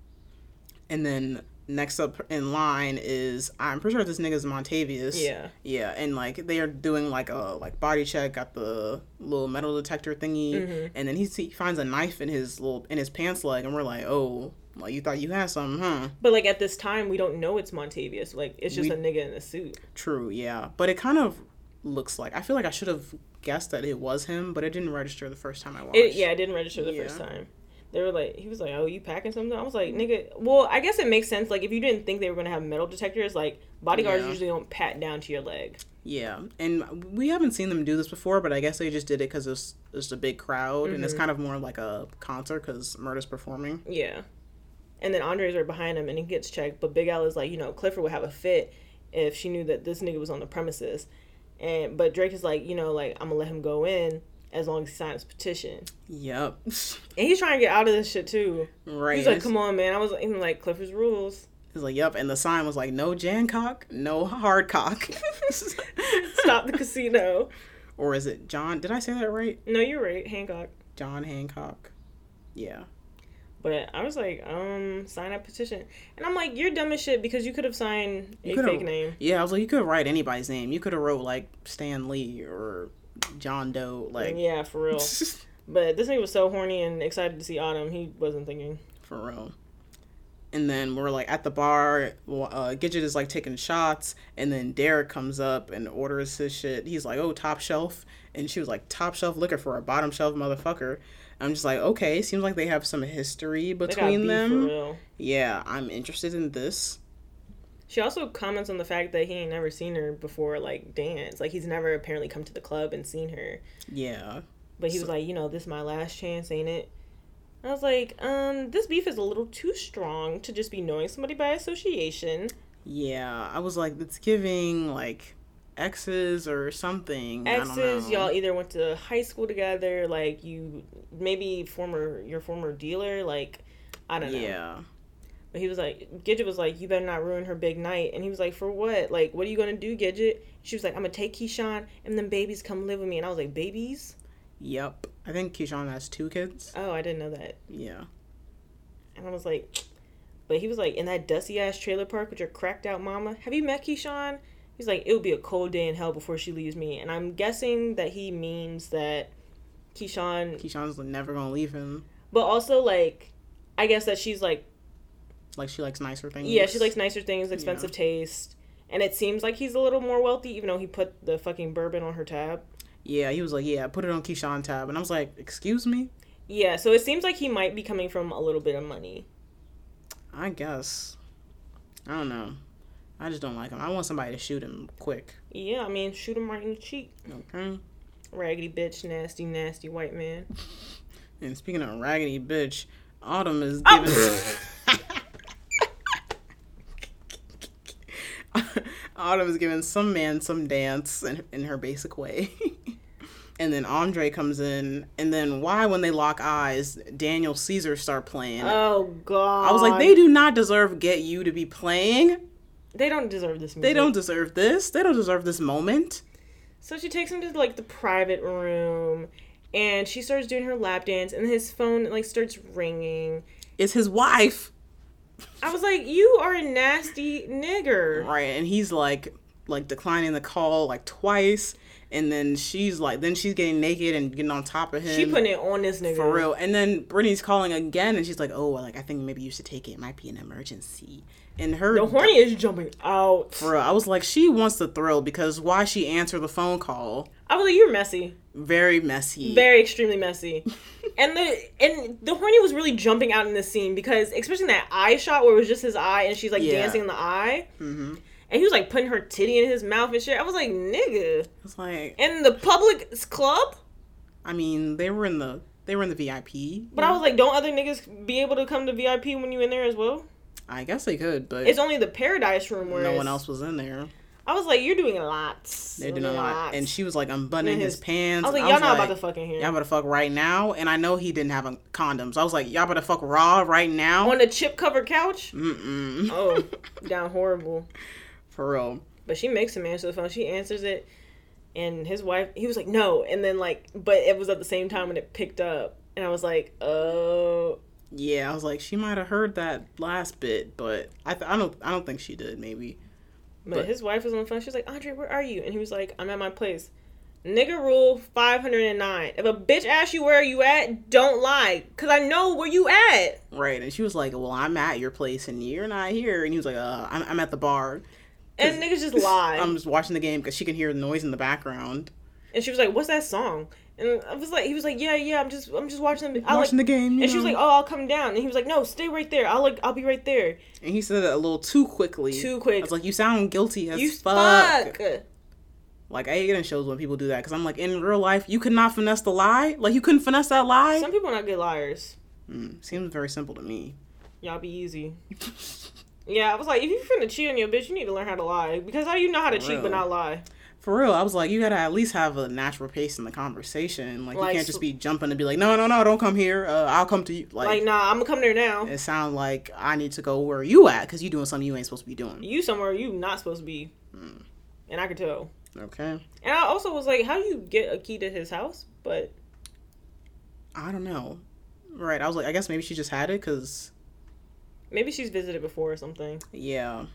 [SPEAKER 3] And then next up in line is I'm pretty sure this nigga's Montavious.
[SPEAKER 7] Yeah.
[SPEAKER 3] Yeah, and like they are doing like a like body check, got the little metal detector thingy,
[SPEAKER 7] Mm-hmm.
[SPEAKER 3] and then he, see, he finds a knife in his little in his pants leg, and we're like, oh, well you thought you had something, huh?
[SPEAKER 7] But like at this time, we don't know it's Montavious. Like it's just a nigga in a suit.
[SPEAKER 3] True, yeah. But it kind of looks like I feel like I should have guessed that it was him, but it didn't register the first time I watched.
[SPEAKER 7] It, yeah, I didn't register the first
[SPEAKER 3] Yeah.
[SPEAKER 7] time. They were like, he was like, "Oh, you packing something?" I was like, "Nigga, well, I guess it makes sense. Like, if you didn't think they were gonna have metal detectors, like bodyguards
[SPEAKER 3] Yeah.
[SPEAKER 7] usually don't pat down to your leg."
[SPEAKER 3] Yeah, and we haven't seen them do this before, but I guess they just did it because it's it's a big crowd and
[SPEAKER 7] Mm-hmm.
[SPEAKER 3] it's kind of more like a concert because Murda's performing.
[SPEAKER 7] Yeah, and then Andre's right behind him, and he gets checked. But Big Al is like, you know, Clifford would have a fit if she knew that this nigga was on the premises. And but Drake is like, you know, like I'm gonna let him go in as long as he signs petition.
[SPEAKER 3] Yep,
[SPEAKER 7] And he's trying to get out of this shit too.
[SPEAKER 3] right.
[SPEAKER 7] He's like, "Come on, man!" I was even like, "Clifford's rules."
[SPEAKER 3] He's like, yep. And the sign was like, no Jancock, no hard cock.
[SPEAKER 7] Stop the casino.
[SPEAKER 3] or is it John? Did I say that right?
[SPEAKER 7] No, you're right, Hancock.
[SPEAKER 3] John Hancock. Yeah.
[SPEAKER 7] But I was like, um, sign a petition, and I'm like, you're dumb as shit because you could have signed a
[SPEAKER 3] could've-
[SPEAKER 7] fake name.
[SPEAKER 3] Yeah, I was like, you could write anybody's name. You could have wrote like Stan Lee or John Doe. Like,
[SPEAKER 7] Yeah, for real. but this nigga was so horny and excited to see Autumn, he wasn't thinking.
[SPEAKER 3] for real. And then we're like at the bar. well, Uh, Gidget is like taking shots, and then Derek comes up and orders his shit. He's like, "Oh, top shelf," and she was like, "Top shelf liquor for a bottom shelf motherfucker." I'm just like, okay, seems like they have some history
[SPEAKER 7] They got beef
[SPEAKER 3] between
[SPEAKER 7] for
[SPEAKER 3] them.
[SPEAKER 7] real.
[SPEAKER 3] Yeah, I'm interested in this.
[SPEAKER 7] She also comments on the fact that he ain't never seen her before, like dance. Like he's never apparently come to the club and seen her.
[SPEAKER 3] Yeah,
[SPEAKER 7] But he was like, you know, this my last chance, ain't it? I was like, um, this beef is a little too strong to just be knowing somebody by association.
[SPEAKER 3] yeah. I was like, it's giving like exes or something. I don't
[SPEAKER 7] exes
[SPEAKER 3] know.
[SPEAKER 7] y'all either went to high school together like you maybe former your former dealer like i don't know
[SPEAKER 3] Yeah.
[SPEAKER 7] but he was like gidget was like you better not ruin her big night and he was like for what like what are you gonna do gidget she was like i'm gonna take keyshawn and then babies come live with me and i was like babies
[SPEAKER 3] Yep. I think Keyshawn has two kids.
[SPEAKER 7] oh i didn't know that
[SPEAKER 3] Yeah.
[SPEAKER 7] and i was like but he was like in that dusty ass trailer park with your cracked out mama have you met keyshawn he's like it would be a cold day in hell before she leaves me and i'm guessing that he means that keyshawn
[SPEAKER 3] Keyshawn's never gonna leave him.
[SPEAKER 7] but also like i guess that she's like
[SPEAKER 3] Like she likes nicer things.
[SPEAKER 7] yeah she likes nicer things expensive taste and it seems like he's a little more wealthy even though he put the fucking bourbon on her tab
[SPEAKER 3] Yeah, he was like, yeah, put it on Keyshawn tab, and I was like, excuse me,
[SPEAKER 7] yeah so it seems like he might be coming from a little bit of money
[SPEAKER 3] I guess. I don't know. I just don't like him. I want somebody to shoot him quick.
[SPEAKER 7] yeah i mean shoot him right in the cheek
[SPEAKER 3] Okay.
[SPEAKER 7] raggedy bitch nasty nasty white man
[SPEAKER 3] And speaking of raggedy bitch, Autumn is
[SPEAKER 7] Oh.
[SPEAKER 3] giving. Autumn is giving some man some dance in, in her basic way. and then Andre comes in, and then why, when they lock eyes, Daniel Caesar start playing.
[SPEAKER 7] oh god
[SPEAKER 3] I was like, they do not deserve "Get You" to be playing.
[SPEAKER 7] they don't deserve this music.
[SPEAKER 3] They don't deserve this. They don't deserve this moment.
[SPEAKER 7] so she takes him to like the private room and she starts doing her lap dance and his phone like starts ringing
[SPEAKER 3] It's his wife,
[SPEAKER 7] i was like you are a nasty nigger
[SPEAKER 3] right? And he's like, like declining the call like twice. and then she's like, then she's getting naked and getting on top of him.
[SPEAKER 7] She putting it on this nigga.
[SPEAKER 3] for real. And then Brittany's calling again, and she's like, "Oh, like I think maybe you should take it. It might be an emergency." And her
[SPEAKER 7] The horny is jumping out.
[SPEAKER 3] for real, I was like, she wants the thrill because why she answered the phone call?
[SPEAKER 7] I was like, you're messy.
[SPEAKER 3] Very messy.
[SPEAKER 7] Very extremely messy. and the and the horny was really jumping out in this scene because especially in that eye shot where it was just his eye and she's like
[SPEAKER 3] Yeah. Mm-hmm.
[SPEAKER 7] dancing in the eye. And he was like putting her titty in his mouth and shit. I was like, nigga.
[SPEAKER 3] It's like,
[SPEAKER 7] In the public club?
[SPEAKER 3] I mean, they were in the they were in the VIP.
[SPEAKER 7] But I was like, don't other niggas be able to come to VIP when you in there as well?
[SPEAKER 3] I guess they could, but
[SPEAKER 7] It's only the paradise room where
[SPEAKER 3] no
[SPEAKER 7] it's-
[SPEAKER 3] one else was in there.
[SPEAKER 7] I was like, you're doing a lot.
[SPEAKER 3] They're doing a lot, and she was like unbuttoning
[SPEAKER 7] And
[SPEAKER 3] his,
[SPEAKER 7] his-
[SPEAKER 3] pants.
[SPEAKER 7] I was like, y'all not about to fuck in here.
[SPEAKER 3] Y'all about to fuck right now, and I know he didn't have a condom, so I was like, y'all about to fuck raw right now.
[SPEAKER 7] on a chip covered couch.
[SPEAKER 3] Mm.
[SPEAKER 7] Mm-mm. Oh, down horrible.
[SPEAKER 3] For real.
[SPEAKER 7] But she makes him answer the phone. She answers it, and his wife. He was like, "No," and then like, but it was at the same time when it picked up, and I was like, "Oh."
[SPEAKER 3] Yeah, I was like, she might have heard that last bit, but I, th- I don't, I don't think she did. Maybe
[SPEAKER 7] But,
[SPEAKER 3] But-
[SPEAKER 7] his wife was on the phone. She was like, "Andre, where are you?" And he was like, "I'm at my place." Nigga rule five hundred and nine. If a bitch asks you where you at, don't lie, cause I know where you at.
[SPEAKER 3] right. And she was like, well, I'm at your place, and you're not here. And he was like, uh, I'm, I'm at the bar.
[SPEAKER 7] And niggas just lie.
[SPEAKER 3] I'm just watching the game because she can hear the noise in the background.
[SPEAKER 7] and she was like, "What's that song?" And I was like, "He was like, yeah, yeah, I'm just, I'm just watching the, I
[SPEAKER 3] watching
[SPEAKER 7] like,
[SPEAKER 3] the game, you
[SPEAKER 7] And she was
[SPEAKER 3] know.
[SPEAKER 7] like, "Oh, I'll come down." And he was like, "No, stay right there. I'll like, I'll be right there."
[SPEAKER 3] And he said it a little too quickly.
[SPEAKER 7] Too quick.
[SPEAKER 3] I was like, you sound guilty as
[SPEAKER 7] You
[SPEAKER 3] fuck.
[SPEAKER 7] fuck.
[SPEAKER 3] Like I hate it in shows when people do that because I'm like, in real life, you could not finesse the lie. Like you couldn't finesse that lie.
[SPEAKER 7] Some people are not good liars.
[SPEAKER 3] Seems very simple to me.
[SPEAKER 7] Y'all be easy. yeah, I was like, if you're finna cheat on your bitch, you need to learn how to lie because how you know how to cheat
[SPEAKER 3] real.
[SPEAKER 7] but not lie.
[SPEAKER 3] For real, I was like, you gotta at least have a natural pace in the conversation. Like,
[SPEAKER 7] Like,
[SPEAKER 3] you can't
[SPEAKER 7] so-
[SPEAKER 3] just be jumping and be like, no, no, no, don't come here. Uh, I'll come to you.
[SPEAKER 7] Like, nah, I'm gonna come there now.
[SPEAKER 3] it sound like I need to go where you at because you doing something you ain't supposed to be doing.
[SPEAKER 7] You somewhere you not supposed to be,
[SPEAKER 3] Mm.
[SPEAKER 7] and I could tell.
[SPEAKER 3] Okay,
[SPEAKER 7] And I also was like, how do you get a key to his house? But
[SPEAKER 3] I don't know. Right, I was like, I guess maybe she just had it because
[SPEAKER 7] maybe she's visited before or something.
[SPEAKER 3] yeah,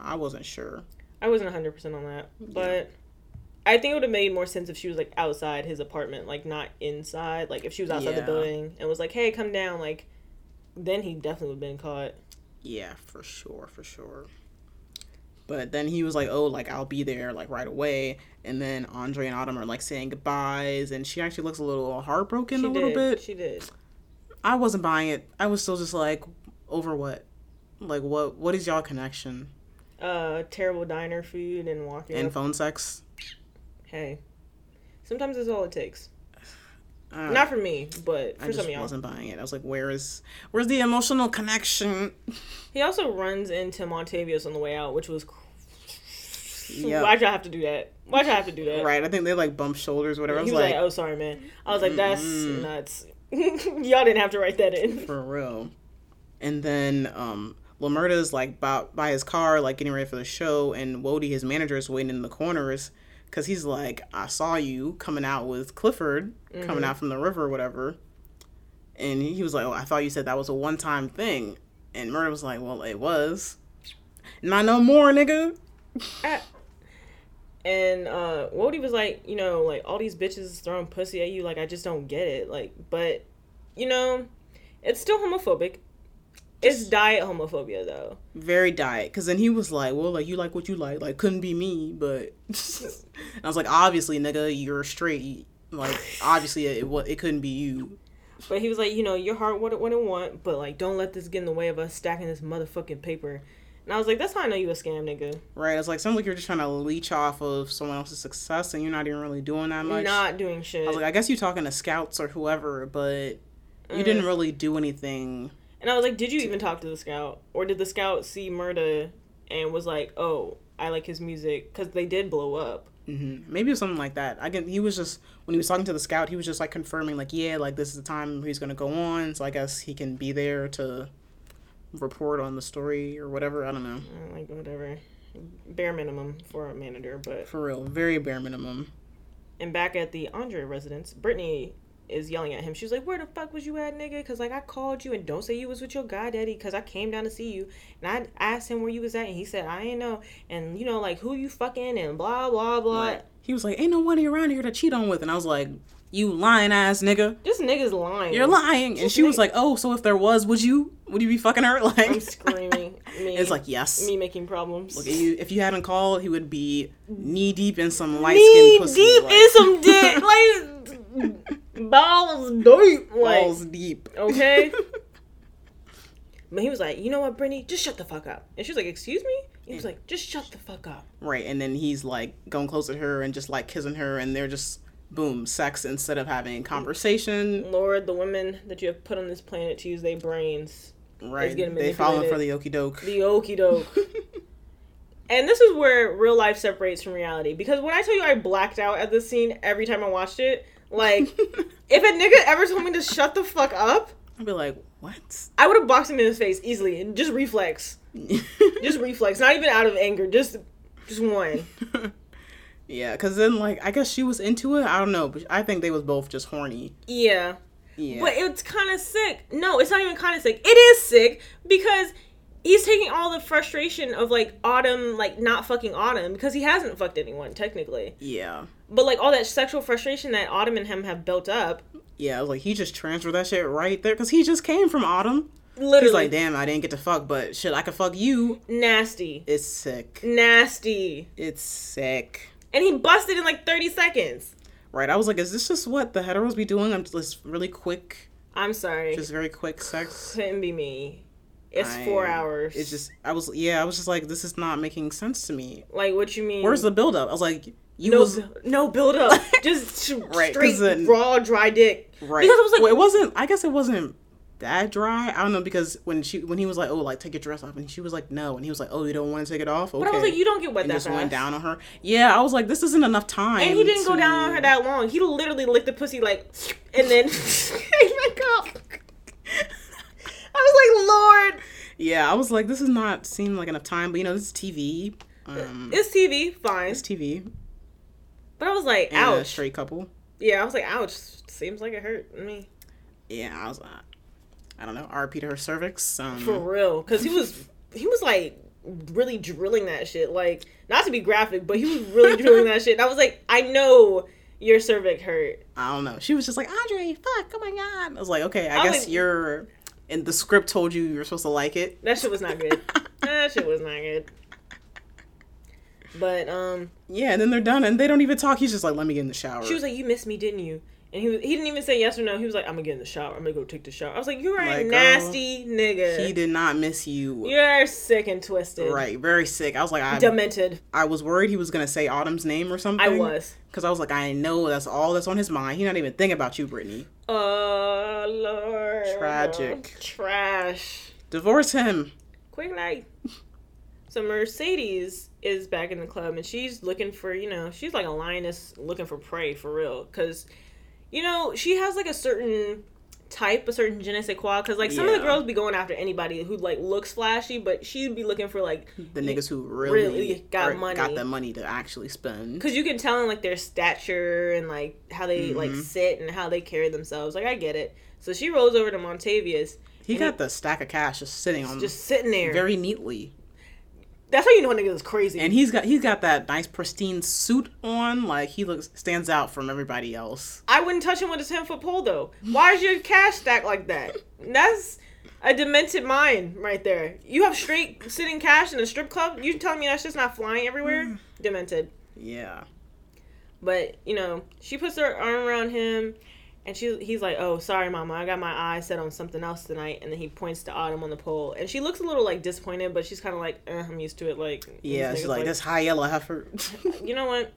[SPEAKER 3] I wasn't sure.
[SPEAKER 7] I wasn't 100% on that, but I think it would have made more sense if she was like outside his apartment, like not inside. Like if she was outside the
[SPEAKER 3] Yeah.
[SPEAKER 7] building and was like, "Hey, come down," like then he definitely would have been caught.
[SPEAKER 3] Yeah, for sure, for sure. But then he was like, "Oh, like I'll be there like right away." And then Andre and Autumn are like saying goodbyes, and she actually looks a little heartbroken
[SPEAKER 7] She
[SPEAKER 3] a little
[SPEAKER 7] did.
[SPEAKER 3] bit.
[SPEAKER 7] She did.
[SPEAKER 3] I wasn't buying it. I was still just like, over what? Like what? What is y'all connection?
[SPEAKER 7] Uh, terrible diner food and walking.
[SPEAKER 3] And
[SPEAKER 7] up-
[SPEAKER 3] phone sex?
[SPEAKER 7] Hey, sometimes that's all it takes.
[SPEAKER 3] Uh,
[SPEAKER 7] Not for me, but
[SPEAKER 3] I
[SPEAKER 7] for some
[SPEAKER 3] just
[SPEAKER 7] of y'all.
[SPEAKER 3] wasn't buying it. I was like, where is, where's the emotional connection?
[SPEAKER 7] He also runs into Montavious on the way out, which was. Cr-
[SPEAKER 3] Yeah.
[SPEAKER 7] Why'd y'all have to do that? Why'd y'all have to do that?
[SPEAKER 3] Right. I think they like bump shoulders, whatever. I
[SPEAKER 7] He
[SPEAKER 3] was
[SPEAKER 7] was like,
[SPEAKER 3] like,
[SPEAKER 7] "Oh, sorry, man." I was like, "That's nuts." y'all didn't have to write that in.
[SPEAKER 3] for real. And then um Lamerta's like by, by his car, like getting ready for the show, and Wody, his manager, is waiting in the corners because he's like, I saw you coming out with Clifford, coming out from the river or whatever. And he was like, Oh, I thought you said that was a one time thing. And Murda was like, Well, it was. Not no more, nigga.
[SPEAKER 7] And uh Wody was like, you know, like all these bitches is throwing pussy at you, like I just don't get it. Like, but you know, it's still homophobic. It's diet homophobia though.
[SPEAKER 3] Very diet. Because then he was like, Well, like, you like what you like. Like, couldn't be me, but. And I was like, Obviously, nigga, you're straight. Like, obviously, it, it, it couldn't be you.
[SPEAKER 7] But he was like, you know, your heart what it what it want, but like don't let this get in the way of us stacking this motherfucking paper. And I was like, that's how I know you a scam nigga.
[SPEAKER 3] Right. It's like sounds like you're just trying to leech off of someone else's success and you're not even really doing that much.
[SPEAKER 7] Not doing shit.
[SPEAKER 3] I was like, I guess you're talking to scouts or whoever, but you didn't really do anything.
[SPEAKER 7] and I was like, did you even talk to the scout, or did the scout see Murda and was like, oh, I like his music, because they did blow up.
[SPEAKER 3] Maybe it was something like that. I can, he was just when he was talking to the scout, he was just like confirming like, yeah, like this is the time he's gonna go on, so I guess he can be there to report on the story or whatever. I don't know.
[SPEAKER 7] like whatever bare minimum for a manager but
[SPEAKER 3] For real. Very bare minimum.
[SPEAKER 7] and back at the andre residence brittany is yelling at him. She was like, "Where the fuck was you at, nigga?" Because like I called you, and don't say you was with your god daddy, because I came down to see you, and I asked him where you was at, and he said, "I ain't know," and you know like who you fucking and blah blah blah.
[SPEAKER 3] He was like, "Ain't nobody around here to cheat on with," and I was like, "You lying ass nigga,
[SPEAKER 7] This nigga's lying.
[SPEAKER 3] you're lying." And she was like, "Oh, so if there was, would you would you be fucking her?" Like
[SPEAKER 7] I'm screaming. Me,
[SPEAKER 3] It's like yes.
[SPEAKER 7] me making problems.
[SPEAKER 3] If you, if you hadn't called, he would be knee deep in some light
[SPEAKER 7] knee
[SPEAKER 3] skinned pussy.
[SPEAKER 7] deep
[SPEAKER 3] like,
[SPEAKER 7] in some dick, like balls deep, like
[SPEAKER 3] balls deep.
[SPEAKER 7] okay. But he was like, you know what, Brittany, just shut the fuck up. And she was like, excuse me. He was like, just shut the fuck up.
[SPEAKER 3] Right, and then he's like going close to her and just like kissing her, and they're just boom sex instead of having
[SPEAKER 7] Mm.
[SPEAKER 3] conversation.
[SPEAKER 7] Lord, the women that you have put on this planet to use their brains,
[SPEAKER 3] Right,
[SPEAKER 7] getting
[SPEAKER 3] they falling for the
[SPEAKER 7] manipulated.
[SPEAKER 3] okie doke.
[SPEAKER 7] the okie doke. and this is where real life separates from reality because when I tell you I blacked out at this scene every time I watched it, like if a nigga ever told me to shut the fuck up,
[SPEAKER 3] I'd be like, what?
[SPEAKER 7] I would have boxed him in his face easily and just reflex, just reflex, not even out of anger, just just one.
[SPEAKER 3] yeah, because then like I guess she was into it. I don't know, but I think they was both just horny.
[SPEAKER 7] Yeah.
[SPEAKER 3] Yeah,
[SPEAKER 7] But it's kind of sick. No, it's not even kind of sick. It is sick because he's taking all the frustration of like Autumn, like not fucking Autumn because he hasn't fucked anyone technically.
[SPEAKER 3] yeah,
[SPEAKER 7] But like all that sexual frustration that Autumn and him have built up,
[SPEAKER 3] yeah. I was like, he just transferred that shit right there because he just came from Autumn. He's
[SPEAKER 7] literally
[SPEAKER 3] like, damn, I didn't get to fuck, but shit, I could fuck you.
[SPEAKER 7] nasty,
[SPEAKER 3] It's sick.
[SPEAKER 7] nasty,
[SPEAKER 3] It's sick.
[SPEAKER 7] and he busted in like thirty seconds.
[SPEAKER 3] Right, I was like, is this just what the heteros be doing? I'm just really quick,
[SPEAKER 7] I'm sorry,
[SPEAKER 3] just very quick sex.
[SPEAKER 7] couldn't be me. It's four
[SPEAKER 3] I-
[SPEAKER 7] hours.
[SPEAKER 3] It's just I was yeah, I was just like, this is not making sense to me.
[SPEAKER 7] like what you mean.
[SPEAKER 3] Where's the buildup? I was like, you
[SPEAKER 7] no,
[SPEAKER 3] was
[SPEAKER 7] bu- no build up, just
[SPEAKER 3] Right, 'cause
[SPEAKER 7] straight
[SPEAKER 3] then-
[SPEAKER 7] raw dry dick.
[SPEAKER 3] right.
[SPEAKER 7] Because I was like,
[SPEAKER 3] well, it wasn't. I guess it wasn't that dry. I don't know because when she when he was like, oh, like take your dress off, and she was like, no, and he was like, oh, you don't want to take it off. Okay.
[SPEAKER 7] But I was like, you don't get wet
[SPEAKER 3] and
[SPEAKER 7] that
[SPEAKER 3] just
[SPEAKER 7] fast.
[SPEAKER 3] went down on her. Yeah, I was like, this isn't enough time.
[SPEAKER 7] and he didn't go
[SPEAKER 3] to-
[SPEAKER 7] down on her that long. He literally licked the pussy like, and then came back up. I was like, Lord,
[SPEAKER 3] Yeah, I was like, this is not seem like enough time, but you know, this is TV. Um,
[SPEAKER 7] it's TV, fine.
[SPEAKER 3] it's TV.
[SPEAKER 7] But I was like,
[SPEAKER 3] And a
[SPEAKER 7] ouch.
[SPEAKER 3] straight couple.
[SPEAKER 7] Yeah, I was like, ouch. Seems like it hurt me
[SPEAKER 3] Yeah, I was. Uh, I don't know. RP to her cervix. Um,
[SPEAKER 7] for real, because he was he was like really drilling that shit. Like, not to be graphic, but he was really drilling that shit. And I was like, I know your cervix hurt.
[SPEAKER 3] I don't know. She was just like, Andre, fuck, oh my god. I was like, okay, I,
[SPEAKER 7] I
[SPEAKER 3] guess
[SPEAKER 7] would-
[SPEAKER 3] you're. And the script told you you're supposed to like it.
[SPEAKER 7] That shit was not good. that shit was not good. But um,
[SPEAKER 3] Yeah, and then they're done, and they don't even talk. He's just like, let me get in the shower.
[SPEAKER 7] She was like, "You missed me, didn't you?" And he was, he didn't even say yes or no. He was like, "I'm gonna get in the shower. I'm gonna go take the shower." I was like, "You're a
[SPEAKER 3] Like, girl,
[SPEAKER 7] nasty nigga.
[SPEAKER 3] he did not miss you.
[SPEAKER 7] You're sick and twisted,
[SPEAKER 3] Right, very sick. I was like, I,
[SPEAKER 7] Demented.
[SPEAKER 3] I was worried he was gonna say Autumn's name or something.
[SPEAKER 7] I was.
[SPEAKER 3] because I was like, I know that's all that's on his mind. He's not even thinking about you, Brittany.
[SPEAKER 7] Oh lord.
[SPEAKER 3] Tragic.
[SPEAKER 7] Trash.
[SPEAKER 3] Divorce him.
[SPEAKER 7] Quick like. So Mercedes is back in the club and she's looking for you know she's like a lioness looking for prey for real because you know she has like a certain type a certain je ne sais quoi because like some of the
[SPEAKER 3] Yeah.
[SPEAKER 7] girls be going after anybody who like looks flashy but she'd be looking for like
[SPEAKER 3] The niggas who really,
[SPEAKER 7] Really got
[SPEAKER 3] or
[SPEAKER 7] money.
[SPEAKER 3] got the money to actually spend.
[SPEAKER 7] because you can tell in like their stature and like how they like
[SPEAKER 3] Mm-hmm.
[SPEAKER 7] sit and how they carry themselves. Like I get it. So she rolls over to Montavious,
[SPEAKER 3] He got the stack of cash just sitting on
[SPEAKER 7] just sitting there.
[SPEAKER 3] very neatly.
[SPEAKER 7] That's how you know a nigga is crazy.
[SPEAKER 3] and he's got he's got that nice pristine suit on like he looks stands out from everybody else
[SPEAKER 7] I wouldn't touch him with a ten foot pole though. Why is your cash stacked like that? That's a demented mind right there. You have straight sitting cash in a strip club. You telling me that shit's not flying
[SPEAKER 3] Mm.
[SPEAKER 7] everywhere? Demented.
[SPEAKER 3] yeah
[SPEAKER 7] But you know, she puts her arm around him, and she he's like, "Oh, sorry, mama, I got my eyes set on something else tonight." And then he points to Autumn on the pole, and she looks a little like disappointed, but she's kind of like, eh, "I'm used to it." Like,
[SPEAKER 3] yeah
[SPEAKER 7] this
[SPEAKER 3] she's
[SPEAKER 7] nigga's
[SPEAKER 3] like that's high yellow heifer
[SPEAKER 7] You know what?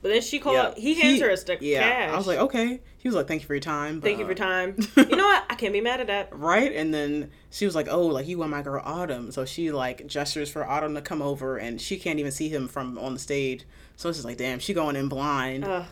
[SPEAKER 7] But then she called.
[SPEAKER 3] Yeah.
[SPEAKER 7] He hands her a stick
[SPEAKER 3] yeah
[SPEAKER 7] cash.
[SPEAKER 3] i was like "Oh, okay he was like thank you for your time but,
[SPEAKER 7] "Thank you for your
[SPEAKER 3] uh,
[SPEAKER 7] time." you know what? I can't be mad at that.
[SPEAKER 3] right and then she was like oh like you want my girl autumn so she like gestures for autumn to come over and she can't even see him from on the stage so it's just like damn she going in blind
[SPEAKER 7] Ugh.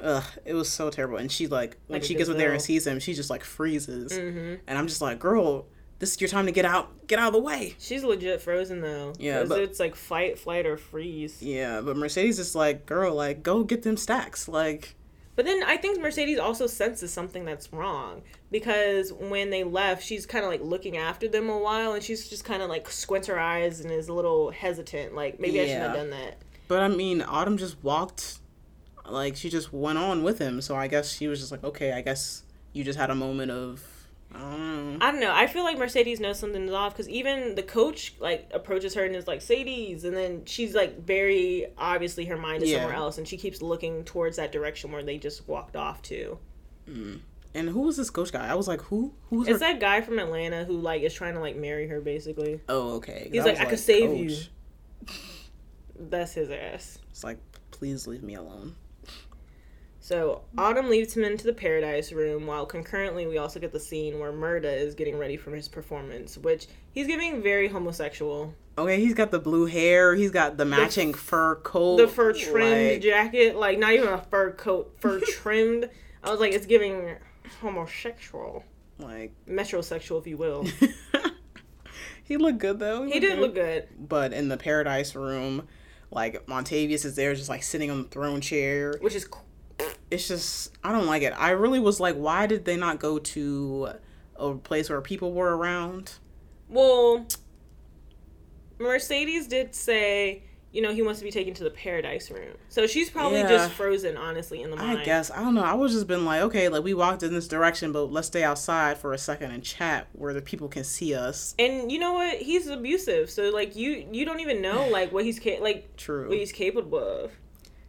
[SPEAKER 3] Ugh, it was so terrible. And she like when
[SPEAKER 7] Like a
[SPEAKER 3] she gets up there and
[SPEAKER 7] gazelle. Mm-hmm.
[SPEAKER 3] sees him, she just like freezes. And I'm just like, girl, this is your time to get out, get out of the way.
[SPEAKER 7] She's legit frozen though.
[SPEAKER 3] Yeah,
[SPEAKER 7] 'Cause
[SPEAKER 3] but-
[SPEAKER 7] it's like fight, flight, or freeze.
[SPEAKER 3] Yeah, but Mercedes is like, girl, like go get them stacks, like
[SPEAKER 7] But then I think Mercedes also senses something that's wrong because when they left, she's kind of like looking after them a while, and she's just kind of like squints her eyes and is a little hesitant. Like maybe I shouldn't have
[SPEAKER 3] Yeah.
[SPEAKER 7] done that.
[SPEAKER 3] But I mean, Autumn just walked, like she just went on with him. So I guess she was just like, okay, I guess you just had a moment of, I don't know.
[SPEAKER 7] I don't know. I feel like Mercedes knows something's off because even the coach like approaches her and is like Sadie's, and then she's like very obviously her mind is
[SPEAKER 3] Yeah.
[SPEAKER 7] somewhere else, and she keeps looking towards that direction where they just walked off to.
[SPEAKER 3] And who was this coach guy? I was like, who? Who's her?
[SPEAKER 7] It's that guy from Atlanta who like is trying to like marry her basically.
[SPEAKER 3] oh, okay. 'Cause
[SPEAKER 7] He's
[SPEAKER 3] I
[SPEAKER 7] like,
[SPEAKER 3] was
[SPEAKER 7] "I could save
[SPEAKER 3] coach.
[SPEAKER 7] you." That's his ass.
[SPEAKER 3] It's like, please leave me alone.
[SPEAKER 7] So Autumn leads him into the paradise room while concurrently we also get the scene where Murda is getting ready for his performance, which he's giving very homosexual.
[SPEAKER 3] Okay, he's got the blue hair. He's got the matching fur coat.
[SPEAKER 7] the fur trimmed
[SPEAKER 3] like-
[SPEAKER 7] jacket, like not even a fur coat, fur trimmed. I was like, it's giving homosexual,
[SPEAKER 3] Like,
[SPEAKER 7] metrosexual, if you will.
[SPEAKER 3] he looked good though.
[SPEAKER 7] He did look good.
[SPEAKER 3] But in the paradise room, like Montavious is there, just like sitting on the throne chair.
[SPEAKER 7] Which is, cool.
[SPEAKER 3] It's just I don't like it. I really was like, why did they not go to a place where people were around?
[SPEAKER 7] well, Mercedes did say, you know, he wants to be taken to the paradise room. So she's probably
[SPEAKER 3] Yeah.
[SPEAKER 7] just frozen, honestly, in the mind.
[SPEAKER 3] I guess I don't know. I was just been like, okay, like we walked in this direction, but let's stay outside for a second and chat where the people can see us.
[SPEAKER 7] And you know what? He's abusive. So like you, you don't even know like what he's ca- like
[SPEAKER 3] True.
[SPEAKER 7] what he's capable of.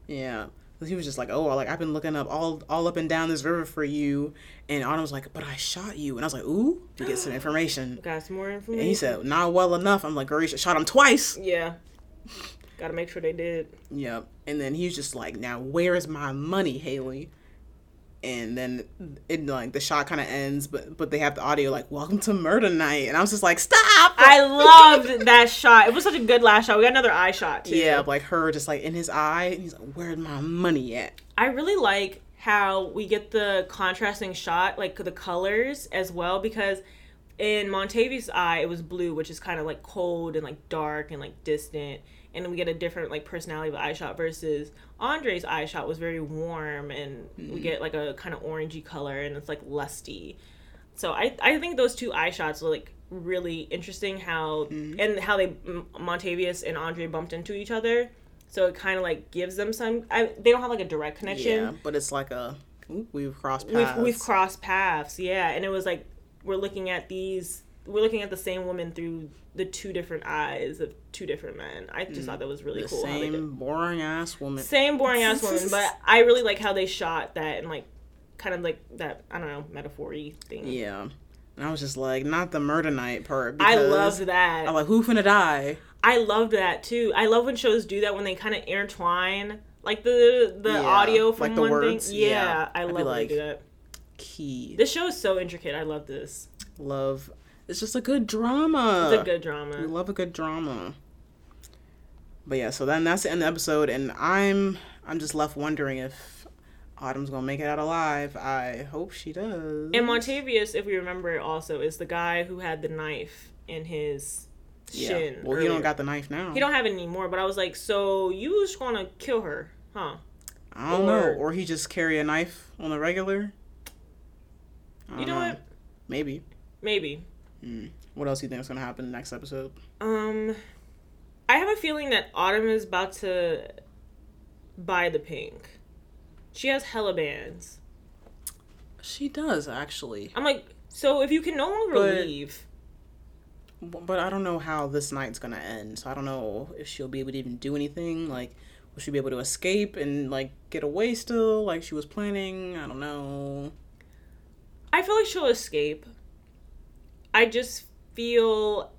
[SPEAKER 3] Yeah. He was just like, oh, like I've been looking up all all up and down this river for you, and Autumn was like, but I shot you, and I was like, ooh, to get some information.
[SPEAKER 7] Got some more information.
[SPEAKER 3] And he said, not well enough. I'm like, girl, you shot him twice.
[SPEAKER 7] yeah. Got to make sure they did.
[SPEAKER 3] Yep. And then he's just like, now where is my money, Haley? And then it like the shot kind of ends, but but they have the audio like, welcome to murder night, and I was just like, stop.
[SPEAKER 7] I loved that shot. It was such a good last shot. We got another eye shot too.
[SPEAKER 3] Yeah, like her just like in his eye, and he's like, "Where's my money at?"
[SPEAKER 7] I really like how we get the contrasting shot, like the colors as well, because in Montavious' eye it was blue, which is kind of like cold and like dark and like distant, and then we get a different like personality of eye shot versus Andre's eye shot was very warm, and we get like a kind of orangey color, and it's like lusty. So I I think those two eye shots were like really interesting how
[SPEAKER 3] Mm-hmm.
[SPEAKER 7] and how they M- Montavious and Andre bumped into each other. So it kind of like gives them some. I, they don't have like a direct
[SPEAKER 3] Yeah,
[SPEAKER 7] connection.
[SPEAKER 3] but it's like a ooh, we've crossed
[SPEAKER 7] We've
[SPEAKER 3] paths.
[SPEAKER 7] we've crossed paths, yeah. And it was like we're looking at these. We're looking at the same woman through the two different eyes of two different men. I just thought that was really
[SPEAKER 3] Mm. the
[SPEAKER 7] cool. how they did-
[SPEAKER 3] same boring ass woman.
[SPEAKER 7] same boring ass woman, but I really like how they shot that and like kind of like that. I don't know metaphory thing.
[SPEAKER 3] Yeah, and I was just like, not the murder night part.
[SPEAKER 7] I
[SPEAKER 3] because
[SPEAKER 7] loved that.
[SPEAKER 3] I'm like, who finna die?
[SPEAKER 7] I loved that too. I love when shows do that when they kind of intertwine like the the
[SPEAKER 3] Yeah,
[SPEAKER 7] audio from
[SPEAKER 3] like the
[SPEAKER 7] one
[SPEAKER 3] words,
[SPEAKER 7] thing. Yeah,
[SPEAKER 3] yeah.
[SPEAKER 7] I
[SPEAKER 3] I'd be
[SPEAKER 7] love when they
[SPEAKER 3] like-
[SPEAKER 7] do that.
[SPEAKER 3] Key
[SPEAKER 7] This show is so intricate. I love this.
[SPEAKER 3] love. It's just a good drama.
[SPEAKER 7] It's a good
[SPEAKER 3] Uh, We
[SPEAKER 7] drama.
[SPEAKER 3] love a good drama. But yeah, so then that's the end of the episode, and I'm I'm just left wondering if Autumn's gonna make it out alive. I hope she does.
[SPEAKER 7] And Montavious, if we remember, also is the guy who had the knife in his shin.
[SPEAKER 3] Well, he
[SPEAKER 7] earlier.
[SPEAKER 3] don't got the knife now.
[SPEAKER 7] He don't have it anymore. But I was like, so you was gonna kill her, huh?
[SPEAKER 3] I don't
[SPEAKER 7] Or-
[SPEAKER 3] know. Or he just carry a knife on the regular. I
[SPEAKER 7] You know
[SPEAKER 3] don't
[SPEAKER 7] what?
[SPEAKER 3] Maybe.
[SPEAKER 7] Maybe.
[SPEAKER 3] What else do you think is gonna happen in the next episode?
[SPEAKER 7] Um, I have a feeling that Autumn is about to buy the pink. She has hella bands.
[SPEAKER 3] She does actually,
[SPEAKER 7] I'm like, so if you can no longer
[SPEAKER 3] But-
[SPEAKER 7] leave,
[SPEAKER 3] but I don't know how this night's gonna end. So I don't know if she'll be able to even do anything. Like, will she be able to escape and like get away still, like she was planning? I don't know.
[SPEAKER 7] I feel like she'll escape. I just feel,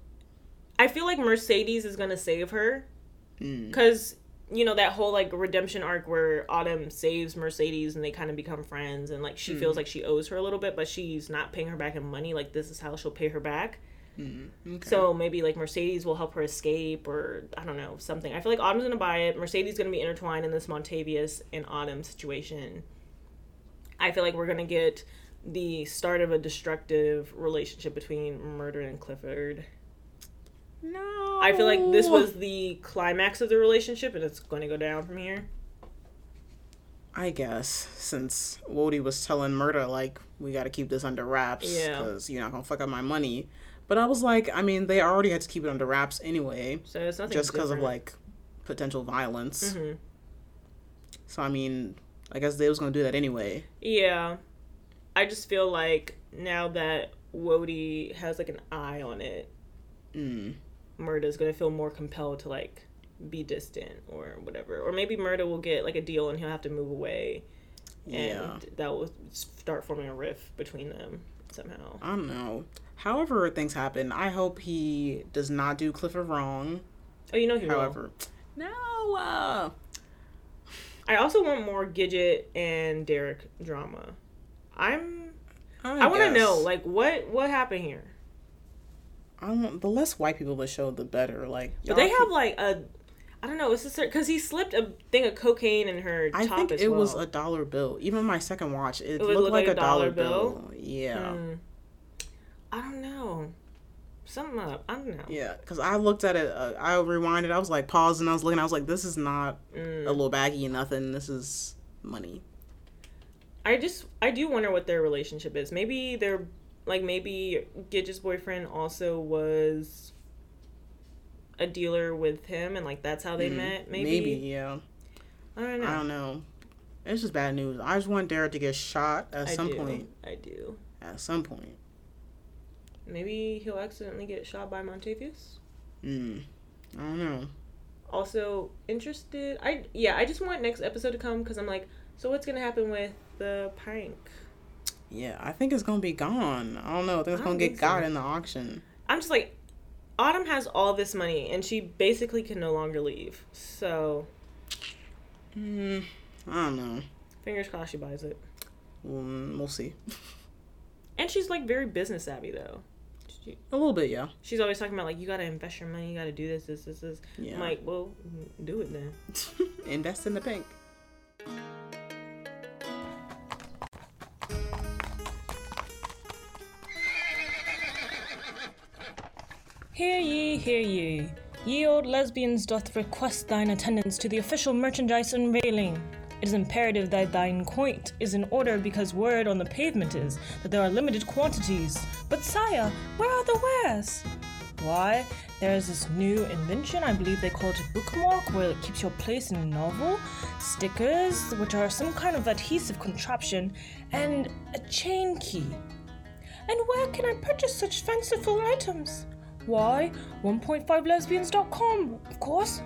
[SPEAKER 7] I feel like Mercedes is gonna save her, because you know that whole like redemption arc where Autumn saves Mercedes and they kind of become friends and like she feels like she owes her a little bit, but she's not paying her back in money. Like this is how she'll pay her back. So maybe like Mercedes will help her escape, or I don't know something. I feel like Autumn's gonna buy it. Mercedes gonna be intertwined in this Montavious and Autumn situation. I feel like we're gonna get the start of a destructive relationship between Murder and Clifford.
[SPEAKER 3] No.
[SPEAKER 7] I feel like this was the climax of the relationship, and it's gonna go down from here.
[SPEAKER 3] I guess since Wody was telling Murda like we got to keep this under wraps
[SPEAKER 7] Yeah.
[SPEAKER 3] because you're not gonna fuck up my money, but I was like, I mean, they already had to keep it under wraps anyway,
[SPEAKER 7] So it's nothing
[SPEAKER 3] just because of
[SPEAKER 7] different. Mm-hmm.
[SPEAKER 3] like potential violence. So I mean, I guess they was gonna do that anyway.
[SPEAKER 7] Yeah. I just feel like now that Wody has like an eye on it, mm. Murda's gonna feel more compelled to like be distant or whatever. Or maybe Murda will get like a deal and he'll have to move away.
[SPEAKER 3] Yeah.
[SPEAKER 7] And that will start forming a rift between them somehow.
[SPEAKER 3] I don't know. However, things happen. I hope he does not do Clifford wrong.
[SPEAKER 7] Oh, you know he will.
[SPEAKER 3] However, no. Uh,
[SPEAKER 7] I also want more Gidget and Derek drama. I'm
[SPEAKER 3] I,
[SPEAKER 7] I want to
[SPEAKER 3] guess.
[SPEAKER 7] know like what what happened here.
[SPEAKER 3] I want the less white people in the show, the better. Like,
[SPEAKER 7] But they have like a I don't know, it's just because he slipped a thing of cocaine in her
[SPEAKER 3] I
[SPEAKER 7] top
[SPEAKER 3] think
[SPEAKER 7] as
[SPEAKER 3] it was
[SPEAKER 7] well.
[SPEAKER 3] a dollar bill. Even my second watch, it,
[SPEAKER 7] would
[SPEAKER 3] looked
[SPEAKER 7] look
[SPEAKER 3] like, a dollar, bill. Yeah,
[SPEAKER 7] Hmm. I don't know. Something up. I don't know.
[SPEAKER 3] yeah. Because I looked at it, uh, I rewinded. I was like paused and I was looking. I was like, this is not
[SPEAKER 7] Mm.
[SPEAKER 3] a little baggy nothing. This is money.
[SPEAKER 7] I just I do wonder what their relationship is. Maybe they're like maybe Gidget's boyfriend also was a dealer with him and like that's how they met. Maybe.
[SPEAKER 3] Mm, Mm-hmm. Maybe, yeah.
[SPEAKER 7] I don't know.
[SPEAKER 3] I don't know. It's just bad news. I just want Derek to get shot at
[SPEAKER 7] I
[SPEAKER 3] some
[SPEAKER 7] do.
[SPEAKER 3] point.
[SPEAKER 7] I do.
[SPEAKER 3] At some point.
[SPEAKER 7] Maybe he'll accidentally get shot by Montavious.
[SPEAKER 3] Mm. I don't know.
[SPEAKER 7] also interested. I yeah, I just want next episode to come because I'm like, so what's gonna happen with the prank?
[SPEAKER 3] Yeah, I think it's gonna be gone. I don't know. I think it's
[SPEAKER 7] I
[SPEAKER 3] gonna
[SPEAKER 7] don't
[SPEAKER 3] get
[SPEAKER 7] think
[SPEAKER 3] got
[SPEAKER 7] so.
[SPEAKER 3] in the auction.
[SPEAKER 7] I'm just like, Autumn has all this money and she basically can no longer leave. So
[SPEAKER 3] Mm, I don't know.
[SPEAKER 7] fingers crossed she buys it.
[SPEAKER 3] Mm, we'll see.
[SPEAKER 7] And she's like very business savvy though. She,
[SPEAKER 3] A little bit, yeah.
[SPEAKER 7] she's always talking about like you gotta invest your money, you gotta do this, this, this, this.
[SPEAKER 3] Yeah.
[SPEAKER 7] I'm like, well, do it then.
[SPEAKER 3] Invest in the pink.
[SPEAKER 8] Hear ye, hear ye. Ye old lesbians doth request thine attendance to the official merchandise unveiling. It is imperative that thine quaint is in order because word on the pavement is that there are limited quantities. But sire, where are the wares? Why, there is this new invention, I believe they call it a bookmark, where it keeps your place in a novel, stickers, which are some kind of adhesive contraption, and a chain key. And where can I purchase such fanciful items? Why, 1.5lesbians.com, of course.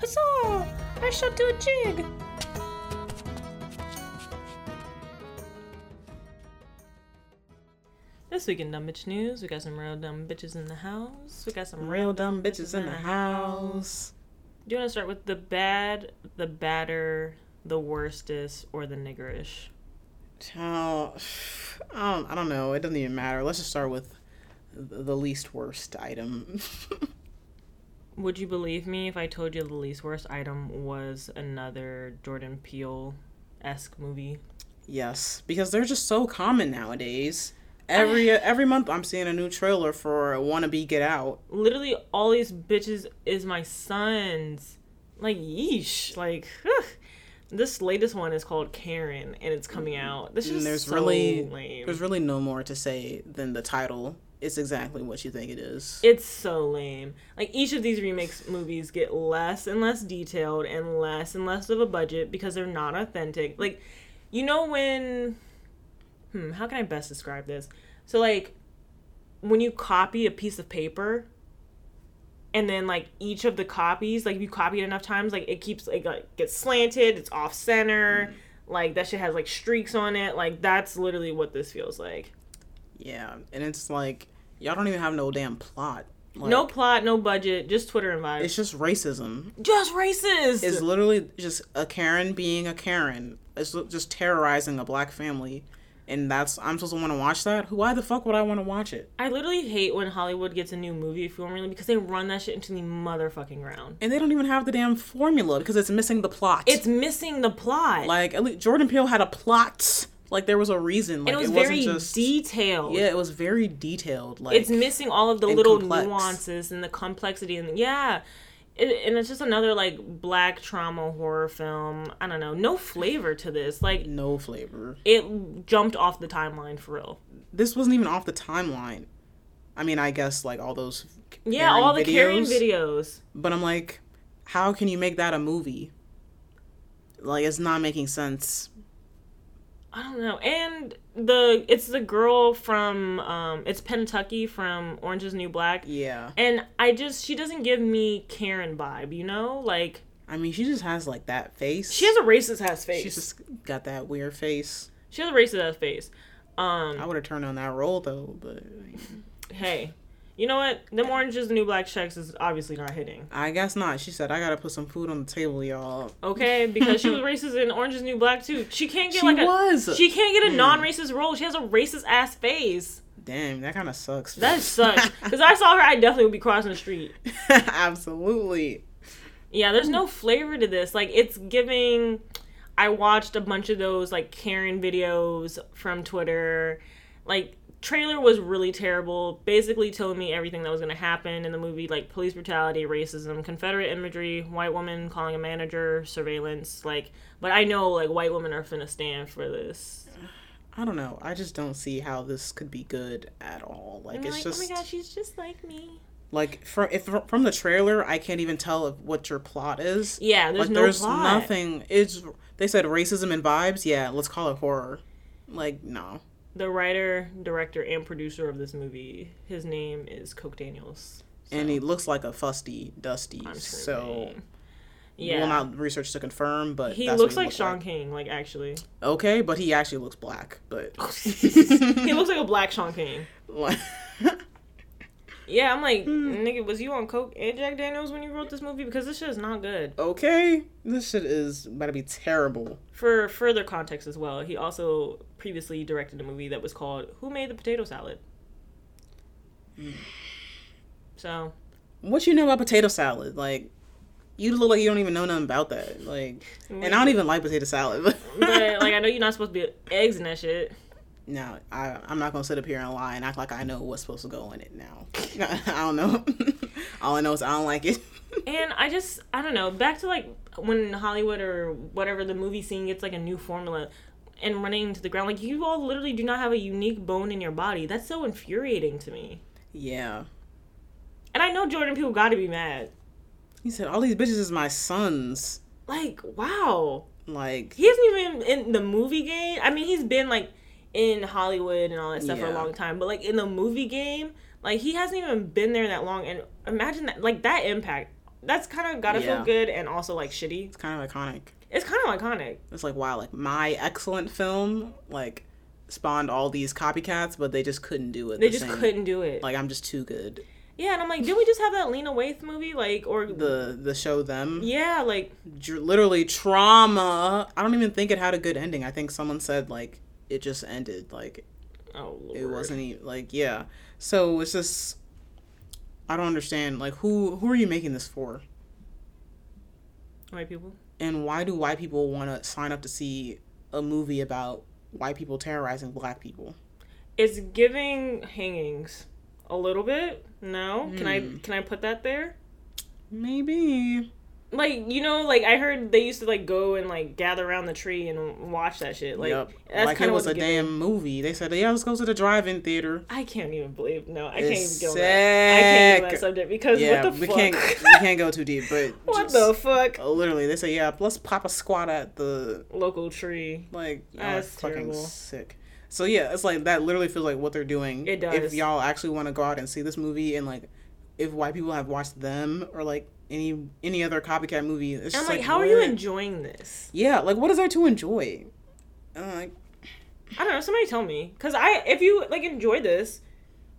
[SPEAKER 8] Huzzah! I shall do a jig!
[SPEAKER 7] This week in Dumb Bitch News, we got some real dumb bitches in the house. We got some real.
[SPEAKER 3] Real dumb bitches in the house.
[SPEAKER 7] Do you want to start with the bad, the badder, the worstest, or the niggerish?
[SPEAKER 3] How? Um, I don't know. It doesn't even matter. Let's just start with th- the least worst item.
[SPEAKER 7] Would you believe me if I told you the least worst item was another Jordan Peele esque movie?
[SPEAKER 3] yes, because they're just so common nowadays. Every every month, I'm seeing a new trailer for "Wannabe Get Out."
[SPEAKER 7] Literally, all these bitches is my sons. Like, yeesh. Like, ugh. this latest one is called Karen, and it's coming out. This is
[SPEAKER 3] Mm-hmm. And there's
[SPEAKER 7] so
[SPEAKER 3] really
[SPEAKER 7] lame.
[SPEAKER 3] there's really no more to say than the title. It's exactly what you think it is.
[SPEAKER 7] It's so lame. Like each of these remakes movies get less and less detailed and less and less of a budget because they're not authentic. Like, you know when, hmm, how can I best describe this? So like, when you copy a piece of paper, and then like each of the copies, like if you copy it enough times, like it keeps like, like gets slanted, it's off center, like that shit has like streaks on it. Like that's literally what this feels like.
[SPEAKER 3] Yeah, and it's like y'all don't even have no damn plot. Like,
[SPEAKER 7] No plot, no budget, just Twitter and vibes.
[SPEAKER 3] It's just racism.
[SPEAKER 7] just racist.
[SPEAKER 3] is literally just a Karen being a Karen. It's li- just terrorizing a black family, and that's I'm supposed to want to watch that. Who- Why the fuck would I want to watch it?
[SPEAKER 7] I literally hate when Hollywood gets a new movie formula because they run that shit into the motherfucking ground.
[SPEAKER 3] And they don't even have the damn formula because it's missing the plot.
[SPEAKER 7] It's missing the plot.
[SPEAKER 3] like at least Jordan Peele had a plot. Like there was a reason. Like
[SPEAKER 7] and it was
[SPEAKER 3] not
[SPEAKER 7] very
[SPEAKER 3] just
[SPEAKER 7] detailed.
[SPEAKER 3] yeah, it was very detailed. Like
[SPEAKER 7] It's missing all of the little
[SPEAKER 3] complex.
[SPEAKER 7] nuances and the complexity and yeah. it, and it's just another like black trauma horror film. I don't know, no flavor to this. Like
[SPEAKER 3] No flavor.
[SPEAKER 7] it jumped off the timeline for real.
[SPEAKER 3] This wasn't even off the timeline. I mean, I guess like all those.
[SPEAKER 7] Yeah, all the carrying videos.
[SPEAKER 3] But I'm like, how can you make that a movie? Like, it's not making sense.
[SPEAKER 7] I don't know. And the it's the girl from um it's Pentucky from Orange is the New Black.
[SPEAKER 3] Yeah.
[SPEAKER 7] And I just she doesn't give me Karen vibe, you know? Like
[SPEAKER 3] I mean, she just has like that face.
[SPEAKER 7] she has a racist ass face.
[SPEAKER 3] She's just got that weird face.
[SPEAKER 7] she has a racist ass face. Um
[SPEAKER 3] I would have turned on that role though, but
[SPEAKER 7] hey. You know what? Them Orange is the New Black checks is obviously not hitting.
[SPEAKER 3] I guess not. She said, "I gotta put some food on the table, y'all."
[SPEAKER 7] Okay, because she was racist in Orange is the New Black too. She can't get
[SPEAKER 3] She
[SPEAKER 7] like a
[SPEAKER 3] was. Hmm.
[SPEAKER 7] she can't get a non-racist role. She has a racist ass face.
[SPEAKER 3] Damn, that kind of sucks.
[SPEAKER 7] That sucks. Because I saw her, I definitely would be crossing the street.
[SPEAKER 3] absolutely.
[SPEAKER 7] Yeah, there's no flavor to this. Like it's giving I watched a bunch of those like Karen videos from Twitter. Like trailer was really terrible. Basically told me everything that was going to happen in the movie, like police brutality, racism, Confederate imagery, white woman calling a manager, surveillance, like but I know like white women are finna stand for this.
[SPEAKER 3] I don't know. I just don't see how this could be good at all. Like
[SPEAKER 7] I'm
[SPEAKER 3] it's
[SPEAKER 7] like,
[SPEAKER 3] just
[SPEAKER 7] "Oh my god, she's just like me."
[SPEAKER 3] like from if from the trailer, I can't even tell if what your plot is.
[SPEAKER 7] Yeah, there's
[SPEAKER 3] like
[SPEAKER 7] no
[SPEAKER 3] there's
[SPEAKER 7] plot.
[SPEAKER 3] nothing. It's they said racism and vibes. Yeah, let's call it horror. Like no,
[SPEAKER 7] The writer, director, and producer of this movie, his name is Coke Daniels.
[SPEAKER 3] and he looks like a fusty, dusty. So
[SPEAKER 7] screaming. Yeah.
[SPEAKER 3] we'll not research to confirm, but
[SPEAKER 7] He
[SPEAKER 3] that's
[SPEAKER 7] looks
[SPEAKER 3] what
[SPEAKER 7] like Sean
[SPEAKER 3] looked
[SPEAKER 7] King, like actually.
[SPEAKER 3] like. Okay, but he actually looks black. But
[SPEAKER 7] He looks like a black Sean King. Yeah, I'm like,
[SPEAKER 3] Hmm.
[SPEAKER 7] nigga, was you on Coke and Jack Daniels when you wrote this movie? Because this shit is not good.
[SPEAKER 3] okay, this shit is about to be terrible.
[SPEAKER 7] For further context as well, he also previously directed a movie that was called Who Made the Potato Salad?
[SPEAKER 3] Hmm.
[SPEAKER 7] So,
[SPEAKER 3] What you know about potato salad? Like, you look like you don't even know nothing about that. Like, and I don't even like potato salad.
[SPEAKER 7] but like, I know you're not supposed to be eggs in that shit.
[SPEAKER 3] Now, I, I'm not gonna sit up here and lie and act like I know what's supposed to go in it. Now, I don't know. All I know is I don't like it.
[SPEAKER 7] And I just, I don't know, back to like when Hollywood or whatever the movie scene gets like a new formula and running to the ground, like you all literally do not have a unique bone in your body. That's so infuriating to me.
[SPEAKER 3] yeah,
[SPEAKER 7] And I know Jordan people gotta be mad.
[SPEAKER 3] he said all these bitches is my sons.
[SPEAKER 7] Like, wow.
[SPEAKER 3] Like,
[SPEAKER 7] He isn't even in the movie game. I mean, he's been like in Hollywood and all that stuff for a
[SPEAKER 3] Yeah.
[SPEAKER 7] long time, but like in the movie game, like he hasn't even been there that long. And imagine that, like that impact. That's kind of gotta
[SPEAKER 3] Yeah.
[SPEAKER 7] feel good and also like shitty.
[SPEAKER 3] it's kind of iconic.
[SPEAKER 7] It's kind of iconic.
[SPEAKER 3] It's like wow, like my excellent film like spawned all these copycats, but they just couldn't do it.
[SPEAKER 7] They
[SPEAKER 3] the
[SPEAKER 7] just
[SPEAKER 3] same.
[SPEAKER 7] couldn't do it.
[SPEAKER 3] Like, I'm just too good.
[SPEAKER 7] Yeah, and I'm like, did we just have that Lena Waithe movie? Like, or
[SPEAKER 3] The the show them
[SPEAKER 7] yeah, like
[SPEAKER 3] dr- literally trauma. I don't even think it had a good ending. I think someone said like it just ended like
[SPEAKER 7] oh, Lord.
[SPEAKER 3] it wasn't even like yeah so it's just i don't understand like who who are you making this for
[SPEAKER 7] white people.
[SPEAKER 3] and why do white people want to sign up to see a movie about white people terrorizing black people
[SPEAKER 7] It's giving hangings a little bit. No, can I
[SPEAKER 3] Hmm.
[SPEAKER 7] can I put that there?
[SPEAKER 3] maybe
[SPEAKER 7] Like you know, like I heard they used to like go and like gather around the tree and watch that shit. Like
[SPEAKER 3] yep.
[SPEAKER 7] that's
[SPEAKER 3] like
[SPEAKER 7] kind
[SPEAKER 3] it
[SPEAKER 7] of
[SPEAKER 3] was
[SPEAKER 7] what's a
[SPEAKER 3] a damn movie they said yeah let's go to the drive-in theater
[SPEAKER 7] I can't even believe. No, I can't
[SPEAKER 3] It's
[SPEAKER 7] even go. on that. I can't go on that
[SPEAKER 3] sick.
[SPEAKER 7] subject because
[SPEAKER 3] yeah
[SPEAKER 7] what the
[SPEAKER 3] we
[SPEAKER 7] fuck?
[SPEAKER 3] can't we can't go too deep but
[SPEAKER 7] what
[SPEAKER 3] just- Oh. uh,
[SPEAKER 7] the fuck?
[SPEAKER 3] literally they say yeah let's pop a squat at the
[SPEAKER 7] Local tree.
[SPEAKER 3] Like y'all are
[SPEAKER 7] That's
[SPEAKER 3] fucking
[SPEAKER 7] terrible.
[SPEAKER 3] sick. So yeah, it's like that literally feels like what they're doing.
[SPEAKER 7] It
[SPEAKER 3] If
[SPEAKER 7] does.
[SPEAKER 3] y'all actually want to go out and see this movie and like if white people have watched them or like any any other copycat movie, it's
[SPEAKER 7] I'm
[SPEAKER 3] just
[SPEAKER 7] like, how are you
[SPEAKER 3] what?
[SPEAKER 7] enjoying this?
[SPEAKER 3] Yeah, like what is there to enjoy? Uh, And, like
[SPEAKER 7] I don't know. Somebody tell me, cause I if you like enjoy this,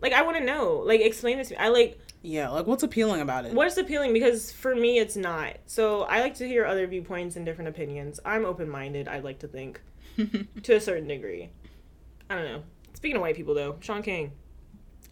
[SPEAKER 7] like I want to know. Like explain this to me. I like
[SPEAKER 3] yeah, like what's appealing about it?
[SPEAKER 7] what's appealing because for me it's not. So I like to hear other viewpoints and different opinions. I'm open minded. I like to think to a certain degree. I don't know. Speaking of white people though, Sean King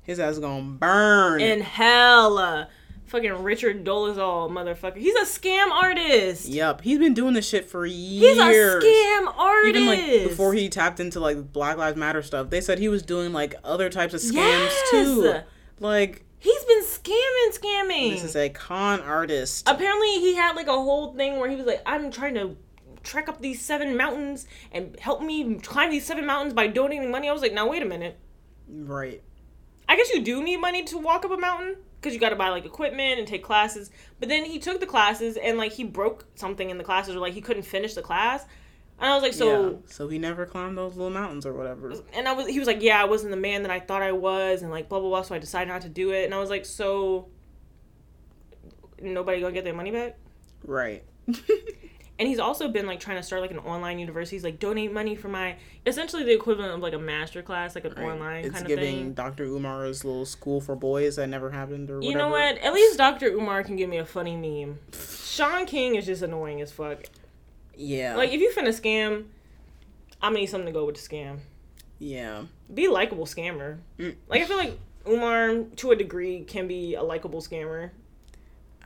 [SPEAKER 3] His ass gonna burn.
[SPEAKER 7] and hella uh, fucking Richard Dolezal motherfucker. He's a scam artist.
[SPEAKER 3] yep, he's been doing this shit for years.
[SPEAKER 7] He's a scam artist.
[SPEAKER 3] Even like before he tapped into like Black Lives Matter stuff, they said he was doing like other types of scams
[SPEAKER 7] Yes!
[SPEAKER 3] too. Like
[SPEAKER 7] He's been scamming, scamming.
[SPEAKER 3] This is a con artist.
[SPEAKER 7] Apparently, he had like a whole thing where he was like, "I'm trying to trek up these seven mountains and help me climb these seven mountains by donating money." I was like, "Now wait a minute.
[SPEAKER 3] Right.
[SPEAKER 7] I guess you do need money to walk up a mountain because you got to buy like equipment and take classes." But then he took the classes and like he broke something in the classes or like he couldn't finish the class. And I was like, "So."
[SPEAKER 3] yeah. So he never climbed those little mountains or whatever.
[SPEAKER 7] and I was he was like, Yeah, I wasn't the man that I thought I was and like blah blah blah, so I decided not to do it. And I was like, So nobody gonna get their money back?
[SPEAKER 3] Right.
[SPEAKER 7] And he's also been like trying to start like an online university. He's like, donate money for my essentially the equivalent of like a master class, like an online
[SPEAKER 3] it's
[SPEAKER 7] kind of
[SPEAKER 3] giving
[SPEAKER 7] thing.
[SPEAKER 3] Dr. Umar's little school for boys that never happened or whatever.
[SPEAKER 7] You know what? At least Dr. Umar can give me a funny meme. Sean King is just annoying as fuck.
[SPEAKER 3] Yeah.
[SPEAKER 7] Like if you finna scam, I'm gonna need something to go with the scam.
[SPEAKER 3] yeah.
[SPEAKER 7] Be a likable scammer.
[SPEAKER 3] Mm.
[SPEAKER 7] Like I feel like Umar to a degree can be a likable scammer.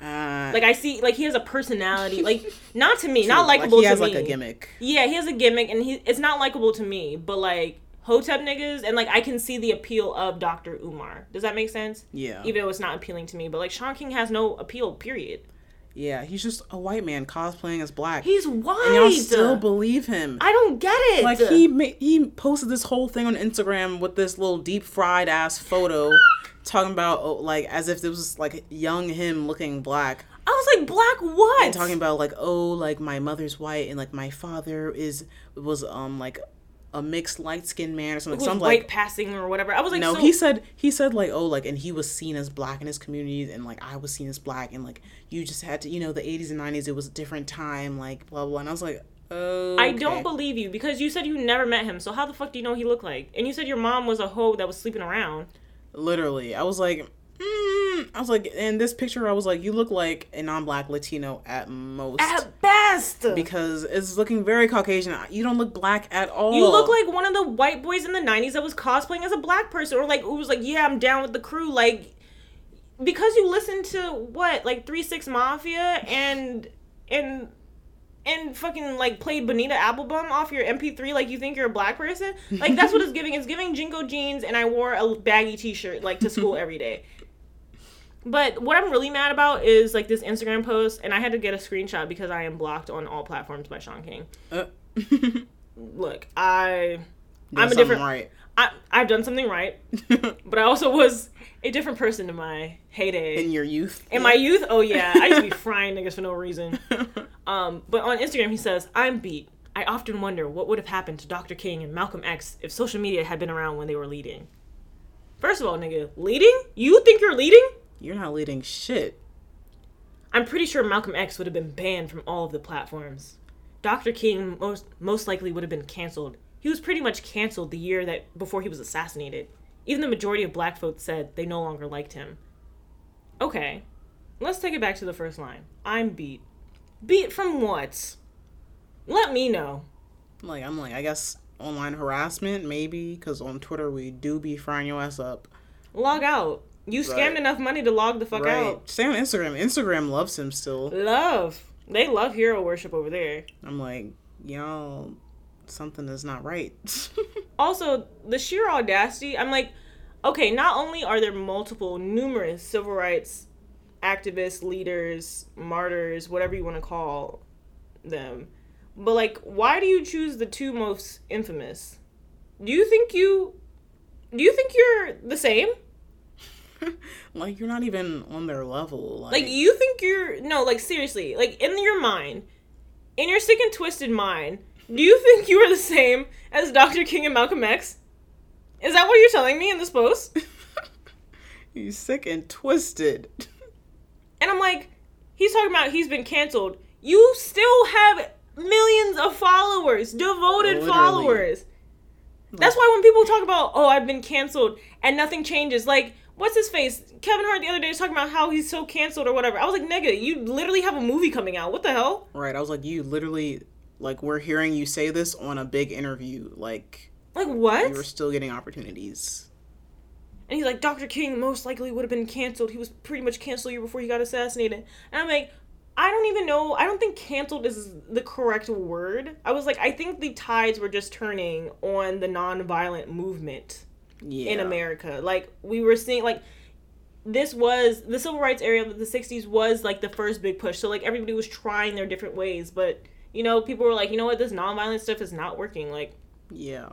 [SPEAKER 3] Uh,
[SPEAKER 7] Like I see, like he has a personality. Like not to me, not
[SPEAKER 3] like,
[SPEAKER 7] likable
[SPEAKER 3] He has
[SPEAKER 7] to
[SPEAKER 3] like
[SPEAKER 7] me.
[SPEAKER 3] a gimmick.
[SPEAKER 7] Yeah, he has a gimmick, and he it's not likable to me. But like Hotep niggas, and like I can see the appeal of Doctor Umar. Does that make sense?
[SPEAKER 3] Yeah.
[SPEAKER 7] Even though it's not appealing to me, but like Sean King has no appeal. Period.
[SPEAKER 3] yeah. He's just a white man cosplaying as black.
[SPEAKER 7] He's white.
[SPEAKER 3] and y'all still believe him.
[SPEAKER 7] I don't get it.
[SPEAKER 3] like he ma- he posted this whole thing on Instagram with this little deep fried ass photo, talking about oh, like as if it was like young him looking black.
[SPEAKER 7] I was like, black what?
[SPEAKER 3] and talking about like oh like my mother's white and like my father is was um like a mixed light skinned man or something.
[SPEAKER 7] It was
[SPEAKER 3] Some
[SPEAKER 7] white
[SPEAKER 3] like
[SPEAKER 7] passing or whatever. I was like,
[SPEAKER 3] no,
[SPEAKER 7] so,
[SPEAKER 3] he said he said like oh like and he was seen as black in his communities and like I was seen as black and like you just had to you know the eighties and nineties it was a different time like blah blah and I was like oh
[SPEAKER 7] I don't believe you because you said you never met him. So how the fuck do you know he looked like? And you said your mom was a hoe that was sleeping around.
[SPEAKER 3] literally I was like mm. I was like in this picture I was like you look like a non black Latino at most.
[SPEAKER 7] At best.
[SPEAKER 3] because it's looking very Caucasian. You don't look black at all.
[SPEAKER 7] You look like one of the white boys in the 90s that was cosplaying as a black person or like who was like, "Yeah, I'm down with the crew." Like because you listen to what? Like 36 Mafia and and and fucking like played Bonita Applebum off your MP3 like you think you're a black person? Like that's what it's giving. It's giving jingo jeans and I wore a baggy t-shirt like to school every day. But what I'm really mad about is like this Instagram post and I had to get a screenshot because I am blocked on all platforms by Sean King
[SPEAKER 3] Uh,
[SPEAKER 7] look, I I'm a
[SPEAKER 3] something
[SPEAKER 7] different
[SPEAKER 3] right.
[SPEAKER 7] I I've done something right, but I also was a different person in my heyday.
[SPEAKER 3] in your youth.
[SPEAKER 7] In my youth, oh yeah, I used to be frying niggas for no reason. Um, but on Instagram, he says, "I'm beat. I often wonder what would have happened to Dr. King and Malcolm X if social media had been around when they were leading." First of all, nigga, leading? You think you're leading?
[SPEAKER 3] You're not leading shit.
[SPEAKER 7] I'm pretty sure Malcolm X would have been banned from all of the platforms. Dr. King most most likely would have been canceled. He was pretty much canceled the year that before he was assassinated. Even the majority of black folks said they no longer liked him. Okay. Let's take it back to the first line. I'm beat. Beat from what? Let me know.
[SPEAKER 3] Like I'm like I guess online harassment maybe because on Twitter we do be frying your ass up.
[SPEAKER 7] Log out. You scammed
[SPEAKER 3] Right.
[SPEAKER 7] enough money to log the fuck
[SPEAKER 3] Right.
[SPEAKER 7] out.
[SPEAKER 3] Stay on Instagram. Instagram loves him still.
[SPEAKER 7] Love. They love hero worship over there.
[SPEAKER 3] I'm like y'all, something is not right.
[SPEAKER 7] also the sheer audacity i'm like okay not only are there multiple numerous civil rights activists leaders martyrs whatever you want to call them but like why do you choose the two most infamous do you think you do you think you're the same
[SPEAKER 3] like you're not even on their level. Like,
[SPEAKER 7] like you think you're no like seriously like in your mind in your sick and twisted mind do you think you are the same as dr king and malcolm x is that what you're telling me in this post
[SPEAKER 3] you sick and twisted.
[SPEAKER 7] And I'm like, he's talking about he's been canceled. You still have millions of followers, devoted
[SPEAKER 3] Literally.
[SPEAKER 7] followers. That's why when people talk about, oh, I've been canceled and nothing changes, like, what's his face? Kevin Hart the other day was talking about how he's so canceled or whatever. I was like, nigga, you literally have a movie coming out. What the hell?
[SPEAKER 3] right. I was like you literally like we're hearing you say this on a big interview. Like
[SPEAKER 7] Like, what?
[SPEAKER 3] you're still getting opportunities.
[SPEAKER 7] And he's like, Dr. King most likely would have been canceled. He was pretty much canceled year before he got assassinated. And I'm like, I don't even know. I don't think canceled is the correct word. I was like, I think the tides were just turning on the nonviolent movement
[SPEAKER 3] Yeah.
[SPEAKER 7] in America. Like, we were seeing, like, this was the civil rights area of the 60s was like the first big push. So like everybody was trying their different ways, but you know, people were like, you know what, this nonviolent stuff is not working. Like,
[SPEAKER 3] Yeah.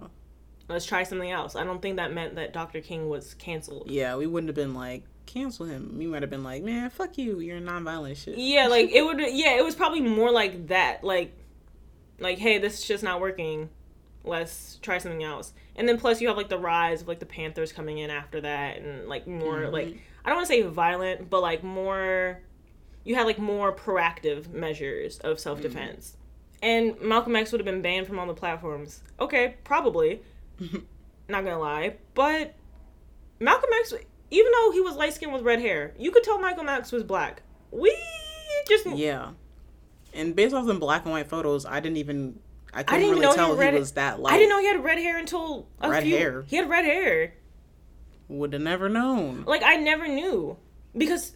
[SPEAKER 7] let's try something else. I don't think that meant that Dr. King was canceled.
[SPEAKER 3] Yeah, we wouldn't have been like, cancel him. We might have been like, man, fuck you. You're nonviolent shit.
[SPEAKER 7] Yeah, like it would yeah, it was probably more like that. Like like, hey, this shit's not working. Let's try something else. And then plus you have like the rise of like the Panthers coming in after that and like more like I don't want to say violent, but like more you had like more proactive measures of self-defense. And Malcolm X would have been banned from all the platforms. Okay, probably. not gonna lie, but Malcolm X, even though he was light skinned with red hair, you could tell Michael X was black. We just
[SPEAKER 3] Yeah. And based off them black and white photos, I didn't even, I couldn't
[SPEAKER 7] didn't even
[SPEAKER 3] really
[SPEAKER 7] know he
[SPEAKER 3] tell he,
[SPEAKER 7] read it.
[SPEAKER 3] was that light.
[SPEAKER 7] I didn't know he had red hair until a
[SPEAKER 3] Red
[SPEAKER 7] few-
[SPEAKER 3] hair.
[SPEAKER 7] He had red hair.
[SPEAKER 3] Would have never known.
[SPEAKER 7] Like I never knew because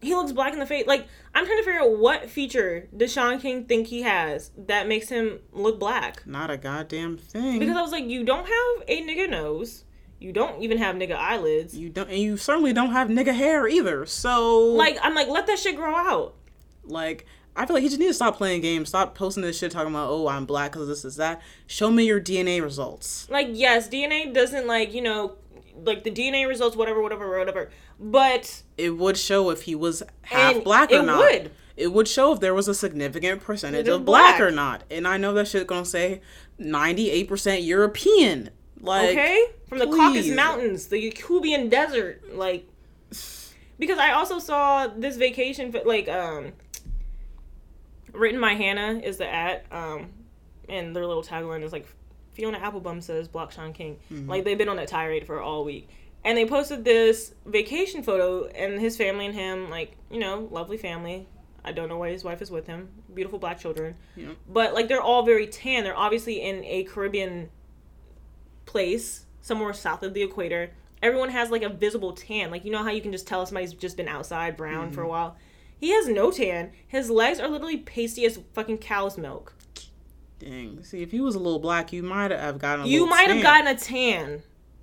[SPEAKER 7] he looks black in the face. Like I'm trying to figure out what feature does Sean King think he has that makes him look black.
[SPEAKER 3] Not a goddamn thing.
[SPEAKER 7] Because I was like, you don't have a nigga nose. You don't even have nigga eyelids.
[SPEAKER 3] you don't, and you certainly don't have nigga hair either. So
[SPEAKER 7] Like I'm like, let that shit grow out.
[SPEAKER 3] Like, I feel like he just need to stop playing games, stop posting this shit talking about, oh, I'm black because this is that. Show me your DNA results.
[SPEAKER 7] like yes dna doesn't like you know like the dna results whatever whatever whatever but
[SPEAKER 3] It would show if he was half
[SPEAKER 7] And
[SPEAKER 3] black or
[SPEAKER 7] it
[SPEAKER 3] not.
[SPEAKER 7] would.
[SPEAKER 3] It would show if there was a significant percentage
[SPEAKER 7] It is
[SPEAKER 3] of black,
[SPEAKER 7] black.
[SPEAKER 3] or not. And I know that shit gonna say 98% European. Like,
[SPEAKER 7] okay from the caucasus
[SPEAKER 3] please.
[SPEAKER 7] mountains the cuban desert like because i also saw this vacation fi- like um written by hannah is the at um and their little tagline is like fiona applebum says block sean king like they've been on that tirade for all week and they posted this vacation photo and his family and him like you know lovely family i don't know why his wife is with him beautiful black children but like they're all very tan they're obviously in a caribbean place somewhere south of the equator everyone has like a visible tan like you know how you can just tell somebody's just been outside brown for a
[SPEAKER 3] Mm-hmm.
[SPEAKER 7] while he has no tan his legs are literally pasty as fucking cow's milk
[SPEAKER 3] Dang. See, if he was a little black, you might have gotten a
[SPEAKER 7] you
[SPEAKER 3] little
[SPEAKER 7] might
[SPEAKER 3] tan.
[SPEAKER 7] have gotten a tan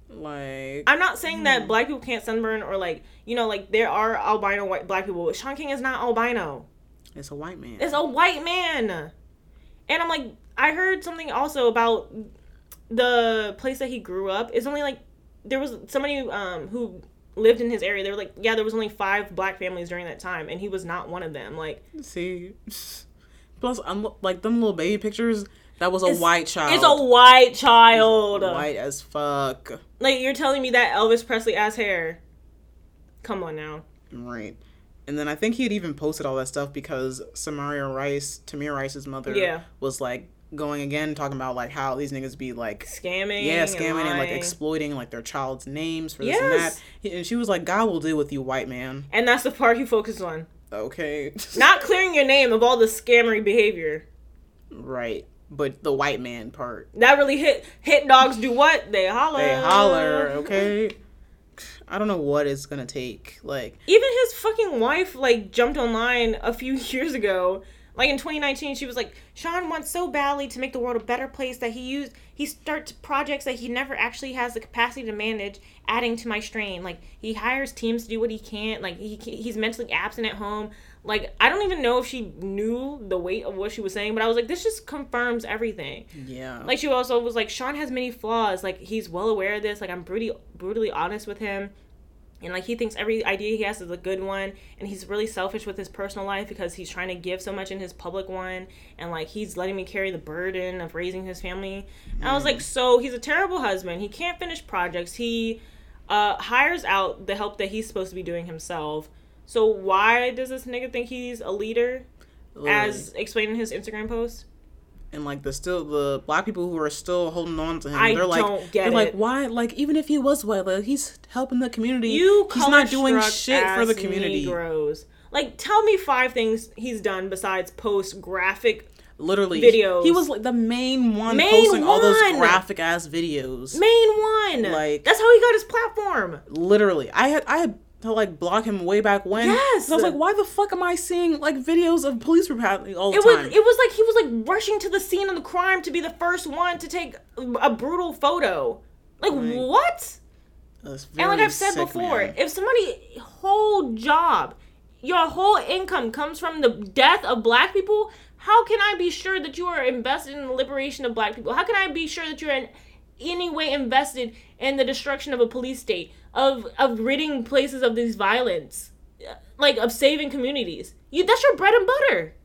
[SPEAKER 3] Like,
[SPEAKER 7] i'm not saying that
[SPEAKER 3] Mm.
[SPEAKER 7] black people can't sunburn or like you know like there are albino white black people but sean king is not albino
[SPEAKER 3] it's a white man.
[SPEAKER 7] is a white man. And I'm like, I heard something also about the place that he grew up. It's only like there was somebody um, who lived in his area. They were like, yeah, there was only five black families during that time, and he was not one of them. Like,
[SPEAKER 3] See? Plus, I'm like, them little baby pictures, that was a white child.
[SPEAKER 7] it's a white child.
[SPEAKER 3] Oh. White as fuck.
[SPEAKER 7] Like, you're telling me that Elvis Presley ass hair. Come on now.
[SPEAKER 3] Right. And then I think he had even posted all that stuff because Samaria Rice, Tamir Rice's mother,
[SPEAKER 7] Yeah.
[SPEAKER 3] was like going again talking about like how these niggas be like
[SPEAKER 7] Scamming.
[SPEAKER 3] yeah, scamming and, like
[SPEAKER 7] lying.
[SPEAKER 3] exploiting like their child's names for this
[SPEAKER 7] Yes.
[SPEAKER 3] and that. And she was like, God will deal with you, white man.
[SPEAKER 7] and that's the part he focused on.
[SPEAKER 3] Okay.
[SPEAKER 7] Not clearing your name of all the scammery behavior.
[SPEAKER 3] right. But the white man part.
[SPEAKER 7] That really hit hit dogs do what? They holler.
[SPEAKER 3] They holler, okay? I don't know what it's gonna take. Like
[SPEAKER 7] Even his fucking wife like jumped online a few years ago. Like in 2019, she was like, Sean wants so badly to make the world a better place that he used he starts projects that he never actually has the capacity to manage, adding to my strain. Like he hires teams to do what he can't. Like he ca- he's mentally absent at home. Like I don't even know if she knew the weight of what she was saying, but I was like, this just confirms everything.
[SPEAKER 3] yeah.
[SPEAKER 7] Like she also was like, Sean has many flaws. Like he's well aware of this. Like I'm brutally brutally honest with him, and like he thinks every idea he has is a good one. And he's really selfish with his personal life because he's trying to give so much in his public one, and like he's letting me carry the burden of raising his family. And I was like, so he's a terrible husband. He can't finish projects. He uh, hires out the help that he's supposed to be doing himself. So why does this nigga think he's a leader? As explained in his Instagram post.
[SPEAKER 3] and like the still the black people who are still holding on to him.
[SPEAKER 7] I
[SPEAKER 3] they're like,
[SPEAKER 7] don't get
[SPEAKER 3] they're like,
[SPEAKER 7] it.
[SPEAKER 3] why? Like, even if he was white, like he's helping the community.
[SPEAKER 7] You
[SPEAKER 3] he's not doing
[SPEAKER 7] color-struck
[SPEAKER 3] shit for the
[SPEAKER 7] ass
[SPEAKER 3] community.
[SPEAKER 7] Negroes. Like, tell me five things he's done besides post graphic.
[SPEAKER 3] Literally,
[SPEAKER 7] Videos.
[SPEAKER 3] He was like the main one
[SPEAKER 7] Main
[SPEAKER 3] posting all those
[SPEAKER 7] one!
[SPEAKER 3] graphic ass videos.
[SPEAKER 7] Main one.
[SPEAKER 3] Like-
[SPEAKER 7] that's how he got his platform.
[SPEAKER 3] Literally, I had I had to like block him way back when.
[SPEAKER 7] Yes!
[SPEAKER 3] 'Cause I was like, why the fuck am I seeing like videos of police brutality all the
[SPEAKER 7] It was
[SPEAKER 3] time?
[SPEAKER 7] it was like he was like rushing to the scene of the crime to be the first one to take a brutal photo. Like what?
[SPEAKER 3] That's
[SPEAKER 7] And like
[SPEAKER 3] very
[SPEAKER 7] I've said
[SPEAKER 3] sick,
[SPEAKER 7] before,
[SPEAKER 3] man.
[SPEAKER 7] if somebody whole job, your whole income comes from the death of black people, how can I be sure that you are invested in the liberation of black people? How can I be sure that you're in any way invested in the destruction of a police state, of of ridding places of this violence, like of saving communities? You that's your bread and butter.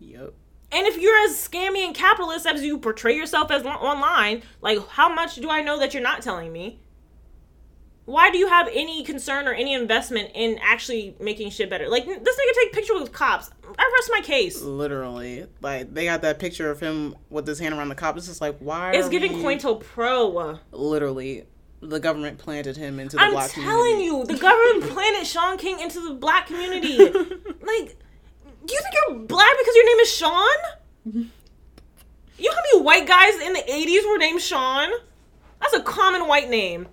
[SPEAKER 3] Yup.
[SPEAKER 7] And if you're as scammy and capitalist as you portray yourself as on- online, like how much do I know that you're not telling me? Why do you have any concern or any investment in actually making shit better? Like n- this nigga take pictures with cops. I rest my case.
[SPEAKER 3] Literally, like they got that picture of him with his hand around the cop. It's just like why?
[SPEAKER 7] It's
[SPEAKER 3] are
[SPEAKER 7] giving
[SPEAKER 3] we-
[SPEAKER 7] COINTELPRO.
[SPEAKER 3] Literally, the government planted him into the
[SPEAKER 7] I'm
[SPEAKER 3] black
[SPEAKER 7] telling
[SPEAKER 3] community.
[SPEAKER 7] you, the government planted Sean King into the black community. like, do you think you're black because your name is Sean? You know how many white guys in the 80s were named Sean? That's a common white name.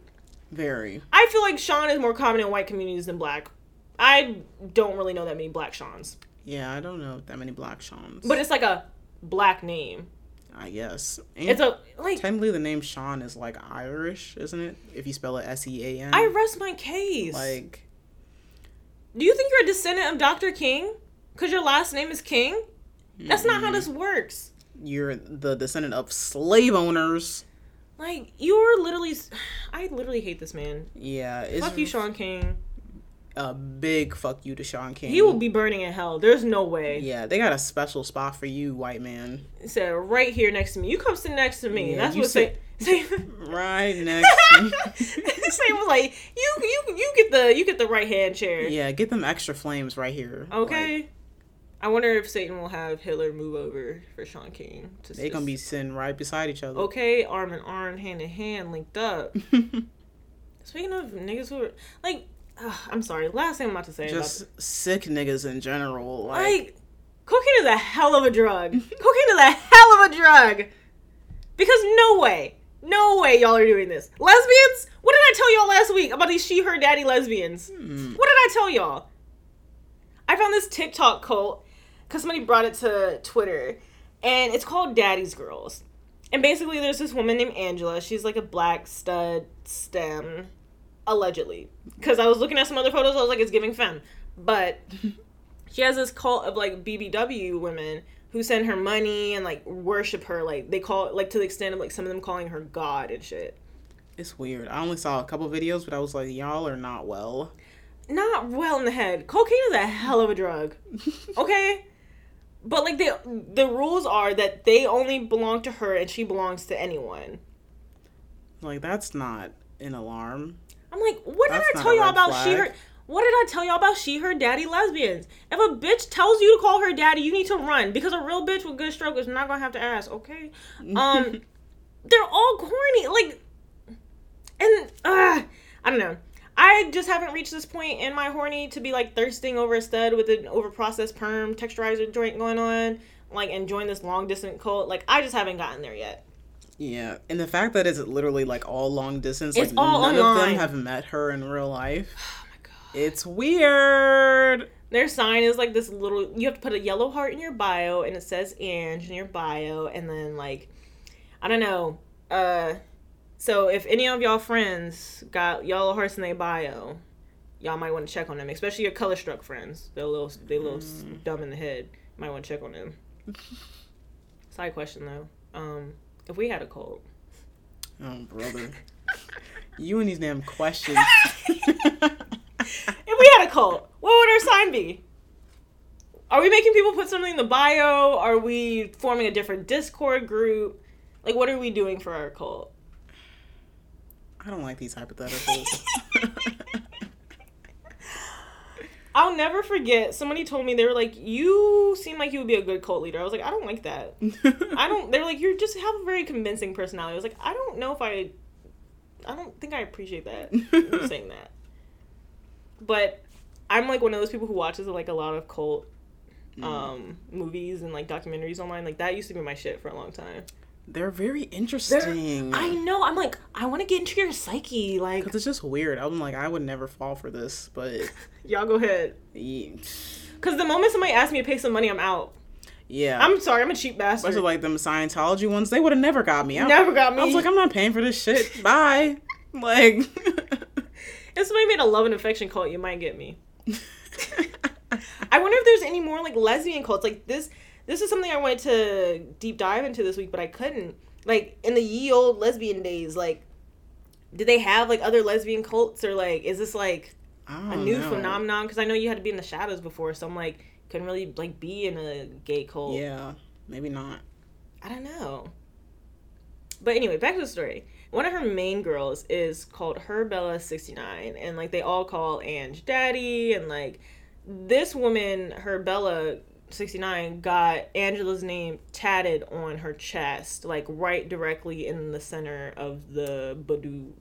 [SPEAKER 3] Very.
[SPEAKER 7] I feel like Sean is more common in white communities than black. I don't really know that many black Sean's,
[SPEAKER 3] Yeah, I don't know that many black Sean's.
[SPEAKER 7] but it's like a black name.
[SPEAKER 3] I guess. And
[SPEAKER 7] It's a like
[SPEAKER 3] Technically, the name Sean is like Irish, isn't it? If you spell it S E A N.
[SPEAKER 7] I rest my case.
[SPEAKER 3] like
[SPEAKER 7] Do you think you're a descendant of Dr. King? Cause your last name is King. That's not how this works.
[SPEAKER 3] you're the descendant of slave owners.
[SPEAKER 7] Like you're literally, s- I literally hate this man.
[SPEAKER 3] Yeah, it's
[SPEAKER 7] Fuck you, Sean King.
[SPEAKER 3] a big fuck you to Sean King.
[SPEAKER 7] He will be burning in hell. There's no way.
[SPEAKER 3] Mm. Yeah, they got a special spot for you, white man.
[SPEAKER 7] He said right here next to me. You come sit next to me.
[SPEAKER 3] Yeah,
[SPEAKER 7] That's
[SPEAKER 3] you
[SPEAKER 7] what say.
[SPEAKER 3] sit-
[SPEAKER 7] say
[SPEAKER 3] Right next.
[SPEAKER 7] Same was like you you you get the you get the right hand chair.
[SPEAKER 3] yeah, get them extra flames right here.
[SPEAKER 7] Okay.
[SPEAKER 3] Like,
[SPEAKER 7] I wonder if Satan will have Hitler move over for Sean King. To
[SPEAKER 3] they gonna be sitting right beside each other.
[SPEAKER 7] okay, arm in arm, hand in hand, linked up. Speaking of niggas who are like, ugh, I'm sorry. Last thing I'm about to say.
[SPEAKER 3] Just
[SPEAKER 7] about
[SPEAKER 3] sick niggas in general.
[SPEAKER 7] this.
[SPEAKER 3] Like,
[SPEAKER 7] like, cocaine is a hell of a drug. cocaine is a hell of a drug. Because no way, no way, y'all are doing this. Lesbians? What did I tell y'all last week about these she, her, daddy lesbians? What did I tell y'all? I found this TikTok cult because somebody brought it to Twitter, and it's called Daddy's Girls. And basically, there's this woman named Angela. She's like a black stud stem, allegedly. Because I was looking at some other photos, I was like, it's giving femme. But she has this cult of like BBW women who send her money and like worship her. Like they call like to the extent of like some of them calling her God and shit.
[SPEAKER 3] it's weird. I only saw a couple videos, but I was like, y'all are not well.
[SPEAKER 7] not well in the head. Cocaine is a hell of a drug. Okay? but like the the rules are that they only belong to her and she belongs to anyone.
[SPEAKER 3] Like, that's not an alarm.
[SPEAKER 7] I'm like, what did
[SPEAKER 3] That's
[SPEAKER 7] I
[SPEAKER 3] not
[SPEAKER 7] tell
[SPEAKER 3] a
[SPEAKER 7] y'all
[SPEAKER 3] red
[SPEAKER 7] about she
[SPEAKER 3] flag.
[SPEAKER 7] her what did I tell y'all about she her daddy lesbians? If a bitch tells you to call her daddy, you need to run because a real bitch with good stroke is not gonna have to ask, okay? Um they're all corny. Like and uh, I don't know. I just haven't reached this point in my horny to be like thirsting over a stud with an overprocessed perm texturizer joint going on, like enjoying this long distance cult. Like I just haven't gotten there yet.
[SPEAKER 3] Yeah, and the fact that it's literally like all long distance,
[SPEAKER 7] It's
[SPEAKER 3] like
[SPEAKER 7] all
[SPEAKER 3] none of
[SPEAKER 7] online.
[SPEAKER 3] them have met her in real life. Oh my god, it's weird.
[SPEAKER 7] Their sign is like this little. You have to put a yellow heart in your bio, and it says "Ange" in your bio, and then like, I don't know. Uh, so if any of y'all friends got yellow hearts in their bio, y'all might want to check on them, especially your color struck friends. They're a little, they a little s dumb in the head. Might want to check on them. Side question though, um, if we had a cold,
[SPEAKER 3] Oh brother, you and these damn questions.
[SPEAKER 7] if we had a cult, what would our sign be? Are we making people put something in the bio? Are we forming a different Discord group? Like, what are we doing for our cult?
[SPEAKER 3] I don't like these hypotheticals.
[SPEAKER 7] I'll never forget. Somebody told me they were like, "You seem like you would be a good cult leader." I was like, "I don't like that. I don't." They're like, "You just have a very convincing personality." I was like, "I don't know if I, I don't think I appreciate that." you saying that, but I'm like one of those people who watches like a lot of cult um movies and like documentaries online like that used to be my shit for a long time
[SPEAKER 3] They're very interesting.
[SPEAKER 7] i know i'm like i want to get into your psyche like
[SPEAKER 3] Cause it's just weird. I'm like, I would never fall for this, but
[SPEAKER 7] y'all go ahead
[SPEAKER 3] yeah.
[SPEAKER 7] because the moment somebody asks me to pay some money i'm out
[SPEAKER 3] yeah.
[SPEAKER 7] i'm sorry i'm a cheap bastard
[SPEAKER 3] especially like them Scientology ones. They would have never got me. I,
[SPEAKER 7] never got me
[SPEAKER 3] I was like, I'm not paying for this shit. Bye. Like,
[SPEAKER 7] If somebody made a love and affection cult, you might get me. I wonder if there's any more like lesbian cults. Like this, this is something I wanted to deep dive into this week, but I couldn't. Like in the ye old lesbian days, like did they have like other lesbian cults or like is this like
[SPEAKER 3] I
[SPEAKER 7] a
[SPEAKER 3] don't
[SPEAKER 7] new
[SPEAKER 3] know.
[SPEAKER 7] phenomenon? Because I know you had to be in the shadows before, so I'm like couldn't really like be in a gay cult.
[SPEAKER 3] Yeah, maybe not.
[SPEAKER 7] I don't know. But anyway, back to the story. One of her main girls is called Herbella69, and like they all call Ange Daddy, and like this woman, Herbella69, got Angela's name tatted on her chest, like right directly in the center of the Badoo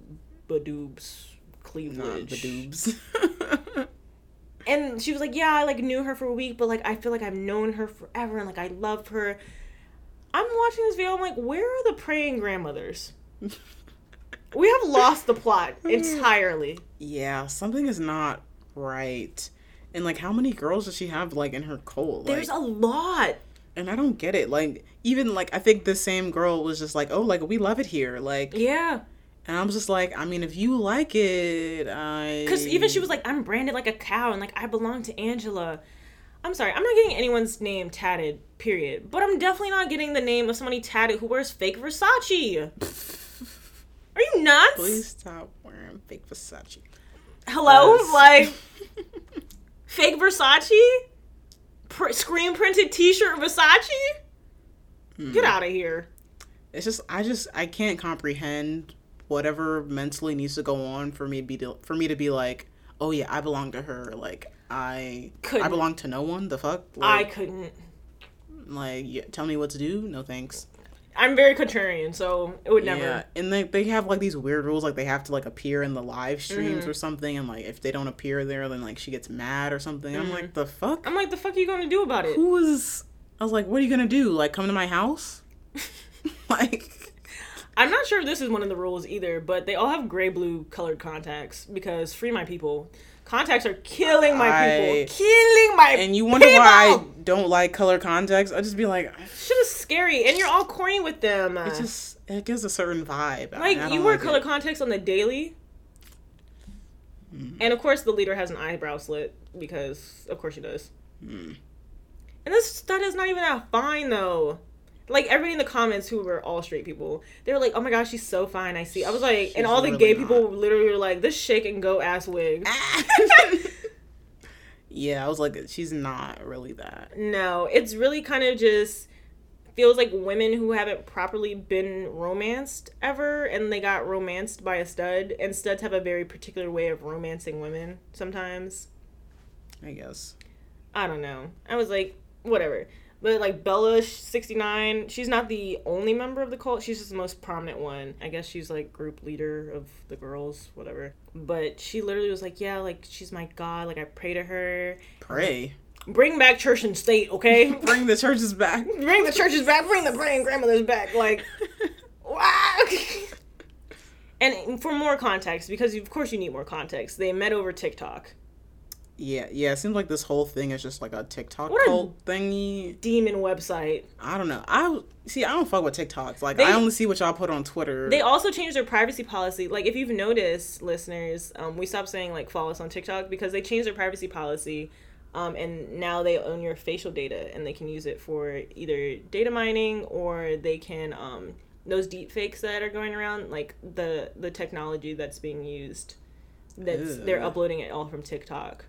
[SPEAKER 7] Badoob's
[SPEAKER 3] Not
[SPEAKER 7] cleavage.
[SPEAKER 3] the boobs.
[SPEAKER 7] And she was like, Yeah, I like knew her for a week, but like I feel like I've known her forever and like I love her. I'm watching this video, I'm like, where are the praying grandmothers? we have lost the plot entirely.
[SPEAKER 3] yeah, something is not right. And like, how many girls does she have like in her cult? Like,
[SPEAKER 7] There's a lot.
[SPEAKER 3] and I don't get it. Like, even like, I think the same girl was just like, "Oh, like we love it here." Like,
[SPEAKER 7] Yeah.
[SPEAKER 3] and I was just like, "I mean, if you like it, I."
[SPEAKER 7] Because even she was like, I'm branded like a cow and like I belong to Angela. I'm sorry, I'm not getting anyone's name tatted, period. But I'm definitely not getting the name of somebody tatted who wears fake Versace. Are you nuts?
[SPEAKER 3] Please stop wearing fake Versace.
[SPEAKER 7] Hello?
[SPEAKER 3] Yes.
[SPEAKER 7] Like, fake Versace? Pr- screen printed t shirt Versace?
[SPEAKER 3] Hmm.
[SPEAKER 7] Get out of here.
[SPEAKER 3] It's just I just I can't comprehend whatever mentally needs to go on for me to be for me to be like, oh yeah, I belong to her. Like I I
[SPEAKER 7] Couldn't.
[SPEAKER 3] belong to no one. The fuck.
[SPEAKER 7] I
[SPEAKER 3] Like,
[SPEAKER 7] couldn't.
[SPEAKER 3] like yeah, tell me what to do. No thanks.
[SPEAKER 7] I'm very contrarian, so it would never.
[SPEAKER 3] Yeah, and they they have like these weird rules like they have to like appear in the live streams
[SPEAKER 7] Mm-hmm.
[SPEAKER 3] or something, and like if they don't appear there, then like she gets mad or something. I'm like, the fuck.
[SPEAKER 7] Mm-hmm. I'm like, the fuck are you going to do about it?
[SPEAKER 3] Who was? I was like, what are you gonna do? Like come to my house? like.
[SPEAKER 7] I'm not sure if this is one of the rules either, but they all have gray blue colored contacts because free my people. Contacts are killing my
[SPEAKER 3] I-
[SPEAKER 7] people. Killing my
[SPEAKER 3] And you wonder why I don't like color contacts. I just be like,
[SPEAKER 7] Shit is scary, and you're all corny with them.
[SPEAKER 3] It just it gives a certain vibe. and
[SPEAKER 7] Uh.
[SPEAKER 3] I
[SPEAKER 7] Like
[SPEAKER 3] don't
[SPEAKER 7] you wear
[SPEAKER 3] it.
[SPEAKER 7] color contacts on the daily,
[SPEAKER 3] Mm-hmm.
[SPEAKER 7] and of course the leader has an eyebrow slit because of course she does.
[SPEAKER 3] Mm.
[SPEAKER 7] And this stud is not even that fine though. Like everybody in the comments who were all straight people, they were like, "Oh my gosh, she's so fine." I see. I was like, and all the
[SPEAKER 3] really
[SPEAKER 7] gay people literally were like, "This shake and go ass wig."
[SPEAKER 3] Yeah, I was like, she's not really that.
[SPEAKER 7] no, it's really kind of just feels like women who haven't properly been romanced ever and they got romanced by a stud and studs have a very particular way of romancing women sometimes
[SPEAKER 3] I guess.
[SPEAKER 7] i don't know i was like whatever but like bella 69 she's not the only member of the cult she's just the most prominent one i guess she's like group leader of the girls whatever but she literally was like yeah like she's my god like i pray to her
[SPEAKER 3] Pray.
[SPEAKER 7] Mm-hmm. bring back church and state okay
[SPEAKER 3] Bring the churches back.
[SPEAKER 7] bring the churches back, bring the praying grandmothers back. Like, wow. and for more context, because of course you need more context, they met over TikTok.
[SPEAKER 3] Yeah, yeah. It seems like this whole thing is just like a TikTok
[SPEAKER 7] What a-
[SPEAKER 3] cult thingy.
[SPEAKER 7] Demon website.
[SPEAKER 3] I don't know. I see. I don't fuck with TikToks. Like
[SPEAKER 7] They-
[SPEAKER 3] I only see what y'all put on Twitter.
[SPEAKER 7] They also changed their privacy policy. Like, if you've noticed, listeners, um, we stopped saying like follow us on TikTok because they changed their privacy policy. Um, and now they own your facial data and they can use it for either data mining or they can um, those deep fakes that are going around like the the technology that's being used that's they're
[SPEAKER 3] Ew.
[SPEAKER 7] uploading it all from tiktok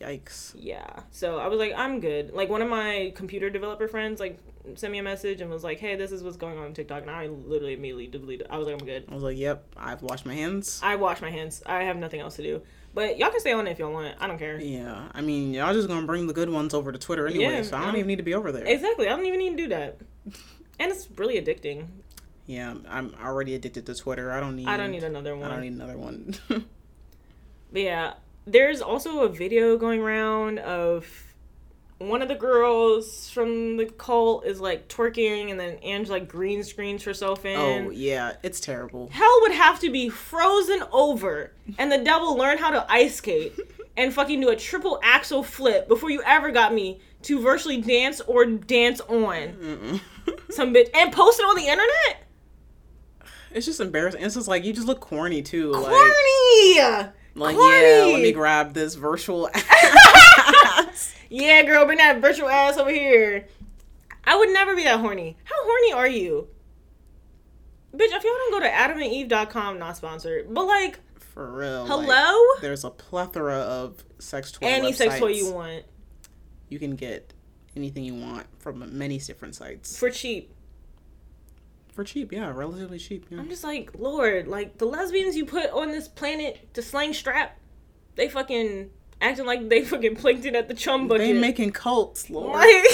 [SPEAKER 3] Yikes.
[SPEAKER 7] yeah. So I was like, I'm good. Like one of my computer developer friends like sent me a message and was like, Hey, this is what's going on on TikTok and I literally immediately deleted I was like, I'm good.
[SPEAKER 3] I was like, yep. I've washed my hands.
[SPEAKER 7] I wash my hands. I have nothing else to do. But y'all can stay on it if y'all want. I don't care.
[SPEAKER 3] yeah. I mean, y'all just gonna bring the good ones over to Twitter anyway,
[SPEAKER 7] Yeah,
[SPEAKER 3] so I don't
[SPEAKER 7] I'm-
[SPEAKER 3] even need to be over there.
[SPEAKER 7] Exactly. I don't even need to do that. And it's really addicting.
[SPEAKER 3] yeah. I'm already addicted to Twitter. I don't need.
[SPEAKER 7] I don't need another
[SPEAKER 3] Mm. I
[SPEAKER 7] one.
[SPEAKER 3] don't need another one.
[SPEAKER 7] But yeah, there's also a video going around of one of the girls from the cult is like twerking, and then Ange like green screens herself in.
[SPEAKER 3] oh yeah, it's terrible.
[SPEAKER 7] hell would have to be frozen over and the devil learn how to ice skate and fucking do a triple axle flip before you ever got me to virtually dance or dance on some bitch and post it on the internet
[SPEAKER 3] It's just embarrassing. It's just like you just look corny too. Corny.
[SPEAKER 7] Corny.
[SPEAKER 3] Like, like yeah,
[SPEAKER 7] corny!
[SPEAKER 3] let me grab this virtual.
[SPEAKER 7] Yeah, girl, bring that virtual ass over here. I would never be that horny. How horny are you? Bitch, if y'all don't go to adamandeve.com, not sponsored, but like,
[SPEAKER 3] For real. like,
[SPEAKER 7] hello?
[SPEAKER 3] there's a plethora of sex toy.
[SPEAKER 7] Any sex toy you
[SPEAKER 3] websites.
[SPEAKER 7] want
[SPEAKER 3] You can get anything you want from many different sites for,
[SPEAKER 7] for cheap.
[SPEAKER 3] cheap. Yeah, relatively cheap. Yeah.
[SPEAKER 7] I'm just like, Lord, like the lesbians you put on this planet to slang strap, they fucking acting like they fucking plankton at the chum bucket.
[SPEAKER 3] They making cults, Lord.
[SPEAKER 7] like,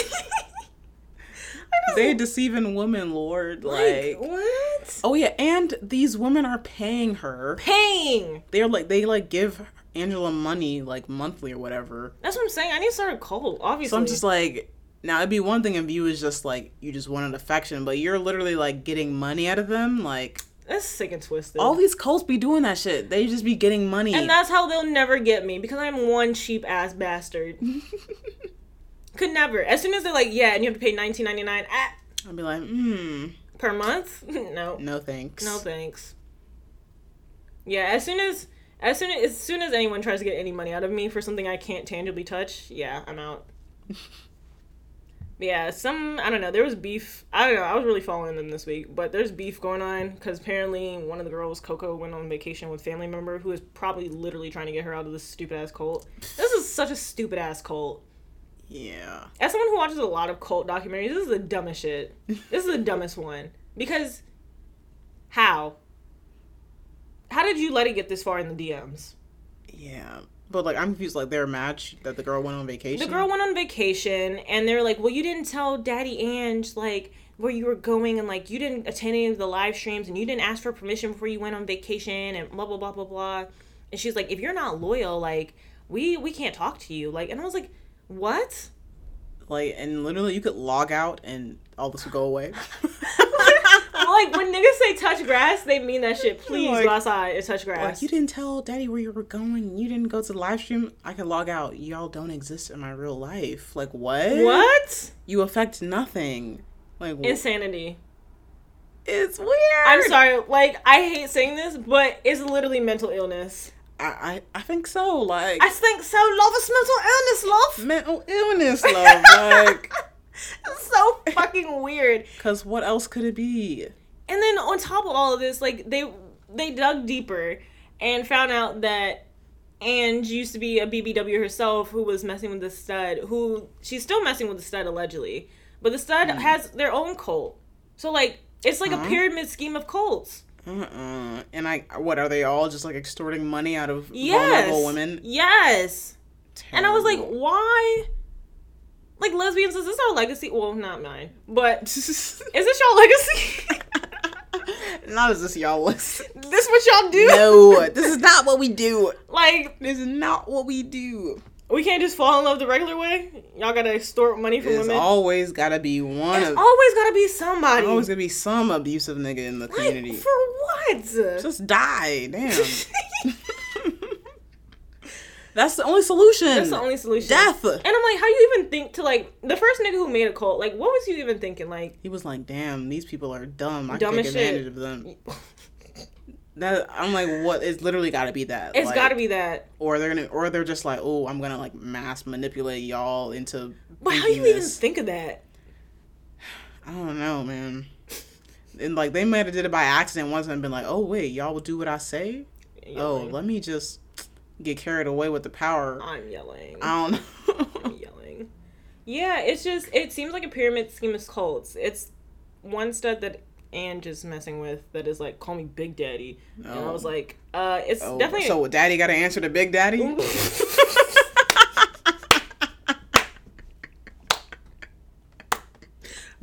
[SPEAKER 3] They deceiving women, Lord. Like,
[SPEAKER 7] like what?
[SPEAKER 3] oh yeah, and these women are paying her.
[SPEAKER 7] Paying.
[SPEAKER 3] They're like they like give Angela money like monthly or whatever.
[SPEAKER 7] That's what I'm saying. I need to start a cult. Obviously,
[SPEAKER 3] So I'm just like, now it'd be one thing if you was just like you just wanted affection, but you're literally like getting money out of them. Like
[SPEAKER 7] that's sick and twisted.
[SPEAKER 3] all these cults be doing that shit. They just be getting money.
[SPEAKER 7] And that's how they'll never get me because I'm one cheap ass bastard. Could never. As soon as they're like, yeah, and you have to pay 19.99 ah,
[SPEAKER 3] I'd be like, hmm,
[SPEAKER 7] per month. no,
[SPEAKER 3] no thanks.
[SPEAKER 7] no thanks. Yeah, as soon as as soon as, as soon as anyone tries to get any money out of me for something I can't tangibly touch, yeah, I'm out. But yeah, some I don't know. There was beef. I don't know. I was really following them this week, but there's beef going on because apparently one of the girls, Coco, went on vacation with family member who is probably literally trying to get her out of this stupid ass cult. This is such a stupid ass cult.
[SPEAKER 3] Yeah.
[SPEAKER 7] As someone who watches a lot of cult documentaries, this is the dumbest shit. This is the dumbest one because how? How did you let it get this far in the DMs?
[SPEAKER 3] Yeah. But like I'm confused, like their match that the girl went on vacation.
[SPEAKER 7] The girl went on vacation, and they're like, "Well, you didn't tell Daddy Ange like where you were going, and like you didn't attend any of the live streams, and you didn't ask for permission before you went on vacation, and blah blah blah blah blah." And she's like, "If you're not loyal, like we we can't talk to you." Like, and I was like, "What?"
[SPEAKER 3] like and literally you could log out and all this would go away.
[SPEAKER 7] like when niggas say touch grass, they mean that shit. Please
[SPEAKER 3] Like-
[SPEAKER 7] go outside and touch
[SPEAKER 3] like
[SPEAKER 7] grass.
[SPEAKER 3] you didn't tell daddy where you were going, you didn't go to the live stream, I could log out. Y'all don't exist in my real life. Like what?
[SPEAKER 7] what
[SPEAKER 3] You affect nothing. Like wh-
[SPEAKER 7] insanity?
[SPEAKER 3] it's weird.
[SPEAKER 7] I'm sorry. Like I hate saying this, but it's literally mental illness.
[SPEAKER 3] I, I, I think so. Like
[SPEAKER 7] I think so. Love is mental illness. Love.
[SPEAKER 3] mental illness love. like
[SPEAKER 7] so fucking weird.
[SPEAKER 3] cause what else could it be?
[SPEAKER 7] And then on top of all of this, like they they dug deeper and found out that Ange used to be a BBW herself who was messing with the stud, who she's still messing with the stud allegedly. But the stud
[SPEAKER 3] Mm.
[SPEAKER 7] has their own cult. So like it's like a pyramid scheme of cults.
[SPEAKER 3] Uh-uh. And I what are they all just like extorting money out of
[SPEAKER 7] Yes.
[SPEAKER 3] vulnerable women?
[SPEAKER 7] Yes. And I was like,
[SPEAKER 3] Terrible.
[SPEAKER 7] why? Like lesbians, is this our legacy? Well, not mine, but is this y'all legacy?
[SPEAKER 3] Not as this y'all list.
[SPEAKER 7] this what y'all do?
[SPEAKER 3] No, this is not what we do.
[SPEAKER 7] Like
[SPEAKER 3] This is not what we do.
[SPEAKER 7] we can't just fall in love the regular way. Y'all gotta extort money from
[SPEAKER 3] There's
[SPEAKER 7] women.
[SPEAKER 3] always gotta be one
[SPEAKER 7] There's
[SPEAKER 3] of
[SPEAKER 7] always gotta be somebody.
[SPEAKER 3] always gonna be some abusive nigga in the
[SPEAKER 7] like,
[SPEAKER 3] community.
[SPEAKER 7] for what?
[SPEAKER 3] Just die, damn. That's the only solution.
[SPEAKER 7] That's the only solution.
[SPEAKER 3] Death.
[SPEAKER 7] And I'm like, how you even think to like the first nigga who made a cult? Like, what was you even thinking? Like,
[SPEAKER 3] He was like, "Damn, these people are dumb. I
[SPEAKER 7] Dumb
[SPEAKER 3] can take
[SPEAKER 7] as shit.
[SPEAKER 3] advantage of them." That I'm like, what? It's literally gotta be that.
[SPEAKER 7] it's
[SPEAKER 3] like,
[SPEAKER 7] gotta be that.
[SPEAKER 3] or they're gonna, or they're just like, "Oh, I'm gonna like mass manipulate y'all into."
[SPEAKER 7] But how
[SPEAKER 3] thinking
[SPEAKER 7] you even
[SPEAKER 3] this."
[SPEAKER 7] think of that?
[SPEAKER 3] I don't know, man. And like they might have did it by accident once and been like, "Oh wait, y'all will do what I say." Oh,
[SPEAKER 7] Yelling.
[SPEAKER 3] let me just get carried away with the power.
[SPEAKER 7] I'm yelling.
[SPEAKER 3] I don't know.
[SPEAKER 7] yelling. Yeah, it's just it seems like a pyramid scheme of cults. It's one stud that Ange is messing with that is like, call me Big Daddy. And I was like, uh, it's
[SPEAKER 3] Oh,
[SPEAKER 7] definitely
[SPEAKER 3] so daddy got to answer to Big Daddy.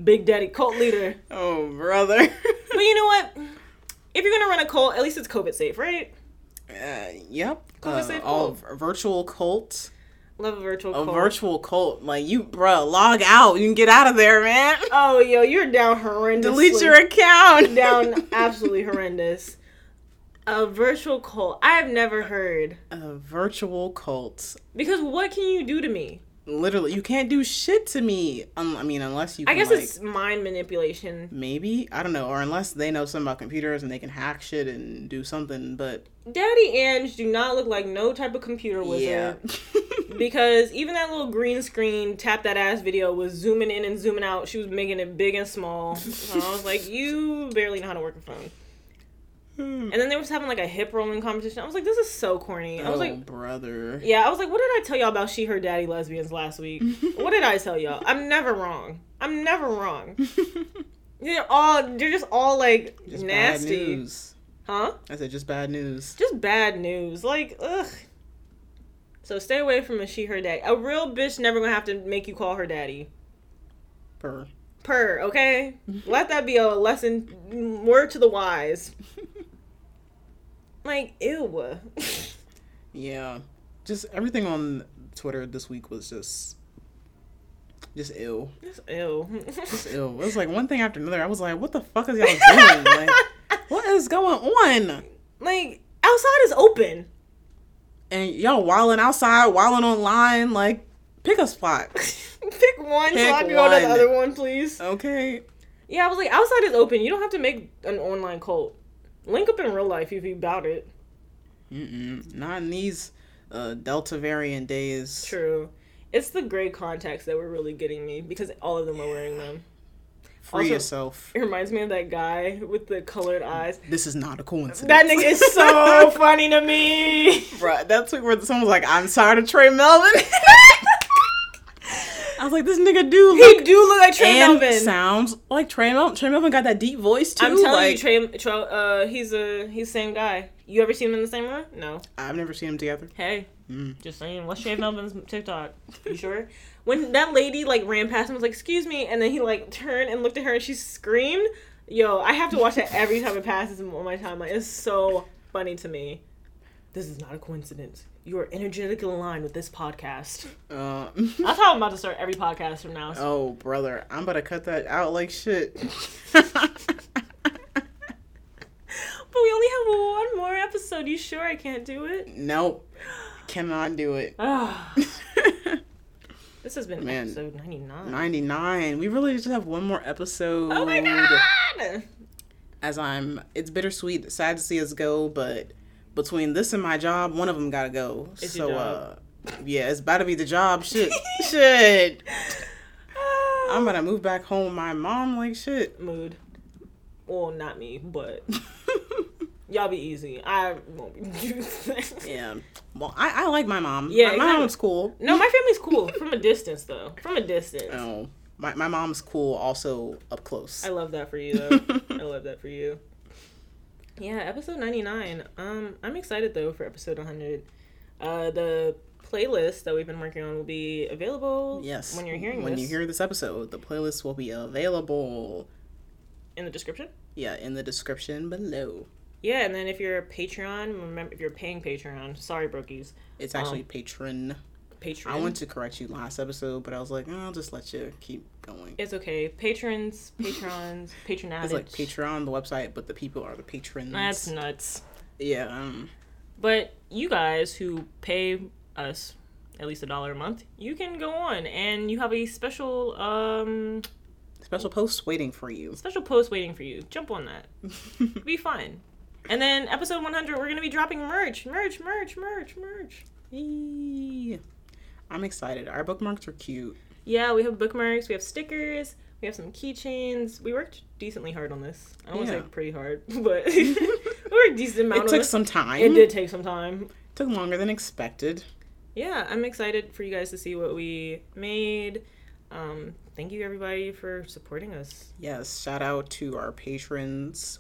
[SPEAKER 7] Big Daddy cult leader.
[SPEAKER 3] oh brother.
[SPEAKER 7] but you know what? If you're gonna run a cult, at least it's COVID safe, right?
[SPEAKER 3] Uh, yep.
[SPEAKER 7] Call it
[SPEAKER 3] Uh,
[SPEAKER 7] safe
[SPEAKER 3] all
[SPEAKER 7] cult.
[SPEAKER 3] v- virtual cult.
[SPEAKER 7] Love a virtual
[SPEAKER 3] A
[SPEAKER 7] cult.
[SPEAKER 3] virtual cult. Like you, bruh, log out. You can get out of there, man.
[SPEAKER 7] oh yo, you're down horrendous.
[SPEAKER 3] Delete your account.
[SPEAKER 7] down absolutely horrendous. A virtual cult. I have never heard.
[SPEAKER 3] A virtual cult.
[SPEAKER 7] Because what can you do to me?
[SPEAKER 3] Literally, you can't do shit to me. Um, I mean, unless you.
[SPEAKER 7] I
[SPEAKER 3] can,
[SPEAKER 7] guess
[SPEAKER 3] like,
[SPEAKER 7] it's mind manipulation.
[SPEAKER 3] maybe I don't know, or unless they know something about computers and they can hack shit and do something. But
[SPEAKER 7] Daddy Ange do not look like no type of computer wizard.
[SPEAKER 3] yeah,
[SPEAKER 7] because even that little green screen tap that ass video was zooming in and zooming out. She was making it big and small. So I was like, you barely know how to work a phone.
[SPEAKER 3] Hmm.
[SPEAKER 7] And then they was having like a hip rolling competition. I was like, this is so corny. I
[SPEAKER 3] oh
[SPEAKER 7] was like,
[SPEAKER 3] brother,
[SPEAKER 7] yeah, I was like, what did I tell y'all about she her daddy lesbians last week? what did I tell y'all? I'm never wrong. I'm never wrong. they're all they're just all like
[SPEAKER 3] Just Bad
[SPEAKER 7] nasty,
[SPEAKER 3] news.
[SPEAKER 7] huh?
[SPEAKER 3] I said just bad news.
[SPEAKER 7] just bad news. Like, ugh. So stay away from a she, her daddy. A real bitch never gonna have to make you call her daddy.
[SPEAKER 3] Purr.
[SPEAKER 7] Purr, okay? Let that be a lesson, word to the wise. Like, ew.
[SPEAKER 3] Yeah, just everything on Twitter this week was just, just ill.
[SPEAKER 7] Just ew.
[SPEAKER 3] Ew. It was like one thing after another. I was like, what the fuck is y'all doing? Like, what is going on?
[SPEAKER 7] like, outside is open.
[SPEAKER 3] And y'all wilding outside, wilding online, like, pick a spot.
[SPEAKER 7] Pick one
[SPEAKER 3] Pick
[SPEAKER 7] so I can go to the
[SPEAKER 3] one.
[SPEAKER 7] other one, please.
[SPEAKER 3] Okay.
[SPEAKER 7] Yeah, I was like, outside is open. You don't have to make an online cult. Link up in real life if you bout it.
[SPEAKER 3] Not in these uh, Delta variant days.
[SPEAKER 7] True. It's the gray contacts that were really getting me because all of them were wearing them.
[SPEAKER 3] Free
[SPEAKER 7] Also-
[SPEAKER 3] yourself.
[SPEAKER 7] It reminds me of that guy with the colored eyes.
[SPEAKER 3] This is not a coincidence.
[SPEAKER 7] That nigga is so funny to me.
[SPEAKER 3] Bruh, that's like where someone was like, I'm tired of Trey Melvin. I was like, this nigga do
[SPEAKER 7] He
[SPEAKER 3] look
[SPEAKER 7] do look like Trey
[SPEAKER 3] and
[SPEAKER 7] Melvin.
[SPEAKER 3] sounds like Trey Melvin. Trey Melvin got that deep voice too.
[SPEAKER 7] I'm telling
[SPEAKER 3] like,
[SPEAKER 7] you, Trey, Trey, uh, he's a he's same guy. You ever seen him in the same room? No.
[SPEAKER 3] I've never seen them together.
[SPEAKER 7] Hey,
[SPEAKER 3] Mm.
[SPEAKER 7] just saying. What's Trey Melvin's TikTok? You sure? When that lady like ran past him, was like, "Excuse me," and then he like turned and looked at her, and she screamed. Yo, I have to watch that every time it passes on my timeline. It's so funny to me. This is not a coincidence. You are energetically aligned with this podcast.
[SPEAKER 3] Uh,
[SPEAKER 7] That's how I'm about to start every podcast from now. So.
[SPEAKER 3] Oh, brother, I'm about to cut that out like shit.
[SPEAKER 7] But we only have one more episode. You sure I can't do it?
[SPEAKER 3] nope, cannot do it.
[SPEAKER 7] Ah, this has been
[SPEAKER 3] Man.
[SPEAKER 7] episode 99.
[SPEAKER 3] 99. We really just have one more episode.
[SPEAKER 7] Oh my god!
[SPEAKER 3] As I'm, it's bittersweet, sad to see us go, but between this and my job, one of them gotta go.
[SPEAKER 7] It's
[SPEAKER 3] so,
[SPEAKER 7] your job.
[SPEAKER 3] uh, yeah, it's about to be the job. Shit, shit. I'm gonna move back home. with My mom, like shit.
[SPEAKER 7] mood. Well, not me, but y'all be easy. I won't be.
[SPEAKER 3] yeah. Well, I, I like my mom.
[SPEAKER 7] Yeah,
[SPEAKER 3] my,
[SPEAKER 7] exactly.
[SPEAKER 3] my mom's cool.
[SPEAKER 7] No, my family's cool from a distance, though. From a distance.
[SPEAKER 3] No, my my mom's cool. Also up close.
[SPEAKER 7] I love that for you, though. I love that for you. Yeah, episode 99. Um, I'm excited, though, for episode 100. Uh, the playlist that we've been working on will be available
[SPEAKER 3] Yes.
[SPEAKER 7] when you're hearing
[SPEAKER 3] when
[SPEAKER 7] this
[SPEAKER 3] you hear this episode, the playlist will be available.
[SPEAKER 7] in the description.
[SPEAKER 3] Yeah, in the description below.
[SPEAKER 7] Yeah, and then if you're a Patreon, remember if you're paying Patreon, sorry, brokies,
[SPEAKER 3] It's actually patron.
[SPEAKER 7] Patreon.
[SPEAKER 3] I went to correct you last episode, but I was like, "Oh, I'll just let you keep going.
[SPEAKER 7] It's okay. Patrons, patrons, patronage.
[SPEAKER 3] It's like Patreon, the website, but the people are the patrons.
[SPEAKER 7] That's nuts.
[SPEAKER 3] yeah. Um,
[SPEAKER 7] But you guys who pay us at least a dollar a month, you can go on and you have a special um
[SPEAKER 3] special posts waiting for you.
[SPEAKER 7] special post waiting for you. Jump on that. It'll be fun. And then episode 100, we're going to be dropping merch, merch, merch, merch, merch.
[SPEAKER 3] Yee. I'm excited. Our bookmarks are cute.
[SPEAKER 7] Yeah, we have bookmarks, we have stickers, we have some keychains. We worked decently hard on this. I don't want to
[SPEAKER 3] Yeah.
[SPEAKER 7] say pretty hard, but we worked a decent amount
[SPEAKER 3] It
[SPEAKER 7] on
[SPEAKER 3] took
[SPEAKER 7] this.
[SPEAKER 3] some time.
[SPEAKER 7] it did take some time.
[SPEAKER 3] Took longer than expected.
[SPEAKER 7] yeah, I'm excited for you guys to see what we made. Um, thank you everybody for supporting us.
[SPEAKER 3] Yes. Shout out to our patrons.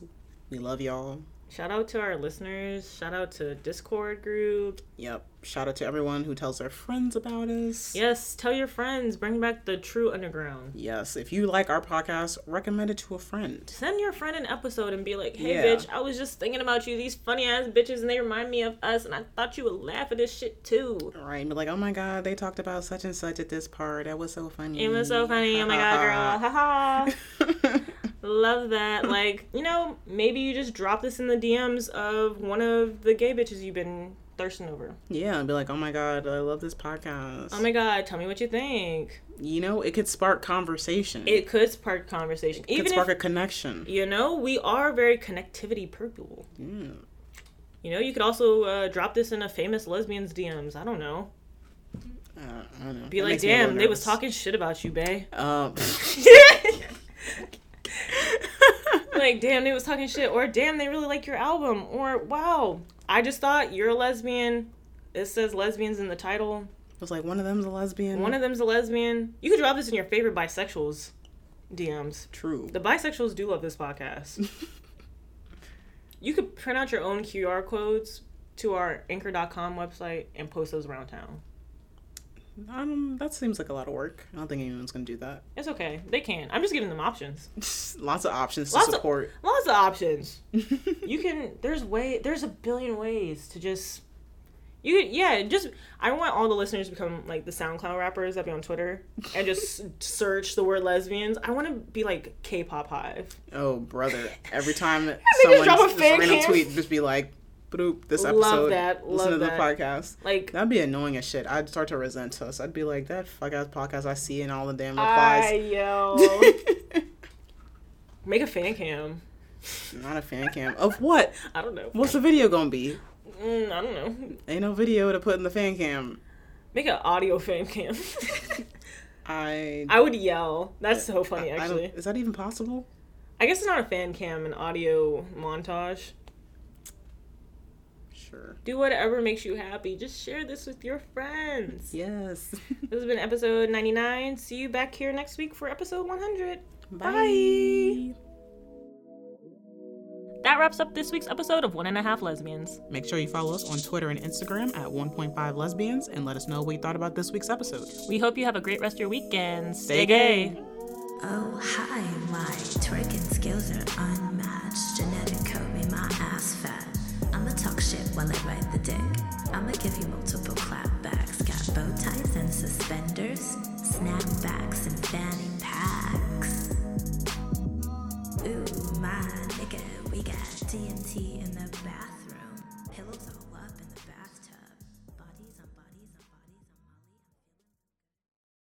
[SPEAKER 3] We love y'all.
[SPEAKER 7] Shout out to our listeners. Shout out to Discord group.
[SPEAKER 3] Yep. Shout out to everyone who tells their friends about us.
[SPEAKER 7] Yes, tell your friends. Bring back the true underground.
[SPEAKER 3] Yes. If you like our podcast, recommend it to a friend.
[SPEAKER 7] Send your friend an episode and be like, "Hey,
[SPEAKER 3] Yeah.
[SPEAKER 7] bitch, I was just thinking about you. These funny ass bitches, and they remind me of us. And I thought you would laugh at this shit too.
[SPEAKER 3] Right. And be like, oh my God, they talked about such and such at this part. That was so funny.
[SPEAKER 7] It was so funny. Oh my god, girl. Haha. Love that. Like, you know, maybe you just drop this in the DMs of one of the gay bitches you've been thirsting over.
[SPEAKER 3] Yeah, and be like, oh my god, I love this podcast.
[SPEAKER 7] Oh my god, tell me what you think.
[SPEAKER 3] you know, it could spark conversation.
[SPEAKER 7] It could spark conversation.
[SPEAKER 3] could
[SPEAKER 7] Even
[SPEAKER 3] spark
[SPEAKER 7] if,
[SPEAKER 3] a connection.
[SPEAKER 7] you know, we are very connectivity purple.
[SPEAKER 3] Yeah.
[SPEAKER 7] You know, you could also uh, drop this in a famous lesbian's DMs. I don't know.
[SPEAKER 3] Uh, I don't know.
[SPEAKER 7] Be like, damn, they was talking shit about you, bae.
[SPEAKER 3] Um,
[SPEAKER 7] like, damn, they was talking shit, or damn, they really like your album, or wow, I just thought you're a lesbian. It says lesbians in the title.
[SPEAKER 3] I was like, one of them's a lesbian.
[SPEAKER 7] One of them's a lesbian. You could drop this in your favorite bisexuals DMs.
[SPEAKER 3] true.
[SPEAKER 7] The bisexuals do love this podcast. you could print out your own QR codes to our anchor.com website and post those around town.
[SPEAKER 3] Um, that seems like a lot of work. I don't think anyone's gonna do that.
[SPEAKER 7] It's okay. They can. I'm just giving them options.
[SPEAKER 3] Lots of options to
[SPEAKER 7] Lots of-
[SPEAKER 3] support.
[SPEAKER 7] Lots of options. you can there's way there's a billion ways to just you yeah, just I want all the listeners to become like the SoundCloud rappers that be on Twitter and just search the word lesbians. I want to be like K-pop hive.
[SPEAKER 3] oh brother! Every time
[SPEAKER 7] just
[SPEAKER 3] someone
[SPEAKER 7] drop a
[SPEAKER 3] just
[SPEAKER 7] fan
[SPEAKER 3] random
[SPEAKER 7] cam.
[SPEAKER 3] tweet, just be like, "Bloop!" This episode.
[SPEAKER 7] Love that,
[SPEAKER 3] Listen
[SPEAKER 7] love
[SPEAKER 3] to
[SPEAKER 7] that.
[SPEAKER 3] the podcast.
[SPEAKER 7] Like
[SPEAKER 3] That'd be annoying as shit. I'd start to resent us. I'd be like, that fuck ass podcast I see in all the damn replies.
[SPEAKER 7] yo. Make a fan cam.
[SPEAKER 3] Not a fan cam. Of what?
[SPEAKER 7] I don't know.
[SPEAKER 3] What's the video gonna be?
[SPEAKER 7] Mm, I don't know.
[SPEAKER 3] Ain't no video to put in the fan cam.
[SPEAKER 7] Make an audio fan cam.
[SPEAKER 3] I.
[SPEAKER 7] I would yell. That's so funny,
[SPEAKER 3] I don't-
[SPEAKER 7] actually.
[SPEAKER 3] is that even possible?
[SPEAKER 7] I guess it's not a fan cam, an audio montage.
[SPEAKER 3] Sure.
[SPEAKER 7] Do whatever makes you happy. Just share this with your friends.
[SPEAKER 3] Yes.
[SPEAKER 7] This has been episode 99. See you back here next week for episode 100.
[SPEAKER 3] Bye.
[SPEAKER 7] That wraps up this week's episode of One and a Half Lesbians.
[SPEAKER 3] Make sure you follow us on Twitter and Instagram at 1.5 lesbians and let us know what you thought about this week's episode.
[SPEAKER 7] We hope you have a great rest of your weekend.
[SPEAKER 3] Stay gay.
[SPEAKER 9] Oh, hi, why? Twerking skills are unmatched. Genetic code made my ass fat. I'ma talk shit while I ride the dick. I'ma give you multiple clapbacks. Got bow ties and suspenders. Snap back